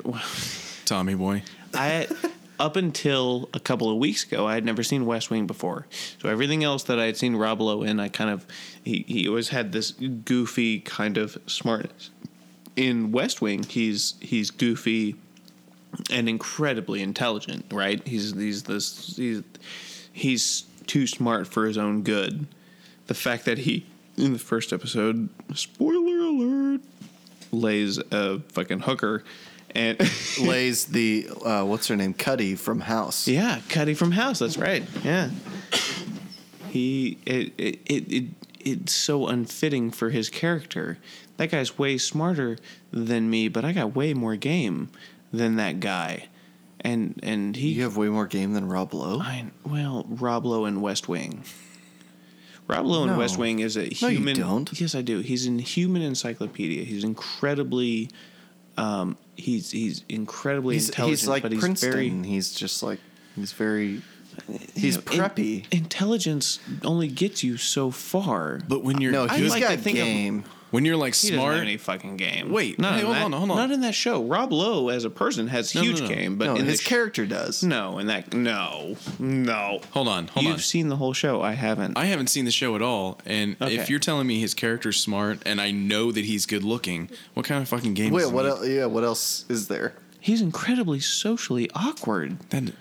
S3: Tommy boy.
S2: I up until a couple of weeks ago, I had never seen West Wing before. So everything else that I had seen Rob Lowe in, I kind of he he always had this goofy kind of smartness. In West Wing, he's he's goofy and incredibly intelligent, right? He's he's this he's he's too smart for his own good. The fact that he in the first episode, spoiler alert, lays a fucking hooker and *laughs*
S1: Lays the uh, what's her name Cuddy from House.
S2: yeah, Cuddy from House. That's right. Yeah. He it it, it it it's so unfitting for his character. That guy's way smarter than me, but I got way more game than that guy. And and he
S1: You have way more game than Rob Lowe.
S2: I, well, Rob Lowe in West Wing. Rob Lowe in
S1: No.
S2: West Wing is a
S1: No, you
S2: human.
S1: don't.
S2: Yes, I do. He's in human encyclopedia. He's incredibly. Um, he's he's incredibly
S1: He's,
S2: intelligent,
S1: he's like
S2: but he's
S1: Princeton.
S2: very
S1: he's just like he's very. He's
S2: you know, in-
S1: preppy.
S2: intelligence only gets you so far.
S3: But when you're
S1: no,
S3: good,
S1: he's
S2: like
S1: got
S2: to think of-
S1: game.
S3: when you're like
S2: he doesn't
S3: smart,
S2: have any fucking game.
S3: Wait,
S2: not
S3: hey,
S2: in
S3: hold
S2: that-
S3: on, hold on.
S2: Not in that show. Rob Lowe as a person has
S3: No, no,
S2: huge
S3: no.
S2: game, but
S1: no, his
S2: in this sh-
S1: character does.
S2: no, in that no, no.
S3: hold on, hold
S2: You've
S3: on.
S2: seen the whole show. I haven't.
S3: I haven't seen the show at all, and
S2: Okay.
S3: if you're telling me his character's smart and I know that he's good looking, what kind of fucking game?
S1: Wait,
S3: does he
S1: what?
S3: need?
S1: El- yeah, what else is there?
S2: He's incredibly socially awkward.
S3: That-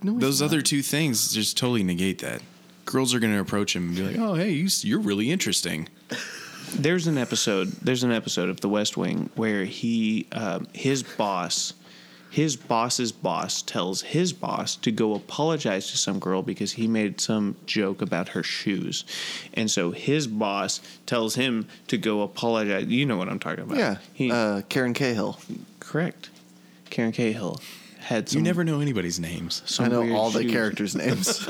S1: No, he's
S3: those
S1: not.
S3: other two things just totally negate that. Girls are going to approach him and be like, "Oh, hey, you, s- you're really interesting."
S2: there's an episode there's an episode of the west wing where he um, his boss his boss's boss tells his boss to go apologize to some girl because he made some joke about her shoes and so his boss tells him to go apologize you know what i'm talking about
S1: Yeah,
S2: he,
S1: uh, Karen Cahill.
S2: correct karen cahill had some
S3: You never know anybody's names.
S2: some
S1: I know
S2: weird
S1: all the
S2: shoes. *laughs*
S1: characters' names.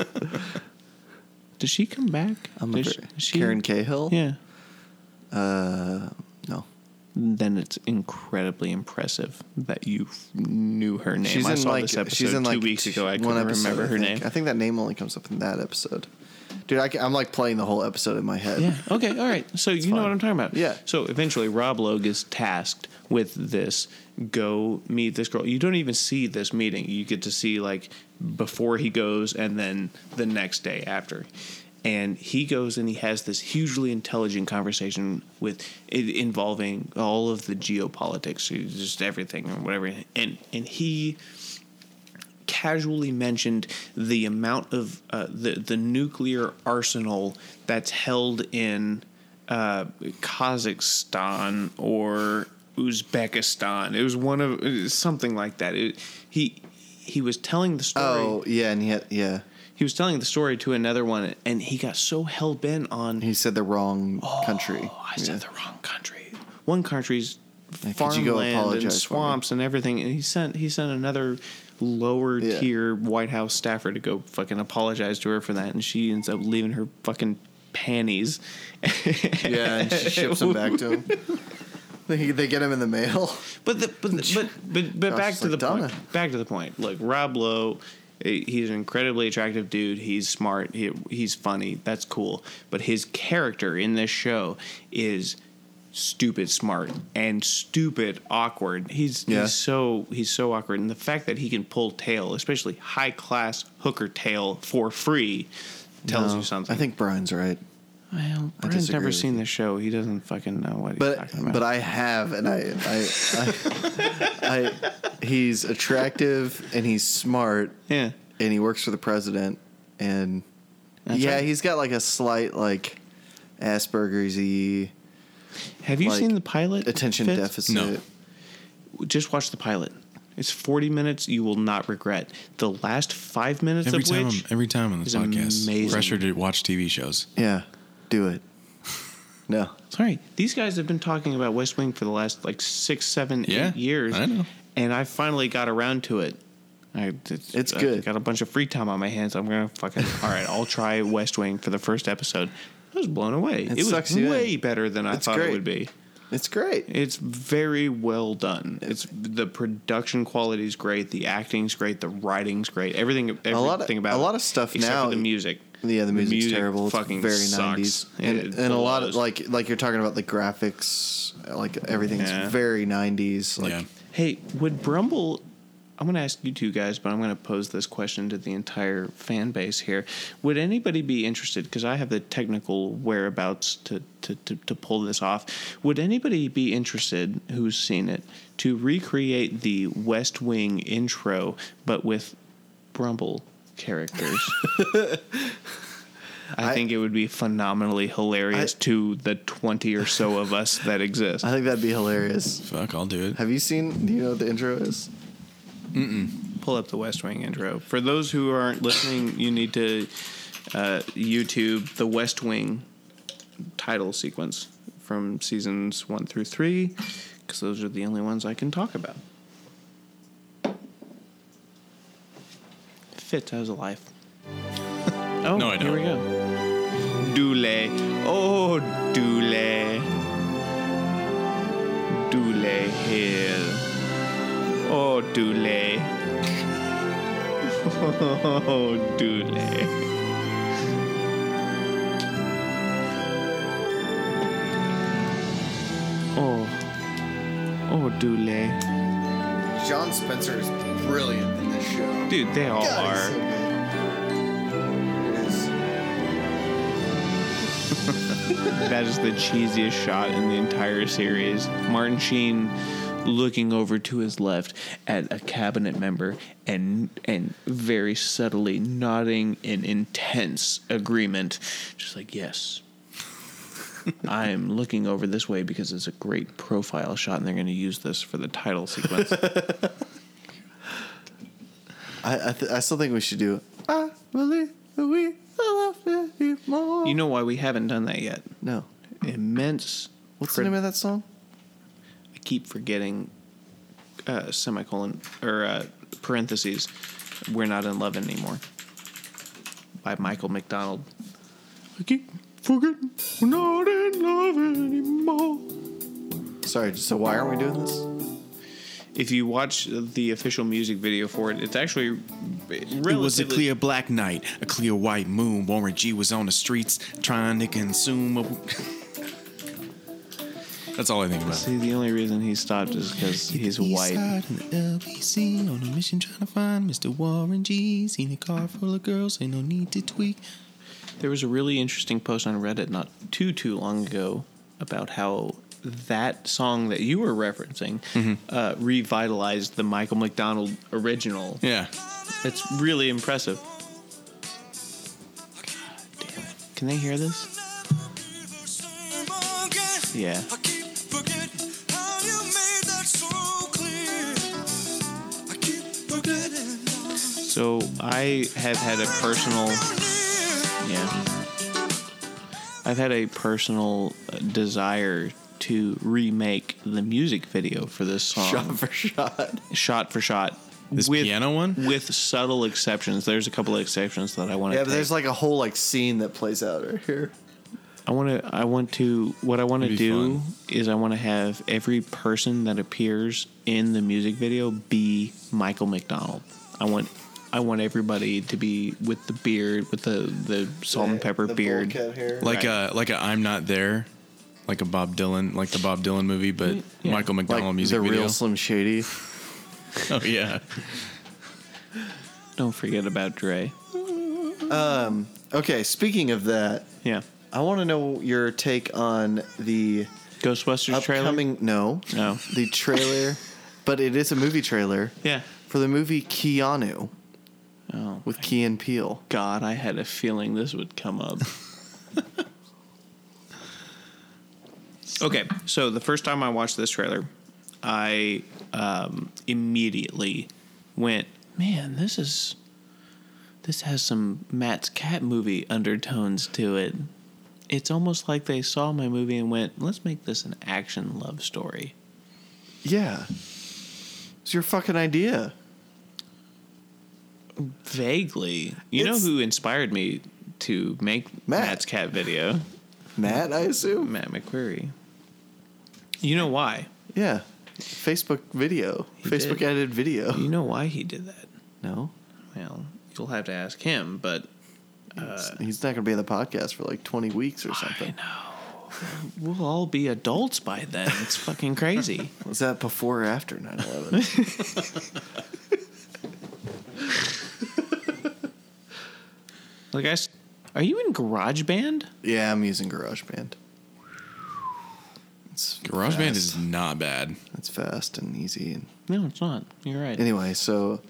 S2: Does she come back?
S1: I'm
S2: Does
S1: a,
S2: she-
S1: Karen Cahill.
S2: Yeah.
S1: No,
S2: then it's incredibly impressive that you f- knew her name. I saw this episode two weeks ago. I couldn't remember
S1: I
S2: her
S1: think.
S2: name.
S1: I think that name only comes up in that episode. Dude, I, am like playing the whole episode in my head.
S2: *laughs* Yeah. Okay. All right. So you know
S1: fine.
S2: what I'm talking about.
S1: Yeah.
S2: So eventually, Rob Lowe is tasked with this. Go meet this girl. You don't even see this meeting. You get to see like before he goes, and then the next day after. And he goes and he has this hugely intelligent conversation with it involving all of the geopolitics, just everything and whatever. And and he casually mentioned the amount of uh, the the nuclear arsenal that's held in uh, Kazakhstan or Uzbekistan. It was one of it was something like that. It, he he was telling the story
S1: Oh yeah, and yet yeah,
S2: he was telling the story to another one and he got so hell bent on
S1: he said the wrong country.
S2: Oh, I
S1: yeah.
S2: said the wrong country. One country's
S1: Yeah, could you go
S2: farmland and
S1: apologize for me?
S2: swamps and everything, and he sent he sent another lower
S1: Yeah.
S2: tier White House staffer to go fucking apologize to her for that, and she ends up leaving her fucking panties. *laughs*
S1: yeah, and *laughs* she ships him back to him. *laughs* They, they get him in the mail.
S2: But the, but the, but but, but
S1: Josh
S2: back
S1: is
S2: to the
S1: like, "Donna."
S2: point. Back to the point. Look, Rob Lowe, eh, he's an incredibly attractive dude. He's smart. He, he's funny. That's cool. But his character in this show is stupid smart and stupid awkward. He's
S1: Yeah.
S2: he's so he's so awkward, and the fact that he can pull tail, especially high class hooker tail for free, tells
S1: No,
S2: you
S1: I
S2: something.
S1: think Brian's right.
S2: Well,
S1: I
S2: Brian's
S1: disagree
S2: never
S1: with
S2: seen the show. He doesn't fucking know what he's
S1: But
S2: talking about.
S1: but I have, and I I, I, I he's attractive and he's smart
S2: yeah,
S1: and he works for the president and
S2: That's
S1: yeah,
S2: right.
S1: he's got like a slight like Asperger's y
S2: have you
S1: like,
S2: seen the pilot?
S1: attention
S2: Fitz?
S1: deficit.
S3: No.
S2: Just watch the pilot. It's forty minutes. You will not regret the last five minutes
S3: every
S2: of
S3: time,
S2: which.
S3: every time on this
S2: is
S3: podcast,
S2: amazing.
S3: pressure to watch TV shows.
S1: Yeah, do it. No,
S2: Sorry, these guys have been talking about West Wing for the last like six, seven, eight
S3: Yeah,
S2: years.
S3: I know.
S2: and I finally got around to it. I, it's,
S1: It's
S2: I
S1: good.
S2: Got a bunch of free time on my hands. I'm gonna fucking all right. I'll try West Wing for the first episode. I was blown away. It,
S1: sucks
S2: was
S1: you in.
S2: way better than I
S1: It's
S2: thought
S1: great.
S2: it would be.
S1: it's great.
S2: It's very well done. It's the production quality is great. The acting's great. The writing's great. Everything, everything
S1: lot of-
S2: about
S1: a
S2: it,
S1: lot of stuff
S2: except
S1: now-
S2: For the music.
S1: Yeah, the music's
S2: music
S1: terrible. It's
S2: fucking
S1: very
S2: sucks.
S1: 90s. And,
S2: It
S1: and a lot of
S2: blows.
S1: like like you're talking about the graphics, like everything's
S2: Yeah.
S1: very 90s like
S3: yeah,
S2: Hey, would Brumble? I'm going to ask you two guys, but I'm going to pose this question to the entire fan base here. Would anybody be interested? Because I have the technical whereabouts to, to, to, to pull this off. Would anybody be interested who's seen it to recreate the West Wing intro, but with Brumble characters? I,
S1: I-
S2: think it would be phenomenally hilarious to the 20 or so of us that exist.
S1: I think that'd be hilarious.
S3: fuck, I'll do it.
S1: Have you seen do you know what the intro is?
S2: pull up the West Wing intro. For those who aren't listening, you need to uh, YouTube the West Wing title sequence from seasons one through three, because those are the only ones I can talk about. Fitz, how's the life? oh,
S3: *laughs* No, I
S2: here we go. Dooley. Oh, Dooley. Dooley Hill. Oh, Dooley. Oh, Dooley. Oh. Oh, Dooley.
S7: John Spencer is brilliant in this show.
S2: Dude, they all
S7: God, he's so
S2: are.
S7: good. It is.
S2: That is the cheesiest shot in the entire series. Martin Sheen looking over to his left at a cabinet member and and very subtly nodding in intense agreement, just like
S1: *laughs*
S2: yes. I'm looking over this way because it's a great profile shot, and they're going to use this for the
S1: *laughs*
S2: title sequence.
S1: I I, th- I still think we should do I believe that we love you more.
S2: you know why we haven't done that yet?
S1: no.
S2: Immense.
S1: What's
S2: pro-
S1: the name of that song?
S2: I keep forgetting uh, semicolon or uh, parentheses. We're not in love anymore. By Michael McDonald. I keep forgetting we're not in love anymore.
S1: Sorry, so why aren't we doing this?
S2: If you watch the official music video for it, it's actually relatively.
S3: It was a clear black night, a clear white moon. Warren G was on the streets trying to consume. A... *laughs* That's all I think about.
S2: See, the only reason he stopped is because he's white.
S3: LBC on a mission trying to find Mr. Warren G. Seen a car full of girls, ain't no need to tweak.
S2: There was a really interesting post on Reddit not too too long ago about how that song that you were referencing uh, revitalized the Michael McDonald original.
S3: Yeah,
S2: It's really impressive. Damn it. Can they hear this? Yeah.
S8: I keep forgetting how you made that so clear. I keep forgetting how
S2: So I have had a personal.
S8: near.
S2: Yeah. I've had a personal uh, desire to remake the music video for this song.
S1: Shot for shot.
S2: shot for shot.
S3: This piano one?
S2: with subtle exceptions. There's a couple of exceptions that I want
S1: *laughs*
S2: to.
S1: Yeah, but there's like a whole like scene that plays out right here.
S2: I want to. I want to. What I want to
S3: It'd be
S2: do
S3: fun.
S2: is I want to have every person that appears in the music video be Michael McDonald. I want. I want everybody to be with the beard, with the the salt and pepper
S1: The
S2: beard.
S1: bull cut hair.
S3: like
S2: Right.
S3: a like a I'm not there, like a Bob Dylan, like the Bob Dylan movie, but Michael McDonald
S1: Like
S3: music
S1: the
S3: video.
S1: real Slim Shady.
S3: oh *laughs* yeah,
S2: Don't forget about Dre.
S1: Okay, speaking of that,
S2: Yeah.
S1: I want to know your take on the
S2: Ghostbusters
S1: upcoming no
S2: trailer. No.
S1: the trailer, but it is a movie trailer
S2: Yeah.
S1: for the movie Keanu
S2: Oh
S1: with Key and Peele.
S2: God, I had a feeling this would come up. *laughs* okay, so the first time I watched this trailer, I um, immediately went, "Man, this is this has some Matt's Cat movie undertones to it." It's almost like they saw my movie and went, "Let's make this an action love story."
S1: Yeah, it's your fucking idea.
S2: Vaguely, you
S1: It's-
S2: know who inspired me to make
S1: Matt.
S2: Matt's Cat video?
S1: Matt, I assume.
S2: Matt McQuarrie. You know why?
S1: Yeah, Facebook video,
S2: He
S1: Facebook
S2: did.
S1: edited video.
S2: You know why he did that?
S1: No,
S2: Well, you'll have to ask him, but
S1: He's- he's not going to be on the podcast for like twenty weeks or
S2: I
S1: something.
S2: know. We'll all be adults by then. It's fucking *laughs* crazy.
S1: Was that before or after *laughs* 9-11?
S2: Like, I. s- Are you in GarageBand?
S1: yeah, I'm using GarageBand. It's
S3: GarageBand
S1: fast.
S3: is not bad.
S1: it's fast and easy and
S2: No, it's not. You're right.
S1: Anyway, so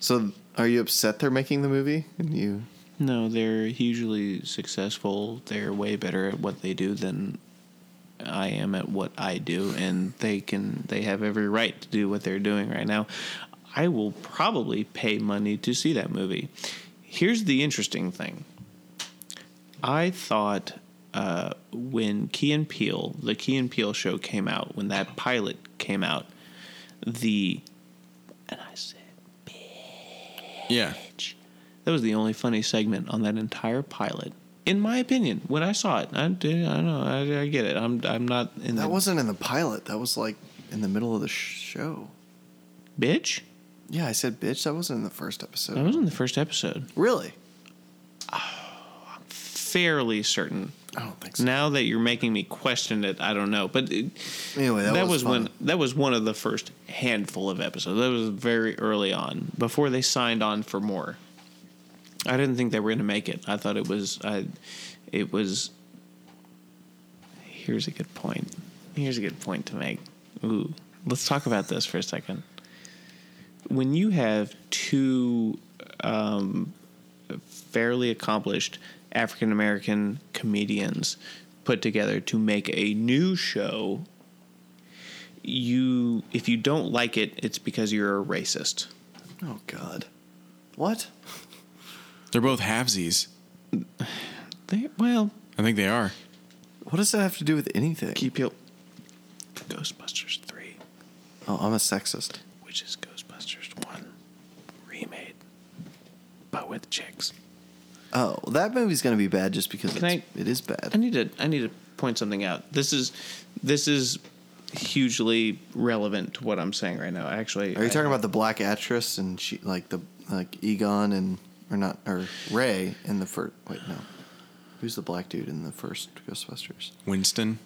S1: so are you upset they're making the movie? And you
S2: No, they're hugely successful. They're way better at what they do than I am at what I do, and they can they have every right to do what they're doing right now. I will probably pay money to see that movie. Here's the interesting thing. I thought uh, when Key and Peele, the Key and Peele show came out, when that pilot came out, the and I said
S3: Yeah,
S2: that was the only funny segment on that entire pilot, in my opinion. When I saw it, I did. I know. I, I get it. I'm. I'm not in
S1: that
S2: the
S1: wasn't in the pilot. That was like in the middle of the sh- show.
S2: bitch.
S1: Yeah, I said bitch. That wasn't in the first episode.
S2: That was in the first episode.
S1: Really?
S2: Fairly certain.
S1: I don't think so.
S2: Now that you're making me question it, I don't know. But it,
S1: anyway, that,
S2: that, was,
S1: funny.
S2: when that was one of the first handful of episodes. That was very early on before they signed on for more. I didn't think they were going to make it. I thought it was I it was Here's a good point. Here's a good point to make. Ooh, let's talk about this for a second. When you have two um, fairly accomplished African American comedians put together to make a new show. You, if you don't like it, it's because you're a racist.
S1: Oh god. What?
S3: they're both halvesies.
S2: They, well,
S3: I think they are.
S1: What does that have to do with anything?
S2: keep your Ghostbusters three,
S1: oh, I'm a sexist.
S2: which is Ghostbusters one remade, but with chicks.
S1: Oh, that movie's gonna be bad just because
S2: Can
S1: it's,
S2: I-
S1: it is bad.
S2: I need to I need to point something out. This is this is hugely relevant to what I'm saying right now. Actually,
S1: Are you
S2: I-
S1: talking about the black actress and she like the like Egon and or not or Ray in the first? Wait, no. Who's the black dude in the first Ghostbusters?
S3: Winston.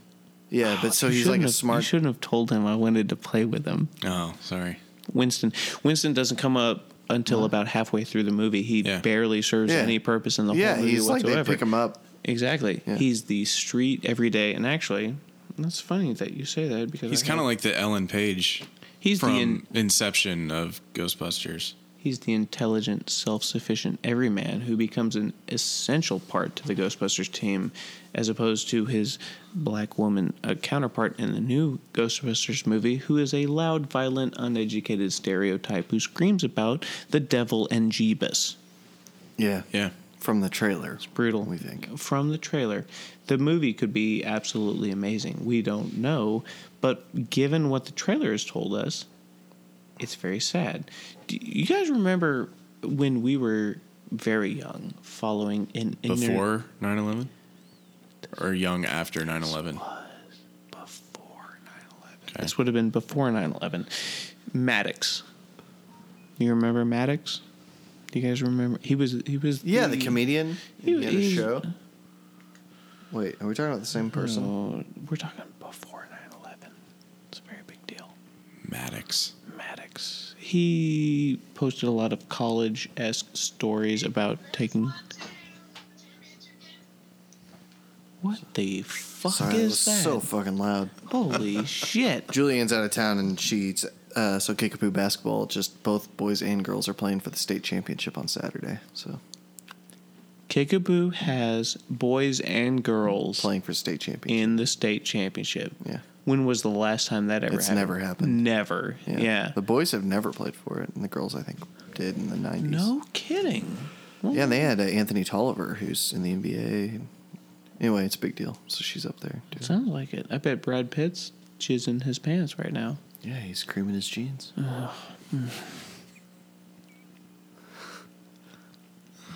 S1: Yeah, but so
S2: Ah, You
S1: he's like
S2: shouldn't
S1: a
S2: have- You
S1: smart.
S2: shouldn't have told him I wanted to play with him.
S3: Oh, sorry.
S2: Winston. Winston doesn't come up until about halfway through the movie. He
S3: Yeah.
S2: barely serves
S1: Yeah.
S2: any purpose in the
S1: Yeah,
S2: whole movie
S1: he's like
S2: whatsoever.
S1: they pick him up.
S2: Exactly.
S1: Yeah.
S2: He's the street everyday, and actually, that's funny that you say that because
S3: He's
S2: I
S3: kind of
S2: had-
S3: like the Ellen Page
S2: he's
S3: from
S2: the in,
S3: Inception of Ghostbusters.
S2: he's the intelligent, self-sufficient everyman who becomes an essential part to the Ghostbusters team, as opposed to his black woman uh, counterpart in the new Ghostbusters movie, who is a loud, violent, uneducated stereotype who screams about the devil and Jeebus.
S1: Yeah,
S3: Yeah.
S1: From the trailer,
S2: brutal.
S1: We think.
S2: from the trailer, the movie could be absolutely amazing. We don't know, but given what the trailer has told us, it's very sad. Do you guys remember when we were very young, following an ignorant-
S3: Before 9 11? Or young after 9 11?
S2: before 9/11.
S3: Okay.
S2: This would have been before 9/11. Maddox. You remember Maddox? Do you guys remember? He was he was
S1: Yeah, the comedian.
S2: He-
S1: He had a
S2: he's-
S1: show. Wait, are we talking about the same person?
S2: So Oh, we're talking before 9-11. It's a very big deal.
S3: Maddox.
S2: Maddox. He posted a lot of college esque stories about taking. What the fuck
S1: Sorry, that was
S2: is that?
S1: so fucking loud. *laughs*
S2: Holy shit.
S1: Julian's out of town and she's uh, so Kickapoo basketball. Just both boys and girls are playing for the state championship on Saturday. So
S2: Kickaboo has boys and girls
S1: playing for state championship.
S2: in the state championship.
S1: Yeah.
S2: When was the last time that ever
S1: It's
S2: happened?
S1: never happened.
S2: Never. Yeah.
S1: the boys have never played for it, and the girls I think did in the nineties.
S2: no kidding.
S1: Yeah, and they had uh, Anthony Tolliver, who's in the NBA. Anyway, it's a big deal. So she's up there. Too.
S2: Sounds like it. I bet Brad Pitt's jizzing his pants right now.
S1: Yeah, he's creaming his jeans.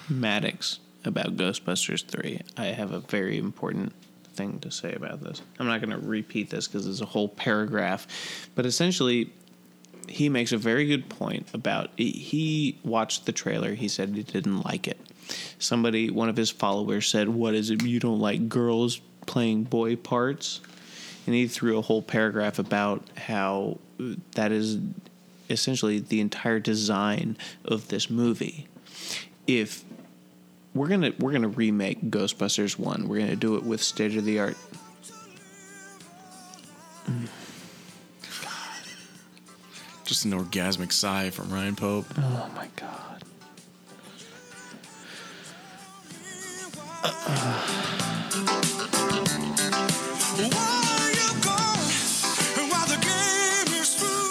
S2: Maddox about Ghostbusters 3. I have a very important thing to say about this. I'm not going to repeat this because it's a whole paragraph, but essentially, he makes a very good point about he watched the trailer. He said he didn't like it. Somebody, one of his followers, said, "What is it? You don't like girls playing boy parts?" And he threw a whole paragraph about how uh, that is essentially the entire design of this movie if we're gonna we're gonna remake Ghostbusters one, we're gonna do it with state of the art.
S3: Just an orgasmic sigh from Ryan Pope.
S2: Oh my god!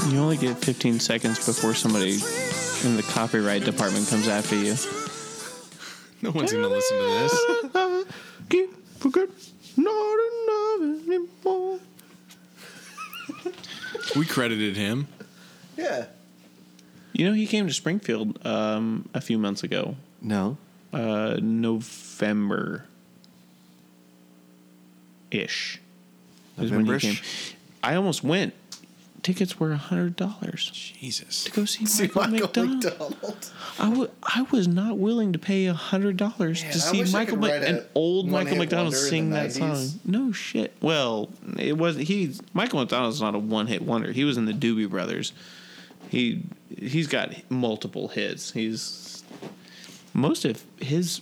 S2: You only get 15 seconds before somebody in the copyright department comes after *laughs* you.
S3: No one's gonna listen to this.
S2: *laughs*
S3: We credited him.
S7: Yeah.
S2: You know he came to Springfield um, a few months ago,
S1: No,
S2: uh, November ish.
S1: November-ish?
S2: I almost went. Tickets were hundred dollars.
S3: Jesus.
S2: to go *laughs* see Michael, McDonald. I wa- I was not willing to pay hundred dollars
S7: Man,
S2: to
S7: I
S2: see
S7: wish I
S2: Michael
S7: could
S2: Mc-
S7: write a
S2: an old Michael
S7: one-hit
S2: McDonald
S7: wonder in
S2: sing
S7: the
S2: that
S7: 90s.
S2: song. No shit. Well, it was he Michael McDonald's not a one hit wonder. He was in the Doobie Brothers. He he's got multiple hits. He's most of his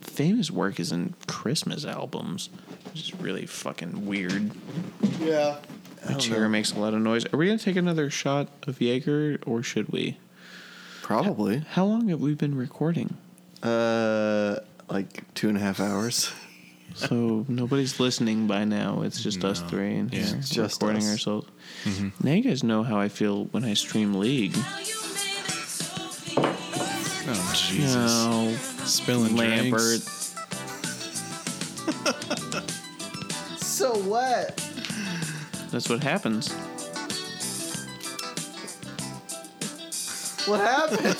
S2: famous work is in Christmas albums, which is really fucking weird.
S7: Yeah.
S2: My chair makes a lot of noise. Are we gonna take another shot of Jaeger or should we?
S1: probably
S2: How long have we been recording?
S1: uh, like two and a half hours.
S3: *laughs*
S2: So nobody's listening by now. It's just us
S3: No.
S2: three and
S3: Yeah, Mm-hmm.
S2: here
S3: it's
S1: just
S2: recording
S1: us.
S2: ourselves. Now you guys know how I feel when I stream League.
S3: Oh Jesus.
S2: No,
S3: Spilling
S2: Lambert.
S3: drinks.
S7: So what?
S2: That's what happens.
S7: What happened?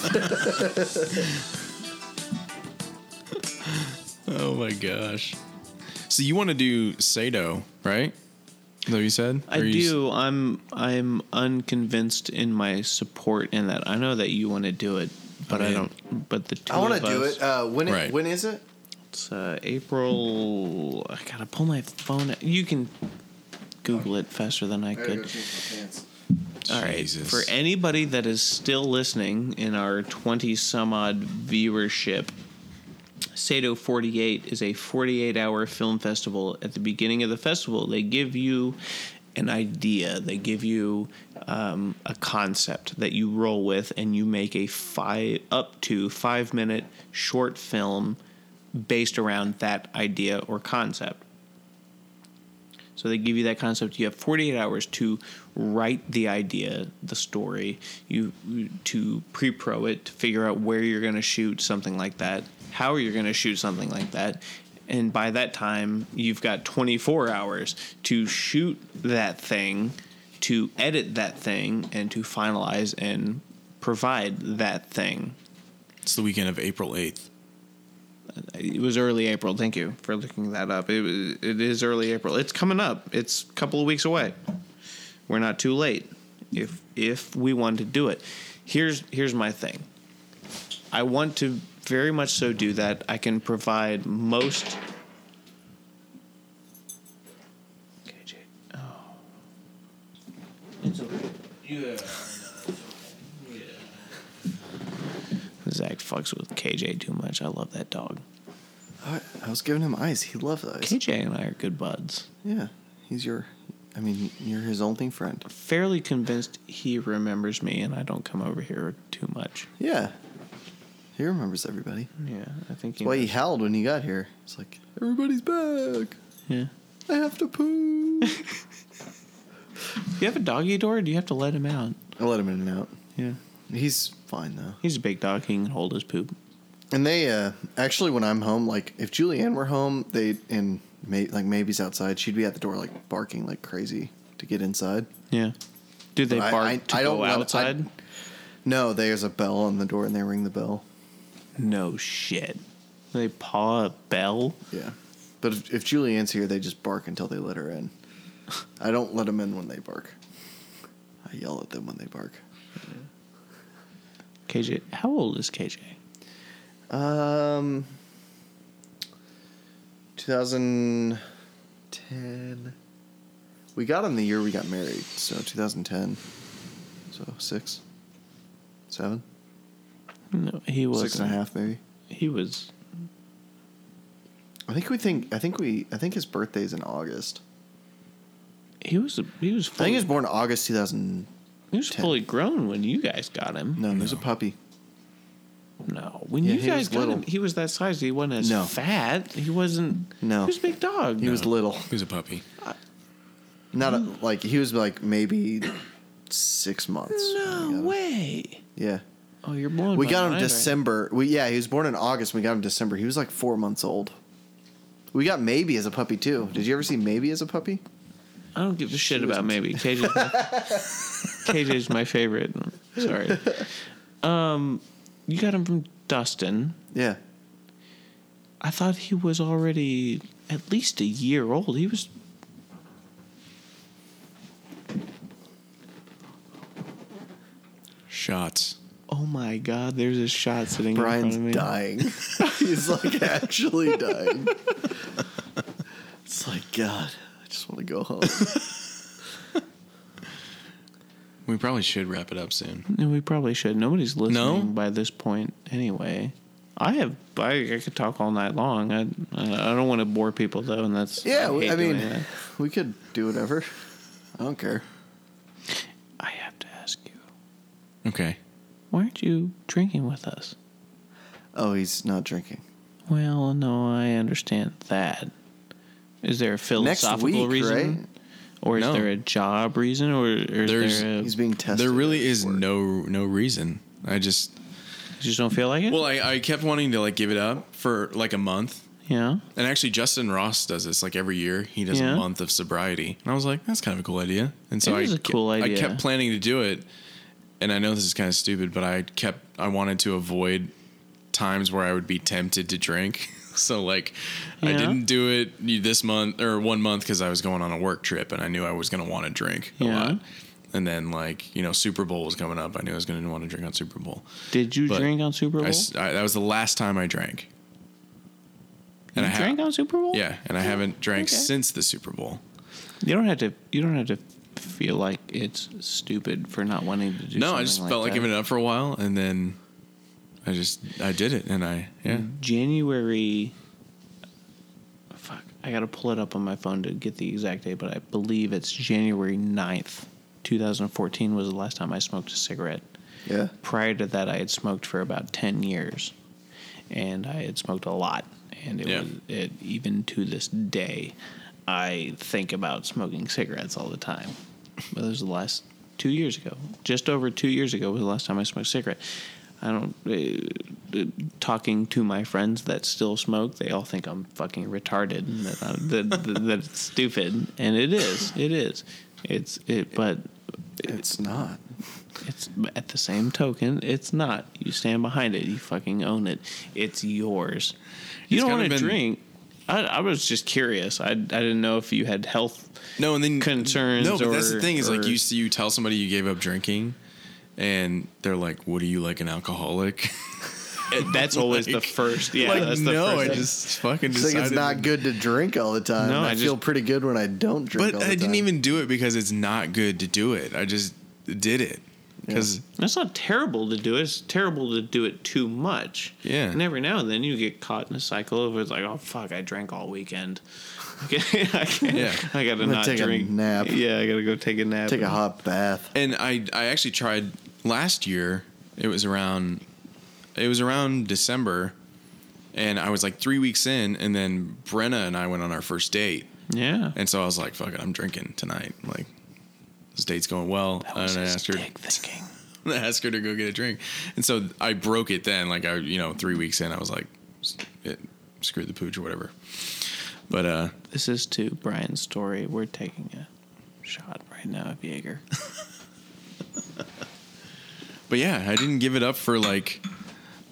S3: Oh my gosh. So you want to do Sado, right? Is that what you said?
S2: I
S3: Or you s-
S2: do. I'm I'm unconvinced in my support in that. I know that you want to do it, but I,
S3: mean-
S2: don't. But the two
S1: I want
S2: of
S1: to do
S2: us-
S1: it. Uh, when it,
S3: Right.
S1: when is it?
S2: It's uh, April. I gotta pull my phone. out. You can Google it faster than I could. All right.
S3: Jesus.
S2: For anybody that is still listening in our 20 some odd viewership, Sato 48 is a 48 hour film festival. At the beginning of the festival, they give you an idea, they give you um, a concept that you roll with, and you make a five up to five minute short film based around that idea or concept. So they give you that concept. You have 48 hours to write the idea, the story, you to pre-pro it, to figure out where you're going to shoot something like that, how you're going to shoot something like that. And by that time, you've got 24 hours to shoot that thing, to edit that thing, and to finalize and provide that thing.
S3: It's the weekend of April 8th.
S2: It was early April. Thank you for looking that up. It was, it is early April. It's coming up. It's a couple of weeks away. We're not too late if if we want to do it. Here's here's my thing. I want to very much so do that. I can provide most Zach fucks with KJ too much. I love that dog.
S1: I, I was giving him eyes. He loved eyes.
S2: KJ and I are good buds.
S1: Yeah, he's your. I mean, you're his only friend.
S2: Fairly convinced he remembers me and I don't come over here too much.
S1: Yeah, he remembers everybody.
S2: Yeah, I think he.
S1: That's why he howled when he got here. It's like everybody's back.
S2: yeah.
S1: I have to
S2: *laughs*
S1: poo.
S2: If you have a doggy door, do you have to let him out?
S1: I let him in and out.
S2: Yeah.
S1: He's fine though.
S2: He's a big dog. He can hold his poop.
S1: And they uh, actually, when I'm home, like if Julianne were home, they and may, like maybe's outside, she'd be at the door like barking like crazy to get inside.
S2: Yeah. Do they
S1: I-
S2: bark
S1: I-
S2: to
S1: I don't
S2: go
S1: let- I-
S2: outside?
S1: No, there's a bell on the door, and they ring the bell.
S2: no shit. They paw a bell.
S1: Yeah, but if, if Julianne's here, they just bark until they let her in. I don't let them in when they bark. I yell at them when they bark.
S2: KJ, how old is KJ?
S1: Um, 2010. We got him the year we got married, so 2010. So six, seven,
S2: No, he was
S1: six and a half, maybe.
S2: He was.
S1: I think we think. I think we. I think his birthday's in August.
S2: He was. He was.
S1: I think
S2: Fully,
S1: he was born August 2000.
S2: he was
S1: ten.
S2: fully grown when you guys got him.
S1: No, he was a puppy.
S2: No, when
S1: Yeah,
S2: you
S1: he
S2: guys
S1: was
S2: got
S1: little.
S2: him, he was that size. He wasn't as
S1: No.
S2: fat. He wasn't.
S1: No.
S2: he was a big dog.
S1: He was little.
S3: He was a puppy.
S1: Not a, like he was like maybe six months. when we got
S2: No
S1: him.
S2: way.
S1: Yeah,
S2: Oh, you're blowing.
S1: we
S2: my
S1: got
S2: mind
S1: him
S2: right
S1: December. We yeah, he was born in August. We got him December. He was like four months old. We got maybe as a puppy too. Did you ever see maybe as a puppy?
S2: I don't give a shit about
S1: *laughs*
S2: maybe KJ. KJ's my favorite. Sorry. Um, you got him from Dustin.
S1: Yeah,
S2: I thought he was already at least a year old. He was.
S3: Shots.
S2: Oh my god! There's a shot sitting
S1: Brian's
S2: in front of me.
S1: dying. *laughs* He's
S2: *laughs*
S1: like actually dying. it's like God. I just want to go
S2: *laughs*
S1: home.
S3: We probably should wrap it up soon.
S2: No, we probably should. Nobody's listening
S3: No?
S2: by this point anyway. I have I, I could talk all night long. I I don't want to bore people though, and that's
S1: Yeah,
S2: I,
S1: we-
S2: hate
S1: I
S2: doing
S1: mean-
S2: that.
S1: we could do whatever. I don't care.
S2: I have to ask you,
S3: Okay.
S2: why aren't you drinking with us?
S1: Oh, he's not drinking.
S2: Well, no, I understand that. Is there a philosophical
S1: week,
S2: reason,
S1: right?
S2: or is
S3: No.
S2: there a job reason, or, or is
S3: There's-
S2: there a,
S1: He's being tested.
S3: There really is
S1: Work.
S3: no no reason. I just
S2: you just don't feel like it?
S3: well, I, I kept wanting to like give it up for like a month,
S2: yeah.
S3: and actually Justin Ross does this like every year. He does
S2: Yeah.
S3: a month of sobriety, and I was like, that's kind of a cool idea. And so
S2: It is
S3: I
S2: a cool
S3: ke-
S2: idea.
S3: I kept planning to do it, and I know this is kind of stupid, but I kept I wanted to avoid times where I would be tempted to drink. *laughs* So like, I
S2: Yeah.
S3: didn't do it this month or one month because I was going on a work trip and I knew I was going to want to drink a
S2: Yeah.
S3: lot. And then like you know Super Bowl was coming up, I knew I was going to want to drink on Super Bowl.
S2: Did you
S3: But
S2: drink on Super Bowl?
S3: I s I that was the last time I drank.
S2: you
S3: ha-
S2: drank on Super Bowl?
S3: yeah, and I haven't drank
S2: Okay.
S3: since the Super Bowl.
S2: You don't have to. You don't have to feel like it's stupid for not wanting to do.
S3: no, I
S2: something
S3: just felt like
S2: that.
S3: giving it up for a while, and then I just I did it, and I yeah.
S2: Mm. January. Fuck, I gotta pull it up on my phone to get the exact date, but I believe it's January 9th, 2014 was the last time I smoked a cigarette.
S1: Yeah.
S2: Prior to that, I had smoked for about 10 years, and I had smoked a lot, and it
S3: Yeah.
S2: was it even to this day, I think about smoking cigarettes all the time. But this was the last two years ago, just over two years ago was the last time I smoked a cigarette. I don't. Uh, uh, talking to my friends that still smoke, they all think I'm fucking retarded and that, I'm, that, that, that it's stupid, and it is. It is. It's it, but
S1: It's not.
S2: it's but at the same token, it's not. You stand behind it. You fucking own it. It's yours. You
S3: It's
S2: don't want
S3: kinda
S2: to
S3: been-
S2: drink. I, I was just curious. I, I didn't know if you had health.
S3: No, and then
S2: Concerns
S3: No, but that's
S2: or-
S3: the thing is like
S2: or-
S3: you see you tell somebody you gave up drinking, and they're like, "What are you like an alcoholic?" *laughs*
S2: *laughs* That's always the
S3: Like-
S2: first. Yeah,
S3: like,
S2: that's the
S3: no,
S2: first.
S3: I
S2: thing.
S3: just fucking
S1: It's like
S3: decided
S1: it's not good to drink all the time.
S2: No,
S1: I,
S2: I
S1: feel
S2: just- uh,
S1: pretty good when I don't drink.
S3: But
S1: all the
S3: I didn't
S1: time.
S3: even do it because it's not good to do it. I just did it. because
S2: That's not terrible to do it. It's terrible to do it too much.
S3: Yeah.
S2: And every now and then you get caught in a cycle of it's like, oh fuck, I drank all weekend. *laughs* Okay, I can't.
S3: Yeah.
S2: I gotta
S1: I'm gonna
S2: not
S1: take a
S2: drink.
S1: nap.
S2: Yeah, I gotta go take a nap.
S1: Take a hot bath.
S3: and I I actually tried last year. It was around it was around December, and I was like three weeks in, and then Brenna and I went on our first date,
S2: Yeah.
S3: and so I was like, "Fuck it, I'm drinking tonight." Like this date's going well, and I asked her
S2: thinking.
S3: *laughs* I asked her to go get a drink, and so I broke it then. Like I, you know, three weeks in, I was like, s- it, "Screw the pooch" or whatever. But uh,
S2: This is to Brian's story. We're taking a shot right now of Jaeger. *laughs*
S3: But yeah, I didn't give it up for like,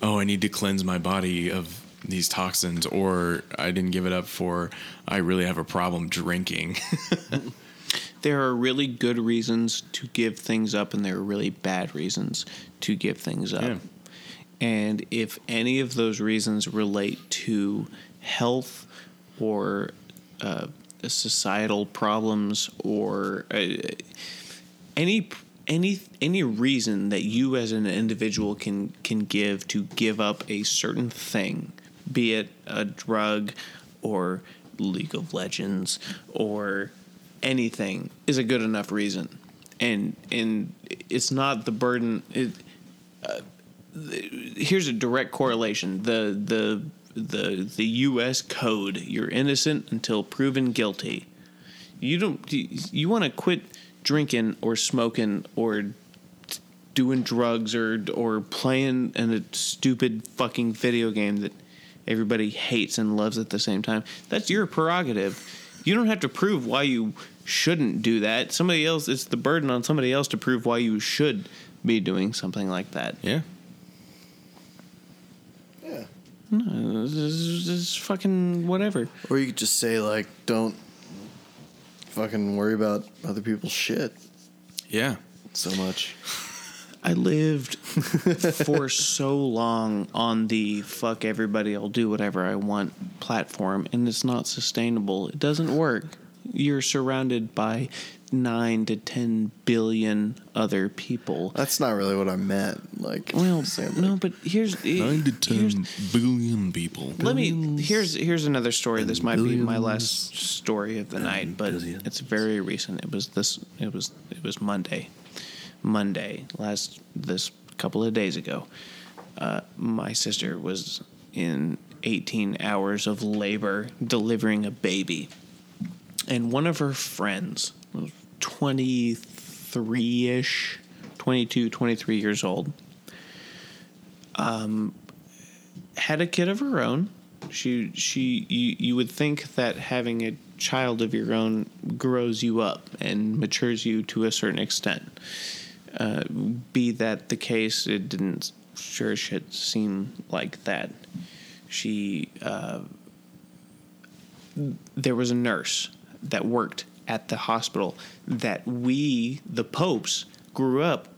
S3: oh, I need to cleanse my body of these toxins, or I didn't give it up for I really have a problem drinking. *laughs*
S2: there are really good reasons to give things up and there are really bad reasons to give things up.
S3: Yeah.
S2: And if any of those reasons relate to health or uh, societal problems or uh, any any any reason that you as an individual can can give to give up a certain thing, be it a drug or League of Legends or anything is a good enough reason. And and it's not the burden it here's a direct correlation the the the the U.S. code: You're innocent until proven guilty. You don't. You, you want to quit drinking or smoking or t- doing drugs or or playing in a stupid fucking video game that everybody hates and loves at the same time. That's your prerogative. You don't have to prove why you shouldn't do that. Somebody else. It's the burden on somebody else to prove why you should be doing something like that.
S3: yeah,
S2: No, this is, this is fucking whatever.
S1: Or you could just say like, don't fucking worry about other people's shit
S3: yeah.
S1: so much.
S2: I lived for so long on the fuck everybody, I'll do whatever I want platform, and it's not sustainable. It doesn't work. You're surrounded by nine to ten billion other people.
S1: That's not really what I meant. Like,
S2: Well,
S1: saying,
S2: no, but here's
S3: Nine to
S2: here's-
S3: ten billion people.
S2: Let me here's here's another story. This might be my
S3: billions
S2: last story of the night, but it's very recent. It was this it was it was Monday. Monday last this couple of days ago. Uh, my sister was in 18 hours of labor delivering a baby. And one of her friends, 23-ish, 22, 23 years old, had a kid of her own. She she you you would think that having a child of your own grows you up and matures you to a certain extent. Uh, be that the case, it didn't sure as shit seem like that. She uh, there was a nurse that worked at the hospital that we the popes grew up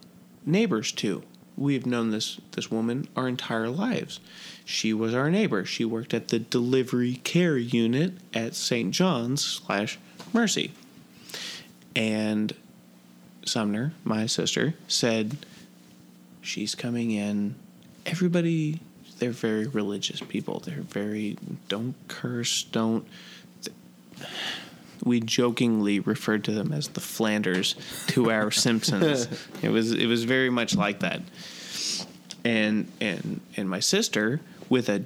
S2: neighbors to. We've known this this woman our entire lives. She was our neighbor. She worked at the delivery care unit at St. John's slash Mercy. And Sumner, my sister, said she's coming in. Everybody, they're very religious people. They're very don't curse, don't. We jokingly referred to them as the Flanders to our Simpsons. It was it was very much like that. And and and my sister with a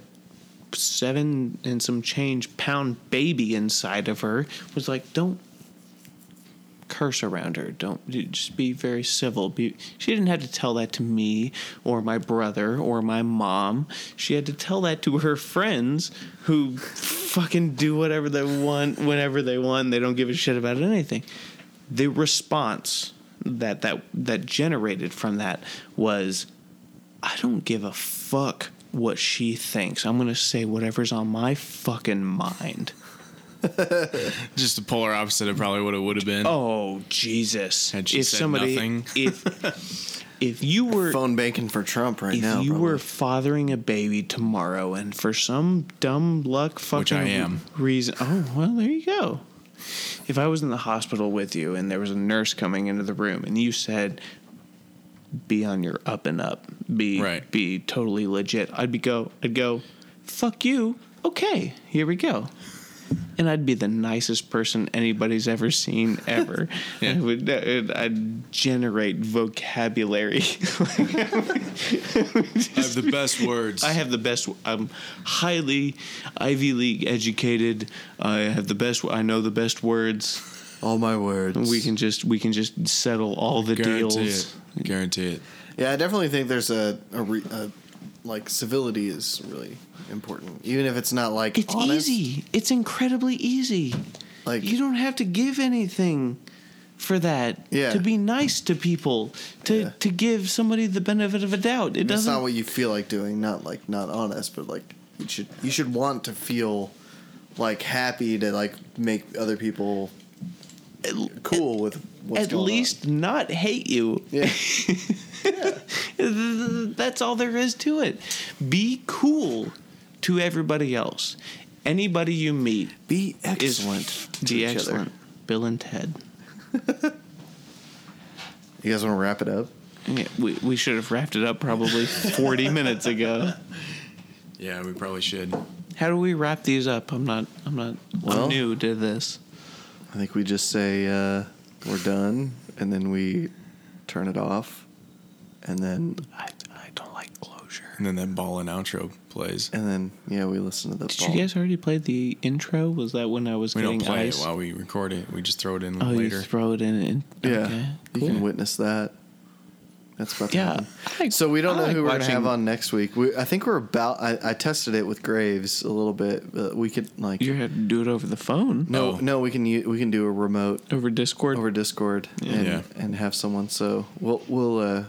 S2: seven and some change pound baby inside of her was like, don't curse around her. Don't you- just be very civil. Be, she didn't have to tell that to me or my brother or my mom. She had to tell that to her friends who fucking do whatever they want whenever they want. They don't give a shit about anything. The response that that that generated from that was I don't give a fuck what she thinks. I'm going to say whatever's on my fucking mind.
S3: Just the polar opposite of probably what it would have been.
S2: Oh Jesus!
S3: Had she said nothing.
S2: if if
S3: *laughs*
S2: you were
S1: phone banking for Trump right
S2: if
S1: now.
S2: you
S1: probably.
S2: were fathering a baby tomorrow, and for some dumb luck fucking
S3: Which I am.
S2: reason, oh well, there you go. If I was in the hospital with you and there was a nurse coming into the room and you said, be on your up and up, be
S3: Right.
S2: be totally legit. I'd be go, I'd go, fuck you. Okay, here we go. And I'd be the nicest person anybody's ever seen ever.
S3: *laughs* Yeah.
S2: I would, I'd, I'd generate vocabulary.
S3: I have the best words.
S2: I have the best. I'm highly Ivy League educated. I have the best. I know the best words.
S1: All my words.
S2: We can just we can just settle all the
S3: guarantee
S2: deals.
S3: it. Guarantee it.
S1: Yeah, I definitely think there's a, a, re, a like civility is really important, even if it's not like
S2: It's
S1: honest,
S2: easy. It's incredibly easy.
S1: Like
S2: you don't have to give anything for that.
S1: Yeah.
S2: To be nice to people. To
S1: Yeah.
S2: to give somebody the benefit of a doubt. It
S1: It's
S2: doesn't.
S1: not what you feel like doing, not like not honest, but like you should you should want to feel like happy to like make other people cool with what's
S2: at
S1: going on.
S2: least not hate you. *laughs*
S1: Yeah.
S2: That's all there is to it. Be cool to everybody else. Anybody you meet
S1: be
S2: is
S1: excellent. to
S2: Be
S1: each other.
S2: excellent. Bill and Ted.
S1: You guys want to wrap it up?
S2: Yeah, we, we should have wrapped it up probably *laughs* 40 minutes ago.
S3: Yeah, we probably should.
S2: How do we wrap these up? I'm not I'm not
S1: Well-
S2: I'm new to this.
S1: I think we just say uh, we're done, and then we turn it off, and then
S2: I, I don't like closure.
S3: And then that ball and outro plays.
S1: and then yeah, we listen to the.
S2: Did
S1: ball.
S2: you guys already play the intro? Was that when I was
S3: We don't
S2: getting
S3: play
S2: ice?
S3: it while we record it. We just throw it in
S2: oh,
S3: later.
S2: you throw it in. in
S1: Yeah,
S2: okay,
S1: you
S2: cool.
S1: can witness that. That's about to
S2: Yeah.
S1: happen.
S2: I like-
S1: So we don't
S2: I
S1: know
S2: like
S1: who we're gonna
S2: watching-
S1: have on next week. We, I think we're about. I, I tested it with Graves a little bit, but we could like
S2: You have to do it over the phone.
S1: no,
S3: Oh.
S1: no. We can u- we can do a remote
S2: Over Discord.
S1: over Discord and
S3: Yeah.
S1: and have someone. So we'll we'll uh,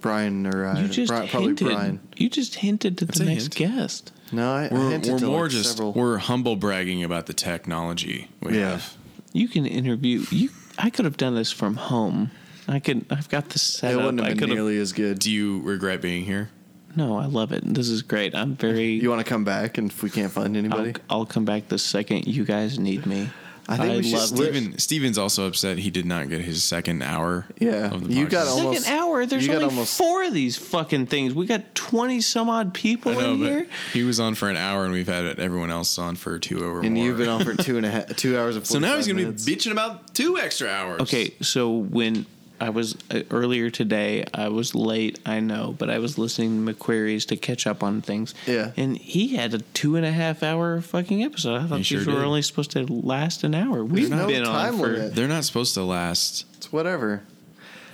S1: Brian or I,
S2: you just
S1: Bri- probably
S2: hinted.
S1: Brian.
S2: You just hinted to
S3: That's
S2: the
S3: a
S2: next
S3: hint.
S2: guest.
S1: No, I, I
S3: We're,
S1: hinted
S3: we're
S1: to, like,
S3: more just
S1: several-
S3: we're humble bragging about the technology we
S1: Yeah.
S3: have.
S2: You can interview. You. I could have done this from home. I could. I've got the
S1: it
S2: setup.
S1: wouldn't
S2: I
S1: have
S2: could
S1: been
S2: have.
S1: nearly as good.
S3: Do you regret being here?
S2: No, I love it. This is great. I'm very.
S1: You want to come back, and if we can't find
S2: I'll,
S1: anybody,
S2: I'll come back the second you guys need me.
S1: I think we should
S2: love
S1: stick-
S2: it.
S3: Steven, Steven's also upset he did not get his second hour.
S1: Yeah.
S3: of the
S1: You got
S3: podcast.
S1: all- almost-
S2: Second hour. There's
S1: you got
S2: only
S1: almost-
S2: four of these fucking things. We got twenty some odd people
S3: I know,
S2: in here.
S3: but he was on for an hour, and we've had everyone else on for two over.
S1: and you've been on for two and a half, two hours and
S3: *laughs* so now he's
S1: 45
S3: gonna
S1: minutes.
S3: be bitching about two extra hours.
S2: Okay, so when I was uh, earlier today, I was late, I know, but I was listening to McQuarrie's to catch up on things.
S1: Yeah.
S2: And he had a two and a half hour fucking episode. I thought these
S3: sure
S2: were
S3: did.
S2: only supposed to last an hour. We've
S1: no
S2: been
S1: time
S2: on for.
S1: limit.
S3: they're not supposed to last.
S1: It's whatever.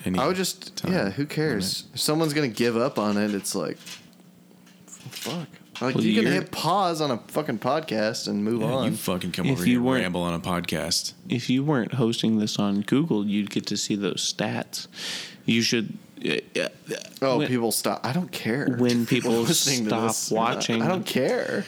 S3: Any
S1: I would just
S3: time.
S1: yeah. Who cares? If someone's gonna give up on it, it's like, fuck. Like
S2: Well,
S1: you can
S2: you're-
S1: hit pause on a fucking podcast and move
S3: Yeah,
S1: on.
S3: you fucking come
S2: If
S3: over
S2: you
S3: here and
S2: weren't-
S3: ramble on a podcast.
S2: If you weren't hosting this on Google, you'd get to see those stats. You should. uh, uh,
S1: oh,
S2: when-
S1: people stop. I don't care *laughs*
S2: When
S1: if
S2: people
S1: listening
S2: stop
S1: this or not.
S2: watching.
S1: I don't care.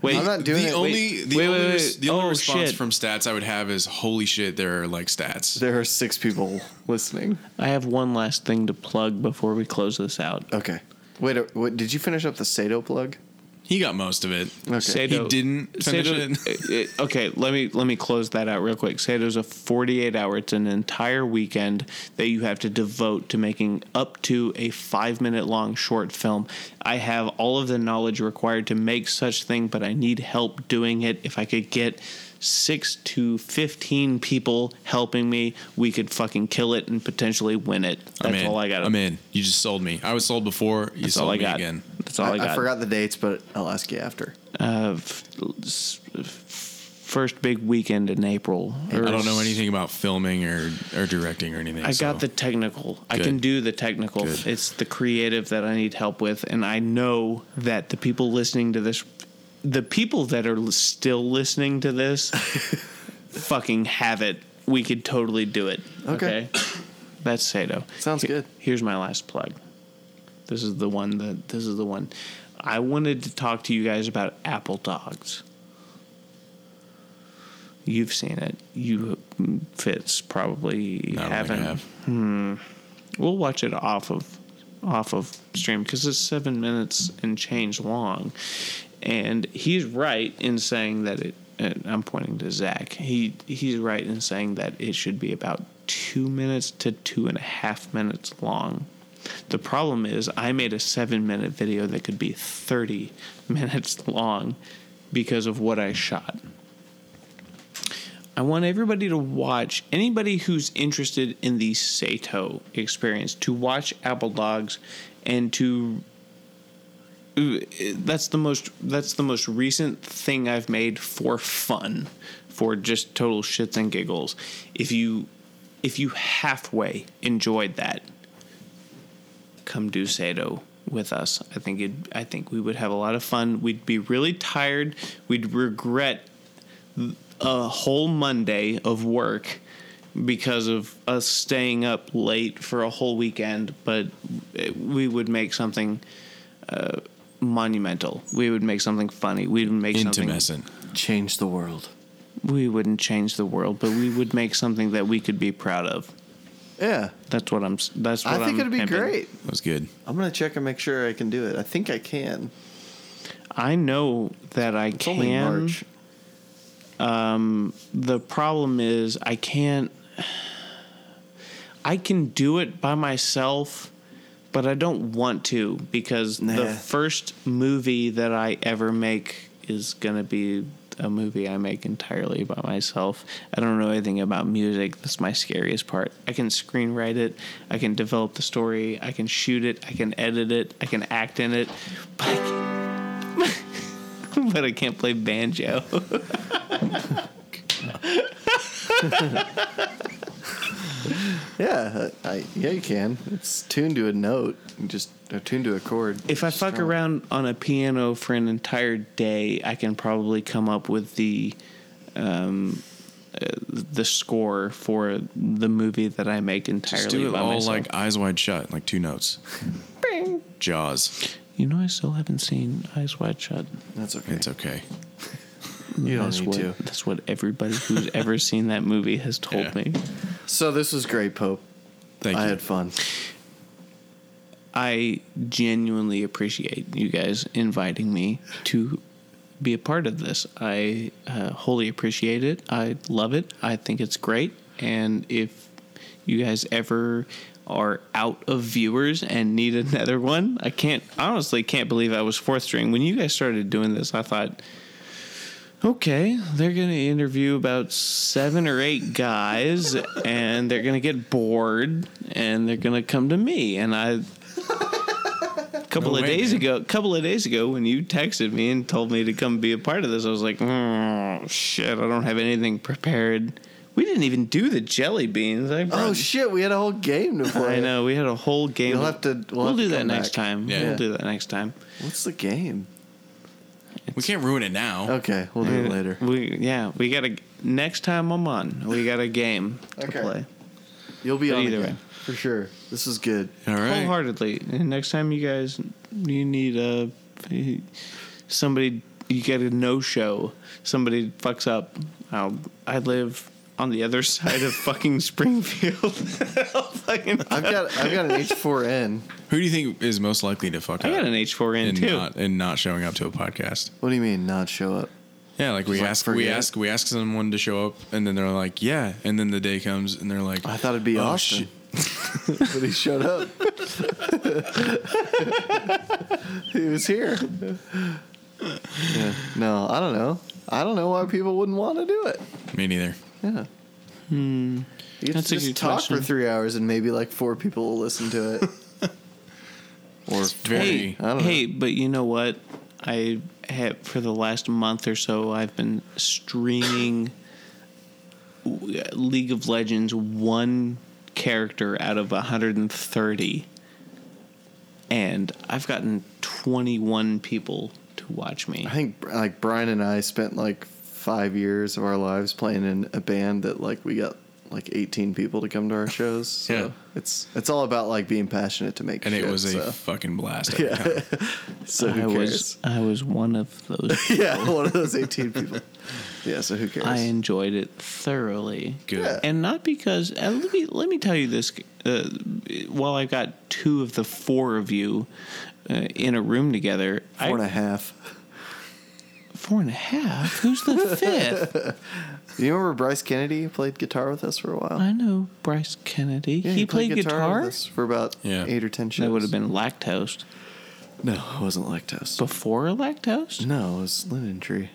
S2: Wait,
S1: I'm not doing
S3: the
S1: it.
S3: only the
S2: Wait,
S3: only,
S2: wait,
S3: res-
S2: wait.
S3: the only
S2: Oh,
S3: response
S2: shit.
S3: from stats I would have is holy shit there are like stats.
S1: There are six people listening.
S2: I have one last thing to plug before we close this out.
S1: Okay. Wait, uh, what, did you finish up the Sato plug?
S3: He got most of it.
S1: Okay.
S2: Sato,
S3: He didn't
S2: *laughs*
S3: finish
S2: it- it- okay, let me let me close that out real quick. Sato's a 48 hour. It's an entire weekend that you have to devote to making up to a five minute long short film. I have all of the knowledge required to make such thing, but I need help doing it. If I could get six to 15 people helping me, we could fucking kill it and potentially win it.
S3: I'm
S2: That's
S3: in.
S2: all I got.
S3: I'm in. You just sold me. I was sold before. You
S2: That's
S3: sold
S2: all I
S3: me
S2: got.
S3: again.
S2: That's all I,
S1: I,
S2: got.
S1: I forgot the dates, but I'll ask you after.
S2: uh, f- s- f- first big weekend in April. or
S3: I don't know anything about filming or, or directing or anything.
S2: I got
S3: so-
S2: the technical. I
S3: Good.
S2: can do the technical.
S3: Good.
S2: It's the creative that I need help with, and I know that the people listening to this, the people that are l- still listening to
S3: *laughs*
S2: this, fucking have it. We could totally do it.
S1: Okay.
S2: that's Sato.
S1: Sounds
S2: Here-
S1: good.
S2: Here's my last plug. This is the one that this is the one. I wanted to talk to you guys about Apple Dogs. You've seen it. You Fitz probably
S3: No, I don't think I
S2: haven't. Hmm.
S3: have.
S2: We'll watch it off of off of stream because it's seven minutes and change long, and he's right in saying that it. And I'm pointing to Zach. He he's right in saying that it should be about two minutes to two and a half minutes long. The problem is, I made a seven minute video that could be 30 minutes long because of what I shot. I want everybody to watch, anybody who's interested in the Sato experience, to watch Apple Dogs and to that's the most that's the most recent thing I've made for fun, for just total shits and giggles. If you if you halfway enjoyed that, come do Sato with us. I think it I think we would have a lot of fun. We'd be really tired. We'd regret a whole Monday of work because of us staying up late for a whole weekend, but we would make something uh, monumental. We would make something funny. We would make something.
S3: Intumescent.
S1: Change the world.
S2: We wouldn't change the world, but we would make something that we could be proud of.
S1: Yeah,
S2: That's what I'm. s- That's what
S1: I think
S2: I'm
S1: it'd be
S2: pimping.
S1: great.
S3: That was good.
S1: I'm gonna check and make sure I can do it. I think I can.
S2: I know that I
S1: It's
S2: can.
S1: only March.
S2: The problem is I can't. I can do it by myself, but I don't want to because the
S1: Nah.
S2: first movie that I ever make is gonna be a movie I make entirely by myself. I don't know anything about music. That's my scariest part. I can screenwrite it, I can develop the story, I can shoot it, I can edit it, I can act in it, *laughs* but I can't, but I can't *laughs* play banjo.
S1: Yeah, uh, I, yeah, you can. It's tuned to a note. You just or tuned to a chord.
S2: if I
S1: Just
S2: fuck
S1: throw it.
S2: around on a piano for an entire day, I can probably come up with the um, uh, the score for the movie that I make entirely
S3: Just do it
S2: by
S3: all
S2: myself.
S3: like eyes wide shut, like
S2: *laughs*
S3: two notes. Jaws.
S2: you know, I still haven't seen Eyes Wide Shut.
S1: that's okay.
S3: It's okay.
S1: You don't
S2: that's
S1: need
S2: what,
S1: to.
S2: That's what everybody who's *laughs* ever seen that movie has told
S3: Yeah.
S2: me.
S1: So this was great, Pope.
S3: Thank
S1: I
S3: you.
S1: had fun.
S2: I genuinely appreciate you guys inviting me to be a part of this. I uh, wholly appreciate it. I love it. I think it's great. And if you guys ever are out of viewers and need another *laughs* one, I can't honestly can't believe I was fourth string. When you guys started doing this, I thought, okay, they're going to interview about seven or eight guys *laughs* and they're going to get bored and they're going to come to me. And
S3: *laughs*
S2: I, a couple
S3: No
S2: of
S3: way,
S2: days
S3: man.
S2: ago, a couple of days ago, when you texted me and told me to come be a part of this, I was like, "Mm, shit, I don't have anything prepared. We didn't even do the jelly beans. I
S1: Oh
S2: brought-
S1: shit, we had a whole game to play.
S2: I know we had a whole game.
S1: You'll have to- we'll
S2: We'll,
S1: have to
S2: do that
S1: come
S2: next
S1: back.
S2: time.
S3: Yeah.
S2: We'll do that next time.
S1: What's the game?
S3: We can't ruin it now.
S1: Okay, we'll do
S2: *laughs*
S1: it later.
S2: We yeah, we got a next time I'm on. We got a game to
S1: Okay.
S2: play
S1: You'll be
S2: But
S1: on
S2: either
S1: again,
S2: way.
S1: for sure. This is good.
S3: All right.
S2: wholeheartedly. And next time you guys you need a somebody you get a no show. Somebody fucks up. I'll, I live on the other *laughs* side of fucking Springfield. *laughs* I'll fucking-
S1: I've got I've
S2: *laughs*
S1: got an H4n.
S3: Who do you think is most likely to fuck
S2: I
S3: up?
S2: got an H4n
S3: and
S2: too.
S3: not and not showing up to a podcast.
S1: What do you mean not show up?
S3: Yeah, like we
S1: Just, like,
S3: ask, we
S1: forget.
S3: ask, we ask someone to show up, and then they're like, "Yeah," and then the day comes, and they're like,
S1: I thought it'd be
S3: "Oh,
S1: Austin, *laughs*
S3: shit."
S1: but he showed up. he was here. Yeah. No, I don't know. I don't know why people wouldn't want to do it.
S3: Me neither.
S1: Yeah. You could
S2: Hmm. That's a
S1: just
S2: good
S1: talk
S2: question.
S1: for three hours and maybe like four people will listen to *laughs* it.
S3: Or
S2: Hey,
S3: very.
S1: I don't
S2: hey, but you know what? I have for the last month or so, I've been streaming w- League of Legends one character out of 130, and I've gotten 21 people to watch me.
S1: I think like Brian and I spent like five years of our lives playing in a band that like we got like 18 people to come to our
S3: *laughs*
S1: shows. So
S3: Yeah.
S1: It's it's all about like being passionate to make
S3: And
S1: shit,
S3: it was a
S1: so,
S3: fucking
S1: *laughs*
S3: blast. Every time.
S1: so
S2: I
S1: who
S2: was
S1: cares?
S2: I was one of those.
S1: *laughs* yeah, one of those 18 people. Yeah, so who cares?
S2: I enjoyed it thoroughly.
S3: Good.
S1: Yeah.
S2: and not because uh, let me let me tell you this. Uh, while I've got two of the four of you uh, in a room together,
S1: Four and a
S2: I,
S1: half.
S2: four and a half. Who's *laughs* the fifth?
S1: Do you remember Bryce Kennedy played guitar with us for a while?
S2: I know Bryce Kennedy.
S1: Yeah,
S2: Uh, he, played, guitar.
S1: with us for about
S3: Yeah.
S1: eight or ten shows.
S2: That would have been lactose
S1: no, it wasn't lactose.
S2: before lactose.
S1: No, it was Linden Tree.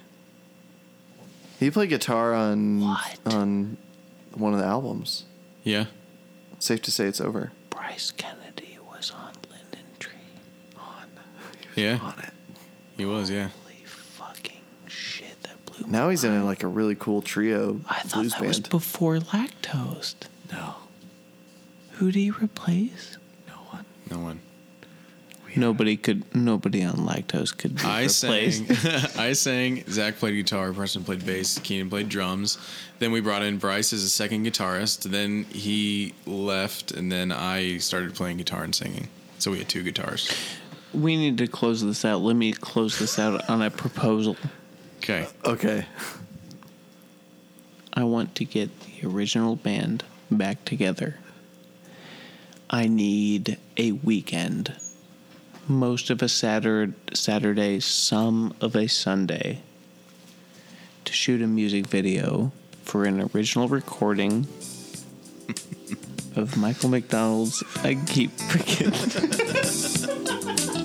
S1: He played guitar on
S2: What?
S1: on one of the albums.
S3: Yeah.
S1: Safe to say it's over.
S2: Bryce Kennedy was on Linden Tree. On
S3: Yeah. He was, yeah.
S2: holy fucking shit that blew.
S1: Now he's in like a really cool trio
S2: I thought
S1: blues
S2: that
S1: band.
S2: was before lactose.
S1: no,
S2: Who do you replace?
S1: no one.
S3: No one.
S2: Nobody could. Nobody on lactose could be
S3: I
S2: replaced.
S3: sang. *laughs* I sang. Zach played guitar. Preston played bass. Keenan played drums. Then we brought in Bryce as a second guitarist. Then he left, and then I started playing guitar and singing. So we had two guitars.
S2: We need to close this out. Let me close this out on a proposal.
S3: Okay.
S1: Okay,
S2: I want to get the original band back together. I need a weekend. Most of a Saturday, Saturday, some of a Sunday to shoot a music video for an original recording of Michael McDonald's I Keep Forgetting.